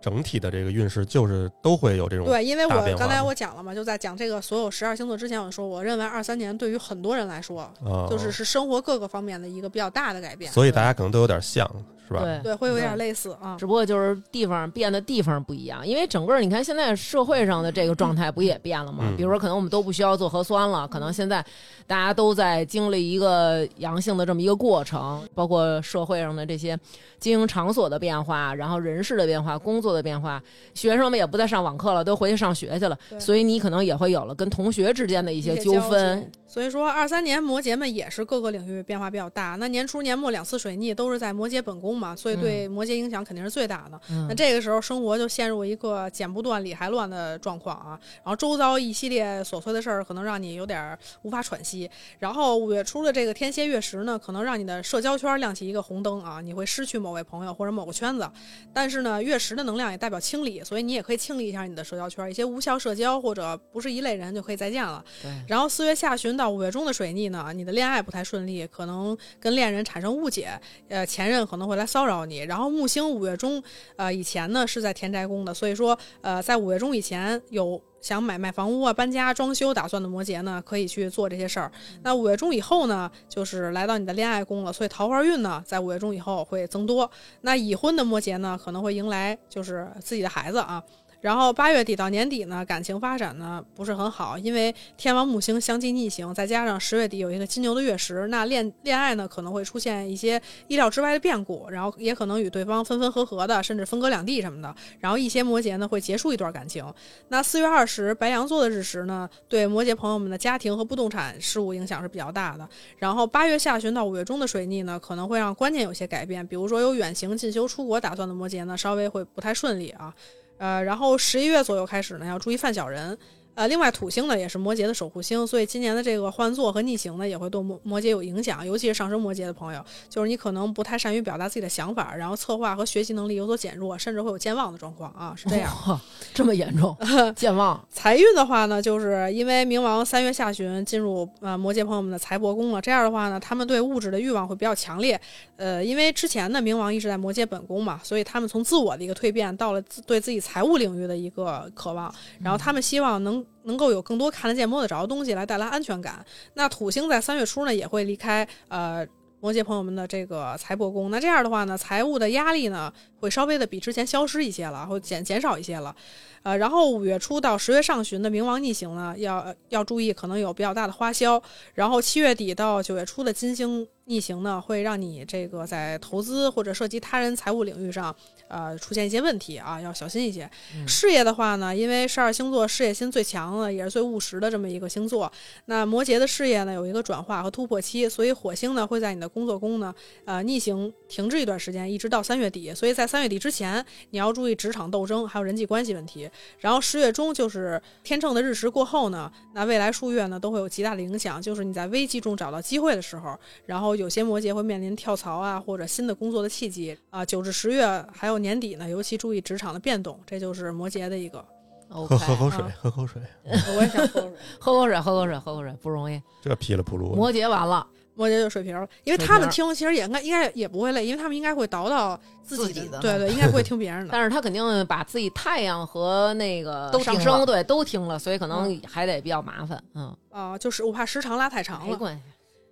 Speaker 4: 整体的这个运势就是都会有这种，
Speaker 1: 对，因为
Speaker 4: 大变
Speaker 1: 我
Speaker 4: 化
Speaker 1: 刚才
Speaker 4: 嘛
Speaker 1: 我讲了嘛，就在讲这个所有十二星座之前，我说我认为二三年对于很多人来说，
Speaker 4: 啊，
Speaker 1: 就是是生活各个方面的一个比较大的改变。
Speaker 4: 所以嗯大家可能都有点像，是吧？
Speaker 3: 对，
Speaker 1: 对，会有点
Speaker 3: 对
Speaker 1: 类似啊。
Speaker 3: 只不过就是地方变的地方不一样，因为整个你看现在社会上的这个状态不也变了吗？
Speaker 4: 嗯
Speaker 3: 比如说，可能我们都不需要做核酸了，可能现在大家都在经历一个阳性的这么一个过程，包括社会上的这些经营场所的变化，然后人事的变化、工作的变化，学生们也不再上网课了，都回去上学去了，
Speaker 1: 对
Speaker 3: 所以你可能也会有了跟同学之间的一些纠纷。
Speaker 1: 所以说，二三年摩羯们也是各个领域变化比较大。那年初年末两次水逆都是在摩羯本宫嘛，所以对摩羯影响肯定是最大的。
Speaker 3: 嗯
Speaker 1: 那这个时候生活就陷入一个剪不断理还乱的状况啊，然后周遭一系列琐碎的事儿可能让你有点儿无法喘息。然后五月初的这个天蝎月食呢，可能让你的社交圈亮起一个红灯啊，你会失去某位朋友或者某个圈子。但是呢，月食的能量也代表清理，所以你也可以清理一下你的社交圈，一些无效社交或者不是一类人就可以再见了。然后四月下旬到五月中的水逆呢，你的恋爱不太顺利，可能跟恋人产生误解，呃，前任可能会来骚扰你。然后木星五月中，呃，以前呢是在田宅宫的，所以说，呃，在五月中以前有想买卖房屋啊、搬家、装修打算的摩羯呢，可以去做这些事儿。那五月中以后呢，就是来到你的恋爱宫了，所以桃花运呢，在五月中以后会增多。那已婚的摩羯呢，可能会迎来就是自己的孩子啊。然后八月底到年底呢，感情发展呢不是很好，因为天王木星相继逆行，再加上十月底有一个金牛的月食，那恋恋爱呢可能会出现一些意料之外的变故，然后也可能与对方分分合合的，甚至分隔两地什么的。然后一些摩羯呢会结束一段感情。那四月二十白羊座的日食呢，对摩羯朋友们的家庭和不动产事务影响是比较大的。然后八月下旬到五月中的水逆呢，可能会让观念有些改变，比如说有远行、进修、出国打算的摩羯呢，稍微会不太顺利啊。呃，然后十一月左右开始呢，要注意犯小人。呃，另外土星呢也是摩羯的守护星，所以今年的这个换座和逆行呢也会对摩摩羯有影响，尤其是上升摩羯的朋友，就是你可能不太善于表达自己的想法，然后策划和学习能力有所减弱，甚至会有健忘的状况啊，是这样。
Speaker 3: 哇，这么 严重，健忘，
Speaker 1: 财运的话呢，就是因为冥王三月下旬进入呃摩羯朋友们的财帛宫了，这样的话呢，他们对物质的欲望会比较强烈。呃，因为之前的冥王一直在摩羯本宫嘛，所以他们从自我的一个蜕变到了自对自己财务领域的一个渴望，然后他们希望能能够有更多看得见摸得着的东西来带来安全感。那土星在三月初呢也会离开呃。摩羯朋友们的这个财帛宫。那这样的话呢，财务的压力呢会稍微的比之前消失一些了，会减减少一些了。呃，然后五月初到十月上旬的冥王逆行呢，要呃要注意可能有比较大的花销。然后七月底到九月初的金星逆行呢，会让你这个在投资或者涉及他人财务领域上，呃，出现一些问题啊，要小心一些。事业的话呢，因为十二星座事业心最强的，也是最务实的这么一个星座，那摩羯的事业呢有一个转化和突破期，所以火星呢会在你的工作宫呢，呃，逆行停滞一段时间，一直到三月底。所以在三月底之前，你要注意职场斗争还有人际关系问题。然后十月中就是天秤的日食过后呢，那未来数月呢都会有极大的影响，就是你在危机中找到机会的时候，然后有些摩羯会面临跳槽啊或者新的工作的契机啊。九至十月还有年底呢，尤其注意职场的变动，这就是摩羯的一个。
Speaker 3: OK，
Speaker 4: 口
Speaker 1: 水
Speaker 4: 喝口水。
Speaker 1: 我也想说说。
Speaker 3: 喝口水，喝口水，喝口水，不容易。
Speaker 4: 这噼里扑噜的，
Speaker 3: 摩羯完了，
Speaker 1: 摩羯就水瓶儿，因为
Speaker 3: 水
Speaker 1: 他
Speaker 3: 瓶
Speaker 1: 们
Speaker 3: 儿
Speaker 1: 听其实也应该应该也不会累，因为他们应该会倒到自
Speaker 2: 自
Speaker 1: 己的，
Speaker 2: 己的
Speaker 1: 对对，应该不会听别 人的。
Speaker 3: 但是他肯定把自己太阳和那个
Speaker 2: 都
Speaker 3: 上
Speaker 2: 听
Speaker 3: 升
Speaker 2: 了
Speaker 3: 对都听了，所以可能还得比较麻烦。嗯，
Speaker 1: 啊、就是我怕时长拉太长
Speaker 3: 没
Speaker 1: 了。
Speaker 3: 关系。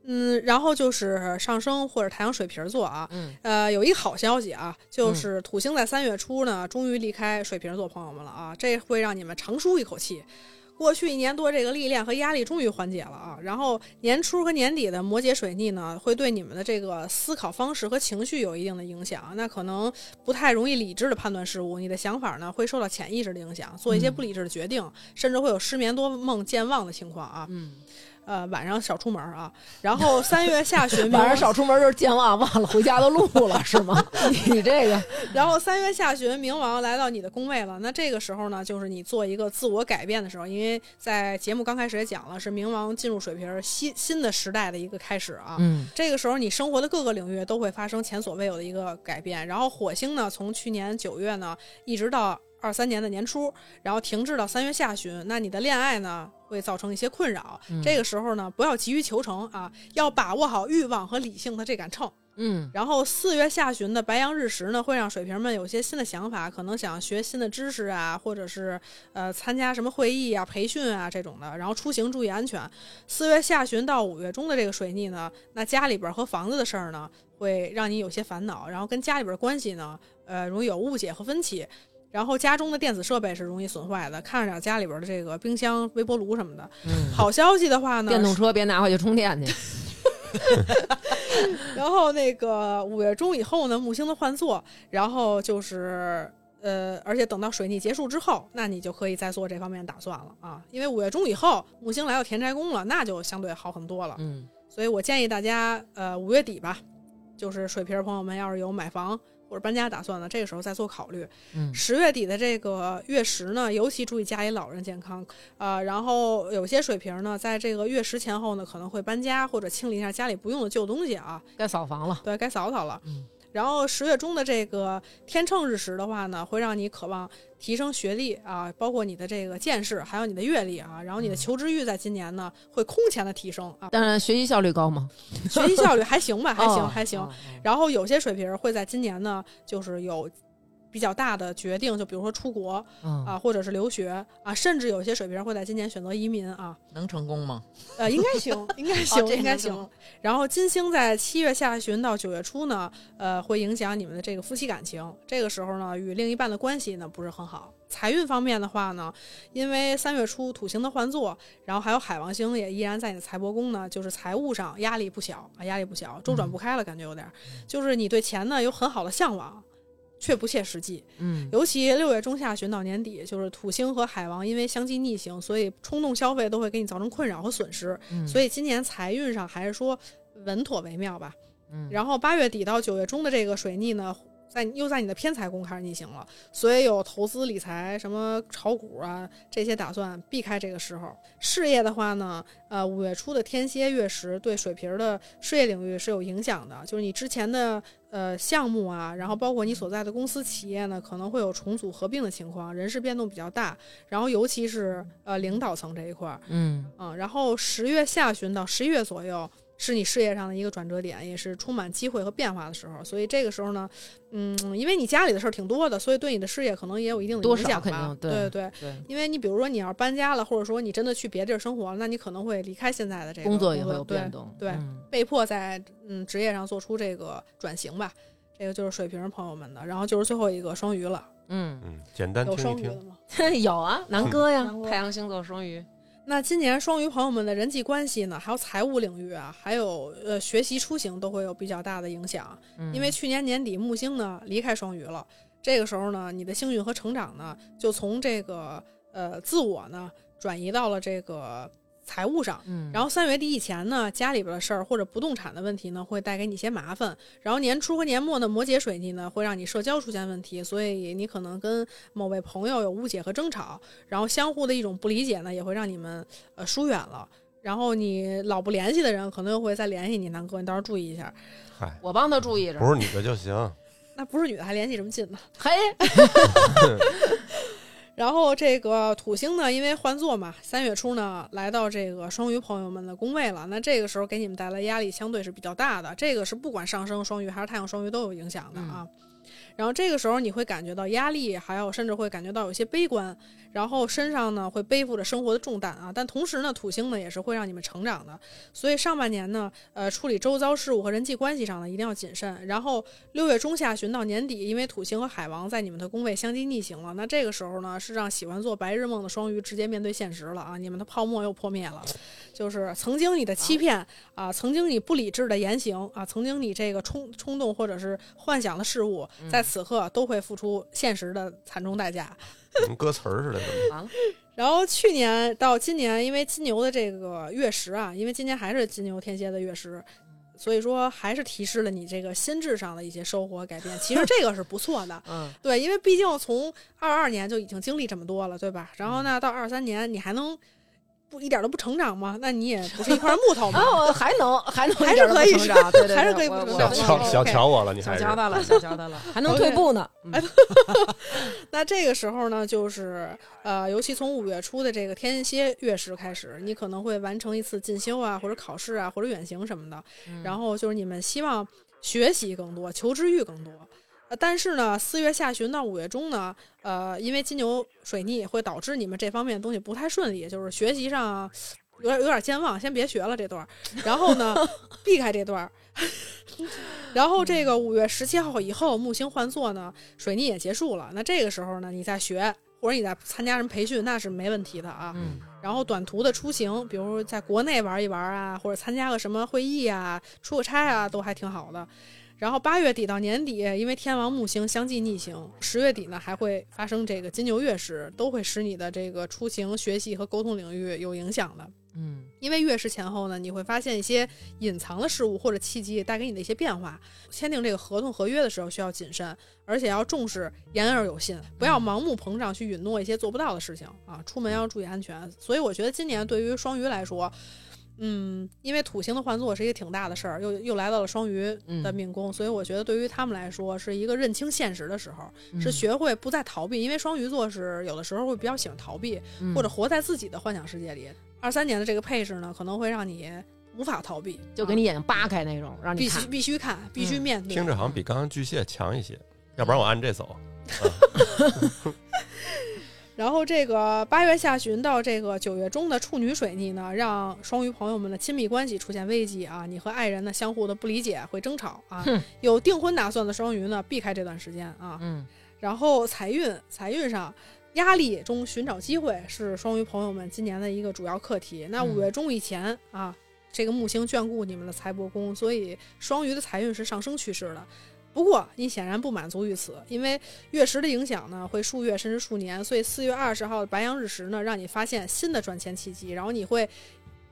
Speaker 1: 嗯，然后就是上升或者太阳水瓶座啊，
Speaker 3: 嗯，
Speaker 1: 呃，有一个好消息啊，就是土星在三月初呢，终于离开水瓶座朋友们了啊，这会让你们长舒一口气。过去一年多这个历练和压力终于缓解了啊，然后年初和年底的摩羯水逆呢，会对你们的这个思考方式和情绪有一定的影响，啊那可能不太容易理智的判断事物，你的想法呢会受到潜意识的影响，做一些
Speaker 3: 嗯
Speaker 1: 不理智的决定，甚至会有失眠多梦健忘的情况啊。
Speaker 3: 嗯，
Speaker 1: 呃，晚上少出门啊，然后三月下旬
Speaker 3: 嗯 晚上少出门就是健忘，忘了回家的路了，是吗？你这个
Speaker 1: 然后三月下旬，冥王来到你的宫位了。那这个时候呢，就是你做一个自我改变的时候，因为在节目刚开始也讲了，是冥王进入水瓶儿新新的时代的一个开始啊。
Speaker 3: 嗯
Speaker 1: 这个时候，你生活的各个领域都会发生前所未有的一个改变。然后火星呢，从去年九月呢，一直到二三年的年初，然后停滞到三月下旬。那你的恋爱呢，会造成一些困扰。
Speaker 3: 嗯
Speaker 1: 这个时候呢，不要急于求成啊，要把握好欲望和理性的这杆秤。
Speaker 3: 嗯
Speaker 1: 然后四月下旬的白羊日食呢，会让水瓶们有些新的想法，可能想学新的知识啊，或者是呃参加什么会议啊、培训啊这种的。然后出行注意安全。四月下旬到五月中的这个水逆呢，那家里边儿和房子的事儿呢，会让你有些烦恼，然后跟家里边儿关系呢，呃，容易有误解和分歧。然后家中的电子设备是容易损坏的，看着点家里边儿的这个冰箱、微波炉什么的。
Speaker 3: 嗯，
Speaker 1: 好消息的话呢，
Speaker 3: 电动车别拿回去充电去。
Speaker 1: 然后那个五月中以后呢，木星的换座，然后就是呃，而且等到水逆结束之后，那你就可以再做这方面打算了啊。因为五月中以后，木星来到田宅宫了，那就相对好很多了。
Speaker 3: 嗯，
Speaker 1: 所以我建议大家，呃，五月底吧，就是水瓶儿朋友们要是有买房或者搬家打算的，这个时候再做考虑。
Speaker 3: 嗯
Speaker 1: 十月底的这个月食呢，尤其注意家里老人健康啊、呃然后有些水瓶儿呢，在这个月食前后呢，可能会搬家或者清理一下家里不用的旧东西啊。
Speaker 3: 该扫房了。
Speaker 1: 对，该扫扫了。
Speaker 3: 嗯
Speaker 1: 然后十月中的这个天秤日食的话呢，会让你渴望提升学历啊，包括你的这个见识，还有你的阅历啊，然后你
Speaker 3: 嗯
Speaker 1: 的求知欲在今年呢会空前的提升 啊，
Speaker 3: 但是学习效率高吗？
Speaker 1: 学习效率还行吧，还行
Speaker 3: 哦
Speaker 1: 还行。。
Speaker 3: 哦
Speaker 1: 然后有些水平会在今年呢，就是有比较大的决定，就比如说出国
Speaker 3: 嗯
Speaker 1: 啊，或者是留学啊，甚至有些水平会在今年选择移民啊。
Speaker 2: 能成功吗？
Speaker 1: 呃，应该行，应该行，
Speaker 2: 这
Speaker 1: 应该
Speaker 2: 能
Speaker 1: 行
Speaker 2: 懂。
Speaker 1: 然后金星在七月下旬到九月初呢，呃，会影响你们的这个夫妻感情。这个时候呢，与另一半的关系呢不是很好。财运方面的话呢，因为三月初土星的换座，然后还有海王星也依然在你的财帛宫呢，就是财务上压力不小啊，压力不小，周转不开了，感觉有点儿。就是你对钱呢有很好的向往，却不切实际。
Speaker 3: 嗯
Speaker 1: 尤其六月中下旬到年底，就是土星和海王因为相继逆行，所以冲动消费都会给你造成困扰和损失。
Speaker 3: 嗯，
Speaker 1: 所以今年财运上还是说稳妥为妙吧。
Speaker 3: 嗯
Speaker 1: 然后八月底到九月中的这个水逆呢，在又在你的偏财宫开始逆行了，所以有投资理财、什么炒股啊这些打算避开这个时候。事业的话呢，呃，五月初的天蝎月食对水瓶儿的事业领域是有影响的，就是你之前的呃项目啊，然后包括你所在的公司、企业呢，可能会有重组合并的情况，人事变动比较大，然后尤其是呃领导层这一块儿。
Speaker 3: 嗯
Speaker 1: 嗯，然后十月下旬到十一月左右是你事业上的一个转折点，也是充满机会和变化的时候。所以这个时候呢，嗯，因为你家里的事儿挺多的，所以对你的事业可能也有一定的
Speaker 3: 多
Speaker 1: 影
Speaker 3: 少
Speaker 1: 响
Speaker 3: 肯
Speaker 1: 吧
Speaker 3: 定。对
Speaker 1: 对对，
Speaker 3: 对
Speaker 1: 因为你比如说你要搬家了，或者说你真的去别地儿生活了，那你可能会离开现在的这个
Speaker 3: 工作也会有
Speaker 1: 对
Speaker 3: 变动，
Speaker 1: 对
Speaker 3: 嗯
Speaker 1: 被迫在嗯职业上做出这个转型吧。这个就是水瓶朋友们的，然后就是最后一个双鱼了，
Speaker 3: 嗯，
Speaker 4: 嗯，简单
Speaker 1: 有
Speaker 4: 听
Speaker 1: 双
Speaker 4: 一
Speaker 1: 鱼的
Speaker 4: 听，
Speaker 1: 吗？
Speaker 3: 有啊，南哥呀
Speaker 1: 南，哥
Speaker 3: 太阳星座双鱼，
Speaker 1: 那今年双鱼朋友们的人际关系呢，还有财务领域啊，还有呃学习出行都会有比较大的影响，
Speaker 3: 嗯
Speaker 1: 因为去年年底木星呢离开双鱼了，这个时候呢，你的幸运和成长呢，就从这个呃自我呢转移到了这个财务上。
Speaker 3: 嗯，
Speaker 1: 然后三月底以前呢，家里边的事儿或者不动产的问题呢，会带给你一些麻烦。然后年初和年末呢，摩羯水逆呢，会让你社交出现问题，所以你可能跟某位朋友有误解和争吵，然后相互的一种不理解呢，也会让你们呃疏远了。然后你老不联系的人，可能又会再联系你，南哥，你到时候注意一下。
Speaker 4: 嗨，
Speaker 3: 我帮他注意着，
Speaker 4: 不是你的就行。
Speaker 1: 那不是女的还联系什么劲呢？
Speaker 3: 嘿，
Speaker 1: 然后这个土星呢，因为换座嘛，三月初呢来到这个双鱼朋友们的宫位了。那这个时候给你们带来压力相对是比较大的，这个是不管上升双鱼还是太阳双鱼都有影响的啊。然后这个时候你会感觉到压力，还有甚至会感觉到有些悲观，然后身上呢会背负着生活的重担啊。但同时呢，土星呢也是会让你们成长的，所以上半年呢，呃，处理周遭事务和人际关系上呢一定要谨慎。然后六月中下旬到年底，因为土星和海王在你们的宫位相继逆行了，那这个时候呢，是让喜欢做白日梦的双鱼直接面对现实了啊！你们的泡沫又破灭了，就是曾经你的欺骗啊、曾经你不理智的言行啊、曾经你这个冲冲动或者是幻想的事物，在此刻都会付出现实的惨重代价。
Speaker 4: 跟歌词儿似的，
Speaker 1: 啊
Speaker 3: 完了，，
Speaker 1: 然后去年到今年，因为金牛的这个月食啊，因为今年还是金牛天蝎的月食，所以说还是提示了你这个心智上的一些收获和改变。其实这个是不错的
Speaker 3: 嗯，
Speaker 1: 对，因为毕竟从二二年就已经经历这么多了，对吧？然后呢，到二三年你还能不一点都不成长吗？那你也不是一块木头嘛
Speaker 3: 然。后啊还能还能
Speaker 1: 还是
Speaker 3: 一点都
Speaker 1: 可
Speaker 3: 不
Speaker 1: 以
Speaker 3: 成长，对对对，
Speaker 1: 还是可以不
Speaker 3: 我
Speaker 1: 成
Speaker 3: 我
Speaker 1: 长的
Speaker 3: 我
Speaker 4: 小瞧
Speaker 1: 对
Speaker 4: 小
Speaker 1: OK
Speaker 4: 瞧我了，你
Speaker 3: 小
Speaker 4: 还是
Speaker 3: 瞧他了，小瞧他了，还能退步呢，嗯
Speaker 1: 哎那这个时候呢，就是呃，尤其从五月初的这个天蝎月食开始，你可能会完成一次进修啊，或者考试啊，或者远行什么的。
Speaker 3: 嗯
Speaker 1: 然后就是你们希望学习更多，求知欲更多。呃，但是呢，四月下旬到五月中呢，呃，因为金牛水逆会导致你们这方面的东西不太顺利，就是学习上啊有点有点健忘，先别学了这段儿。然后呢，避开这段儿。 然后这个五月十七号以后，木星换座呢，水逆也结束了。那这个时候呢，你再学或者你再参加什么培训，那是没问题的啊。
Speaker 3: 嗯
Speaker 1: 然后短途的出行，比如在国内玩一玩啊，或者参加个什么会议啊、出个差啊，都还挺好的。然后八月底到年底，因为天王木星相继逆行，十月底呢还会发生这个金牛月食，都会使你的这个出行、学习和沟通领域有影响的。
Speaker 3: 嗯
Speaker 1: 因为月食前后呢，你会发现一些隐藏的事物或者契机带给你的一些变化。签订这个合同合约的时候需要谨慎，而且要重视言而有信，不要盲目膨胀去允诺一些做不到的事情啊。出门要注意安全。所以我觉得今年对于双鱼来说，嗯，因为土星的换座是一个挺大的事儿，又又来到了双鱼
Speaker 3: 嗯
Speaker 1: 的命宫，所以我觉得对于他们来说是一个认清现实的时候，是
Speaker 3: 嗯
Speaker 1: 学会不再逃避，因为双鱼座是有的时候会比较喜欢逃避，
Speaker 3: 嗯
Speaker 1: 或者活在自己的幻想世界里。二三年的这个配置呢，可能会让你无法逃避，啊
Speaker 3: 就给你眼睛扒开那种，让
Speaker 1: 必
Speaker 3: 你
Speaker 1: 须
Speaker 3: 看，
Speaker 1: 必须看，必须
Speaker 3: 嗯
Speaker 1: 面对。
Speaker 4: 听着好像比刚刚巨蟹强一些，要不然我按这走。
Speaker 1: 然后这个八月下旬到这个九月中的处女水逆呢，让双鱼朋友们的亲密关系出现危机啊！你和爱人呢相互的不理解会争吵啊
Speaker 3: 哼。
Speaker 1: 有订婚打算的双鱼呢，避开这段时间啊。
Speaker 3: 嗯
Speaker 1: 然后财运，财运上。压力中寻找机会是双鱼朋友们今年的一个主要课题。那
Speaker 3: 嗯
Speaker 1: 五月中以前、啊，这个木星眷顾你们的财帛宫，所以双鱼的财运是上升趋势的。不过你显然不满足于此，因为月食的影响呢会数月甚至数年，所以四月二十号的白羊日食呢，让你发现新的赚钱契机，然后你会，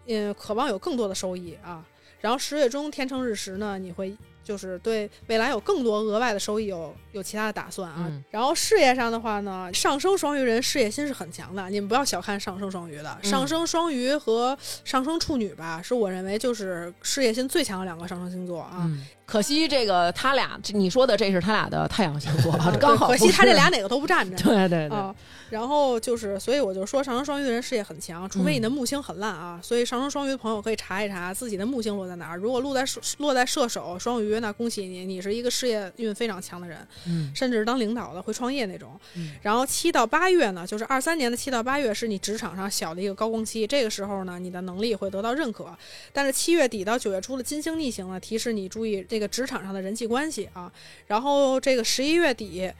Speaker 1: 嗯，渴望有更多的收益啊。然后十月中天秤日食呢，你会就是对未来有更多额外的收益有有其他的打算啊。
Speaker 3: 嗯
Speaker 1: 然后事业上的话呢，上升双鱼人事业心是很强的，你们不要小看上升双鱼的，
Speaker 3: 嗯
Speaker 1: 上升双鱼和上升处女吧，是我认为就是事业心最强的两个上升星座啊。
Speaker 3: 嗯可惜这个他俩，这你说的这是他俩的太阳星座啊，刚好
Speaker 1: 可
Speaker 3: 不
Speaker 1: 惜
Speaker 3: 是
Speaker 1: 他这俩哪个都不 占着。
Speaker 3: 对对对，
Speaker 1: 啊，然后就是，所以我就说上升双鱼的人事业很强，除
Speaker 3: 嗯
Speaker 1: 非你的木星很烂啊。所以上升双鱼的朋友可以查一查自己的木星落在哪儿。如果落在射落在射手、双鱼，那恭喜你，你是一个事业运非常强的人，
Speaker 3: 嗯
Speaker 1: 甚至是当领导的、会创业那种。
Speaker 3: 嗯
Speaker 1: 然后七到八月呢，就是二三年的七到八月是你职场上小的一个高光期，这个时候呢，你的能力会得到认可。但是七月底到九月初的金星逆行呢，提示你注意这个职场上的人际关系啊。然后这个十一月底。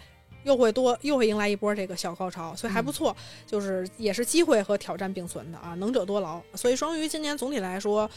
Speaker 1: 又会多又会迎来一波这个小高潮，所以还不错，
Speaker 3: 嗯
Speaker 1: 就是也是机会和挑战并存的啊，能者多劳。所以双鱼今年总体来说，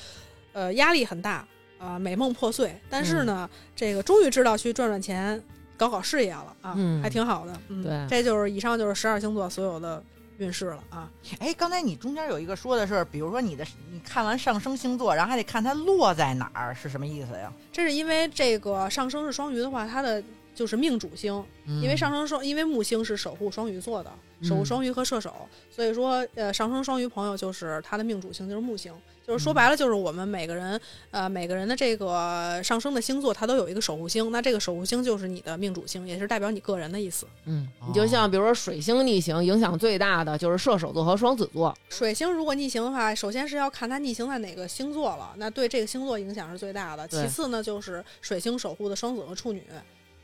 Speaker 1: 呃，压力很大，啊，美梦破碎，但是呢，这个终于知道去赚赚钱，搞搞事业了啊，
Speaker 3: 嗯
Speaker 1: 还挺好的。嗯，
Speaker 3: 对
Speaker 1: 这就是以上就是十二星座所有的运势了啊。
Speaker 2: 哎，刚才你中间有一个说的是，比如说你的你看完上升星座，然后还得看它落在哪儿，是什么意思呀？
Speaker 1: 这是因为这个上升是双鱼的话，它的就是命主星，
Speaker 2: 嗯
Speaker 1: 因为上升双，因为木星是守护双鱼座的，守护
Speaker 3: 嗯
Speaker 1: 双鱼和射手，所以说呃，上升双鱼朋友就是他的命主星就是木星，就是
Speaker 3: 嗯
Speaker 1: 说白了就是我们每个人呃每个人的这个上升的星座，它都有一个守护星，那这个守护星就是你的命主星，也是代表你个人的意思。
Speaker 3: 嗯，
Speaker 2: 哦
Speaker 3: 你就像比如说水星逆行，影响最大的就是射手座和双子座。
Speaker 1: 水星如果逆行的话，首先是要看它逆行在哪个星座了，那对这个星座影响是最大的。
Speaker 3: 对
Speaker 1: 其次呢，就是水星守护的双子和处女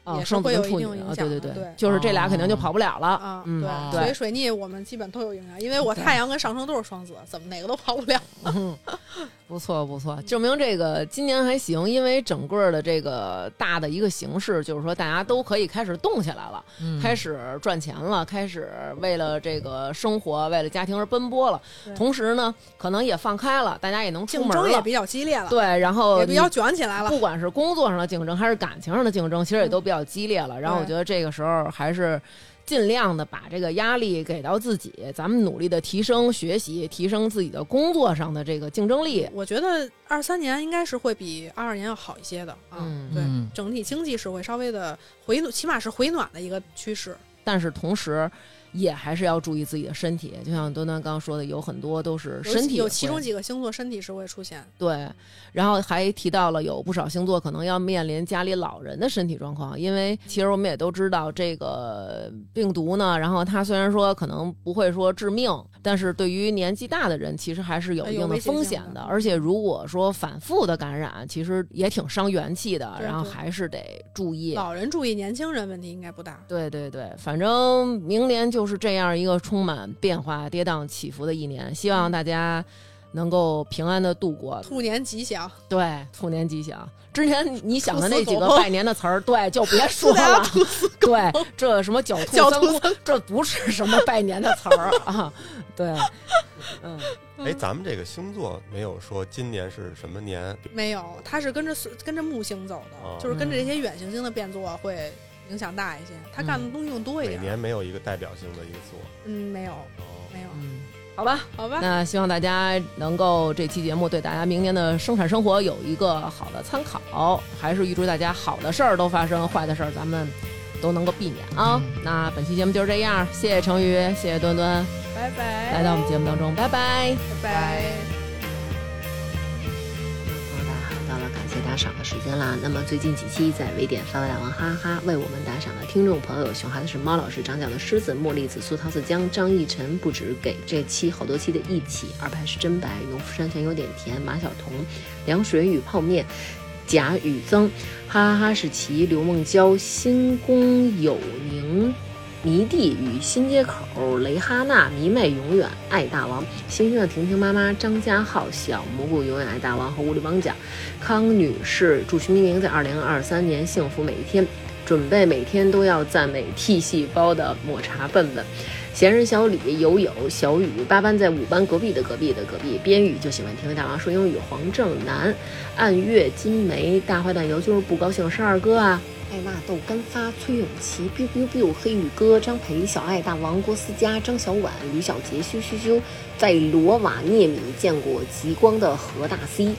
Speaker 3: 啊，
Speaker 1: 也是
Speaker 3: 双子
Speaker 1: 会有
Speaker 3: 跟
Speaker 1: 一
Speaker 3: 处女
Speaker 1: 定影
Speaker 3: 啊，
Speaker 1: 响
Speaker 3: 对
Speaker 1: 的
Speaker 3: 对
Speaker 1: 对
Speaker 3: 就是这俩肯定就跑不了了
Speaker 1: 啊，
Speaker 3: 嗯，
Speaker 1: 对，所以
Speaker 3: 对，
Speaker 1: 水逆我们基本都有影响，因为我太阳跟上升都是双子，怎么哪个都跑不了。
Speaker 3: 嗯， 不错不错，证明这个今年还行，因为整个的这个大的一个形势，就是说大家都可以开始动起来了，
Speaker 2: 嗯
Speaker 3: 开始赚钱了，开始为了这个生活、为了家庭而奔波了
Speaker 1: 对。
Speaker 3: 同时呢，可能也放开了，大家也能 出
Speaker 1: 竞
Speaker 3: 门
Speaker 1: 争也
Speaker 3: 了。
Speaker 1: 比较激烈了，，
Speaker 3: 对，然后
Speaker 1: 也比较
Speaker 3: 你
Speaker 1: 卷起来了。
Speaker 3: 不管是工作上的竞争还是感情上的竞争，其实也都比较激烈了。然后我觉得这个时候还是尽量的把这个压力给到自己，咱们努力的提升学习，提升自己的工作上的这个竞争力。
Speaker 1: 我觉得二三年应该是会比二二年要好一些的啊，
Speaker 3: 嗯
Speaker 1: 对，
Speaker 2: 嗯
Speaker 1: 整体经济是会稍微的回暖，起码是回暖的一个趋势。
Speaker 3: 但是同时，也还是要注意自己的身体。就像端端刚刚说的，有很多都是
Speaker 1: 有
Speaker 3: 身体
Speaker 1: 有
Speaker 3: 会
Speaker 1: 其中几个星座身体是会出现，
Speaker 3: 对，然后还提到了有不少星座可能要面临家里老人的身体状况，因为其实我们也都知道这个病毒呢，然后它虽然说可能不会说致命，但是对于年纪大的人其实还是有
Speaker 1: 哎
Speaker 3: 一
Speaker 1: 有
Speaker 3: 定的
Speaker 1: 危险
Speaker 3: 风
Speaker 1: 性
Speaker 3: 险
Speaker 1: 的
Speaker 3: 的，而且如果说反复的感染，其实也挺伤元气的，
Speaker 1: 对
Speaker 3: 然后
Speaker 1: 对
Speaker 3: 还是得注意。
Speaker 1: 老人注意，年轻人问题应该不大。
Speaker 3: 对对对，反正明年就是这样一个充满变化、跌宕起伏的一年，希望大家能够平安的度过。
Speaker 1: 嗯兔年吉祥，
Speaker 3: 对，兔年吉祥。之前你想的那几
Speaker 1: 兔死
Speaker 3: 个
Speaker 1: 狗烹
Speaker 3: 拜年的词儿，对，就别 说了。对，这什么狡兔
Speaker 1: 狡
Speaker 3: 三
Speaker 1: 兔
Speaker 3: 窟，这不是什么拜年的词儿啊。 对，嗯，
Speaker 4: 哎，咱们这个星座没有说今年是什么年，
Speaker 1: 没有，它是跟着跟着木星走的，
Speaker 4: 哦
Speaker 1: 就是跟着这些远行星的变作会影响大一些，它干的东西更多一
Speaker 4: 每
Speaker 1: 点。
Speaker 4: 年没有一个代表性的一个座。
Speaker 1: 嗯，没有，
Speaker 4: 哦，
Speaker 1: 没有，
Speaker 3: 嗯好吧，
Speaker 1: 好吧。
Speaker 3: 那希望大家能够这期节目对大家明年的生产生活有一个好的参考，还是预祝大家好的事儿都发生，坏的事儿咱们都能够避免啊。那本期节目就是这样，谢谢成宇，谢谢端端
Speaker 1: 拜拜，
Speaker 3: 来到我们节目当中，拜拜。
Speaker 1: 拜拜。
Speaker 7: 好的，到了感谢打赏的时间啦。那么最近几期在微点发发大王哈哈哈为我们打赏的听众朋友，熊孩子是猫老师、长角的狮子、茉莉紫苏、桃子江、张逸晨，不止给这期好多期的一起，二排是真白、农夫山泉有点甜、马小彤、凉水与泡面。贾雨增，哈哈哈士奇、刘梦娇、新宫有宁、迷弟与新街口、雷哈娜、迷妹永远爱大王、星星的婷婷妈妈、张家浩、小蘑菇永远爱大王和乌里邦奖。康女士祝徐明明在二零二三年幸福每一天，准备每天都要赞美 T 细胞的抹茶笨笨。闲人小李、友友、小雨、八班在五班隔壁的隔壁的隔壁，边雨就喜欢听大王说英语。黄正南、暗月、金梅、大坏蛋尤就是不高兴，是二哥啊。艾玛、豆干发、崔永琪、biu biu biu、黑羽哥、张培、小爱、大王、郭思佳、张小婉、吕小杰、咻咻咻，在罗瓦涅米见过极光的何大 C。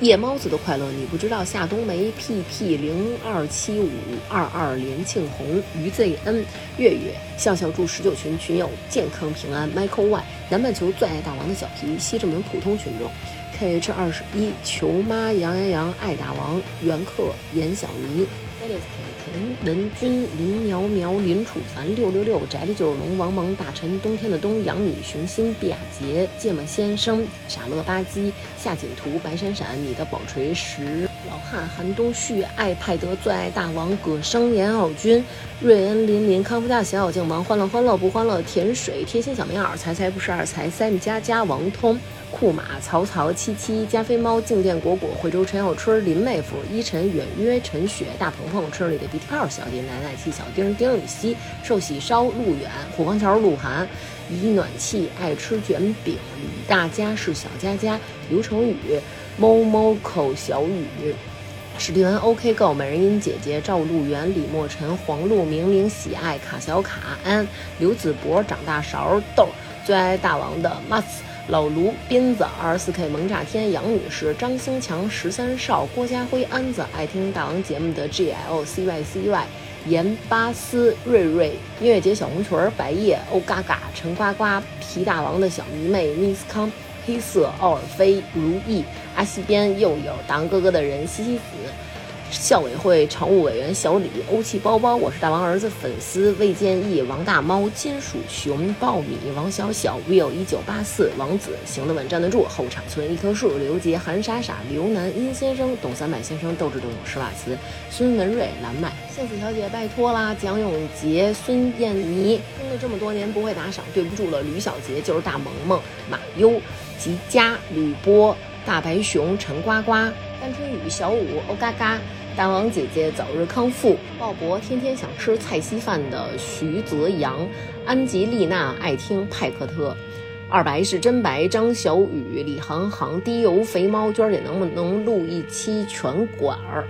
Speaker 7: 夜猫子的快乐，你不知道夏冬梅、PP 零二七五二二、连庆红、于 ZN、月月、笑笑祝十九群群友健康平安、Michael Y、南半球最爱大王的小皮、西直门普通群众、 KH 二十一、球妈、杨洋洋、爱打王、袁克、严小妮、Felix、田文军、林苗苗、林楚凡、六六六、宅里九龙、王蒙、大陈、冬天的冬、杨女、熊心、毕雅杰、芥末先生、傻乐吧唧、夏锦图、白闪闪、你的宝锤石、老汉、韩东旭、爱派德、最爱大王、葛生、严傲君、瑞恩、林林、康复大小小靖王、欢乐欢乐不欢乐、甜水、贴心小棉袄、财财不是二财、三佳佳、王通。库马、曹操、七七、加菲猫、静电果果、惠州陈小春、林妹夫、依晨、远约、陈雪、大鹏鹏、车里的鼻涕泡、小林、奶奶气、小丁、丁禹兮、寿喜烧、陆远、虎坊桥、鹿晗、以暖气、爱吃卷饼、李大家是小佳佳、刘成宇、猫猫口小雨。史蒂文 OK Go 美人音姐姐赵露媛李莫尘黄璐明明喜爱卡小卡安刘子博长大勺豆儿最爱大王的 Mas 老卢斌子二十四 K 萌炸天杨女士张兴强十三少郭家辉安子爱听大王节目的 G L C Y C Y 严巴斯瑞瑞音乐节小红裙儿白夜欧嘎嘎陈呱呱皮大王的小迷妹 Miss 康黑色奥尔菲如意阿西边又有大王哥哥的人西西子。校委会常务委员小李、欧气包包，我是大王儿子粉丝魏建义、王大猫、金属熊、爆米、王小小、Will 一九八四、王子行得稳站得住、后场村一棵树、刘杰、韩傻傻、刘楠、殷先生、董三百先生、斗智斗勇施瓦茨、孙文瑞、蓝麦、杏子小姐，拜托啦！蒋永杰、孙燕妮，跟了这么多年不会打赏，对不住了。吕小杰就是大萌萌、马优、吉佳、吕波、大白熊、陈呱呱、甘春雨、小五、欧嘎嘎。大王姐姐早日康复。鲍勃天天想吃菜稀饭的徐泽阳，安吉丽娜爱听派克特，二白是真白，张小雨、李航航、低油肥猫，娟儿姐能不能录一期全馆儿？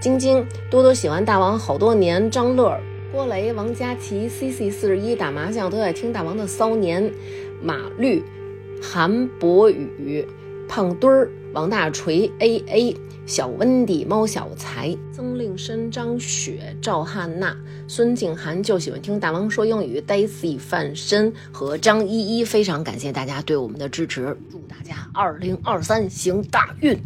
Speaker 7: 晶晶多多喜欢大王好多年，张乐儿、郭雷、王佳琪、C C 四十一打麻将都在听大王的骚年，马律、韩博宇、胖墩儿、王大锤 A A。小温迪、猫小才、曾令申、张雪、赵汉娜、孙静涵就喜欢听大王说英语，Daisy、范申和张依依，非常感谢大家对我们的支持，祝大家二零二三行大运！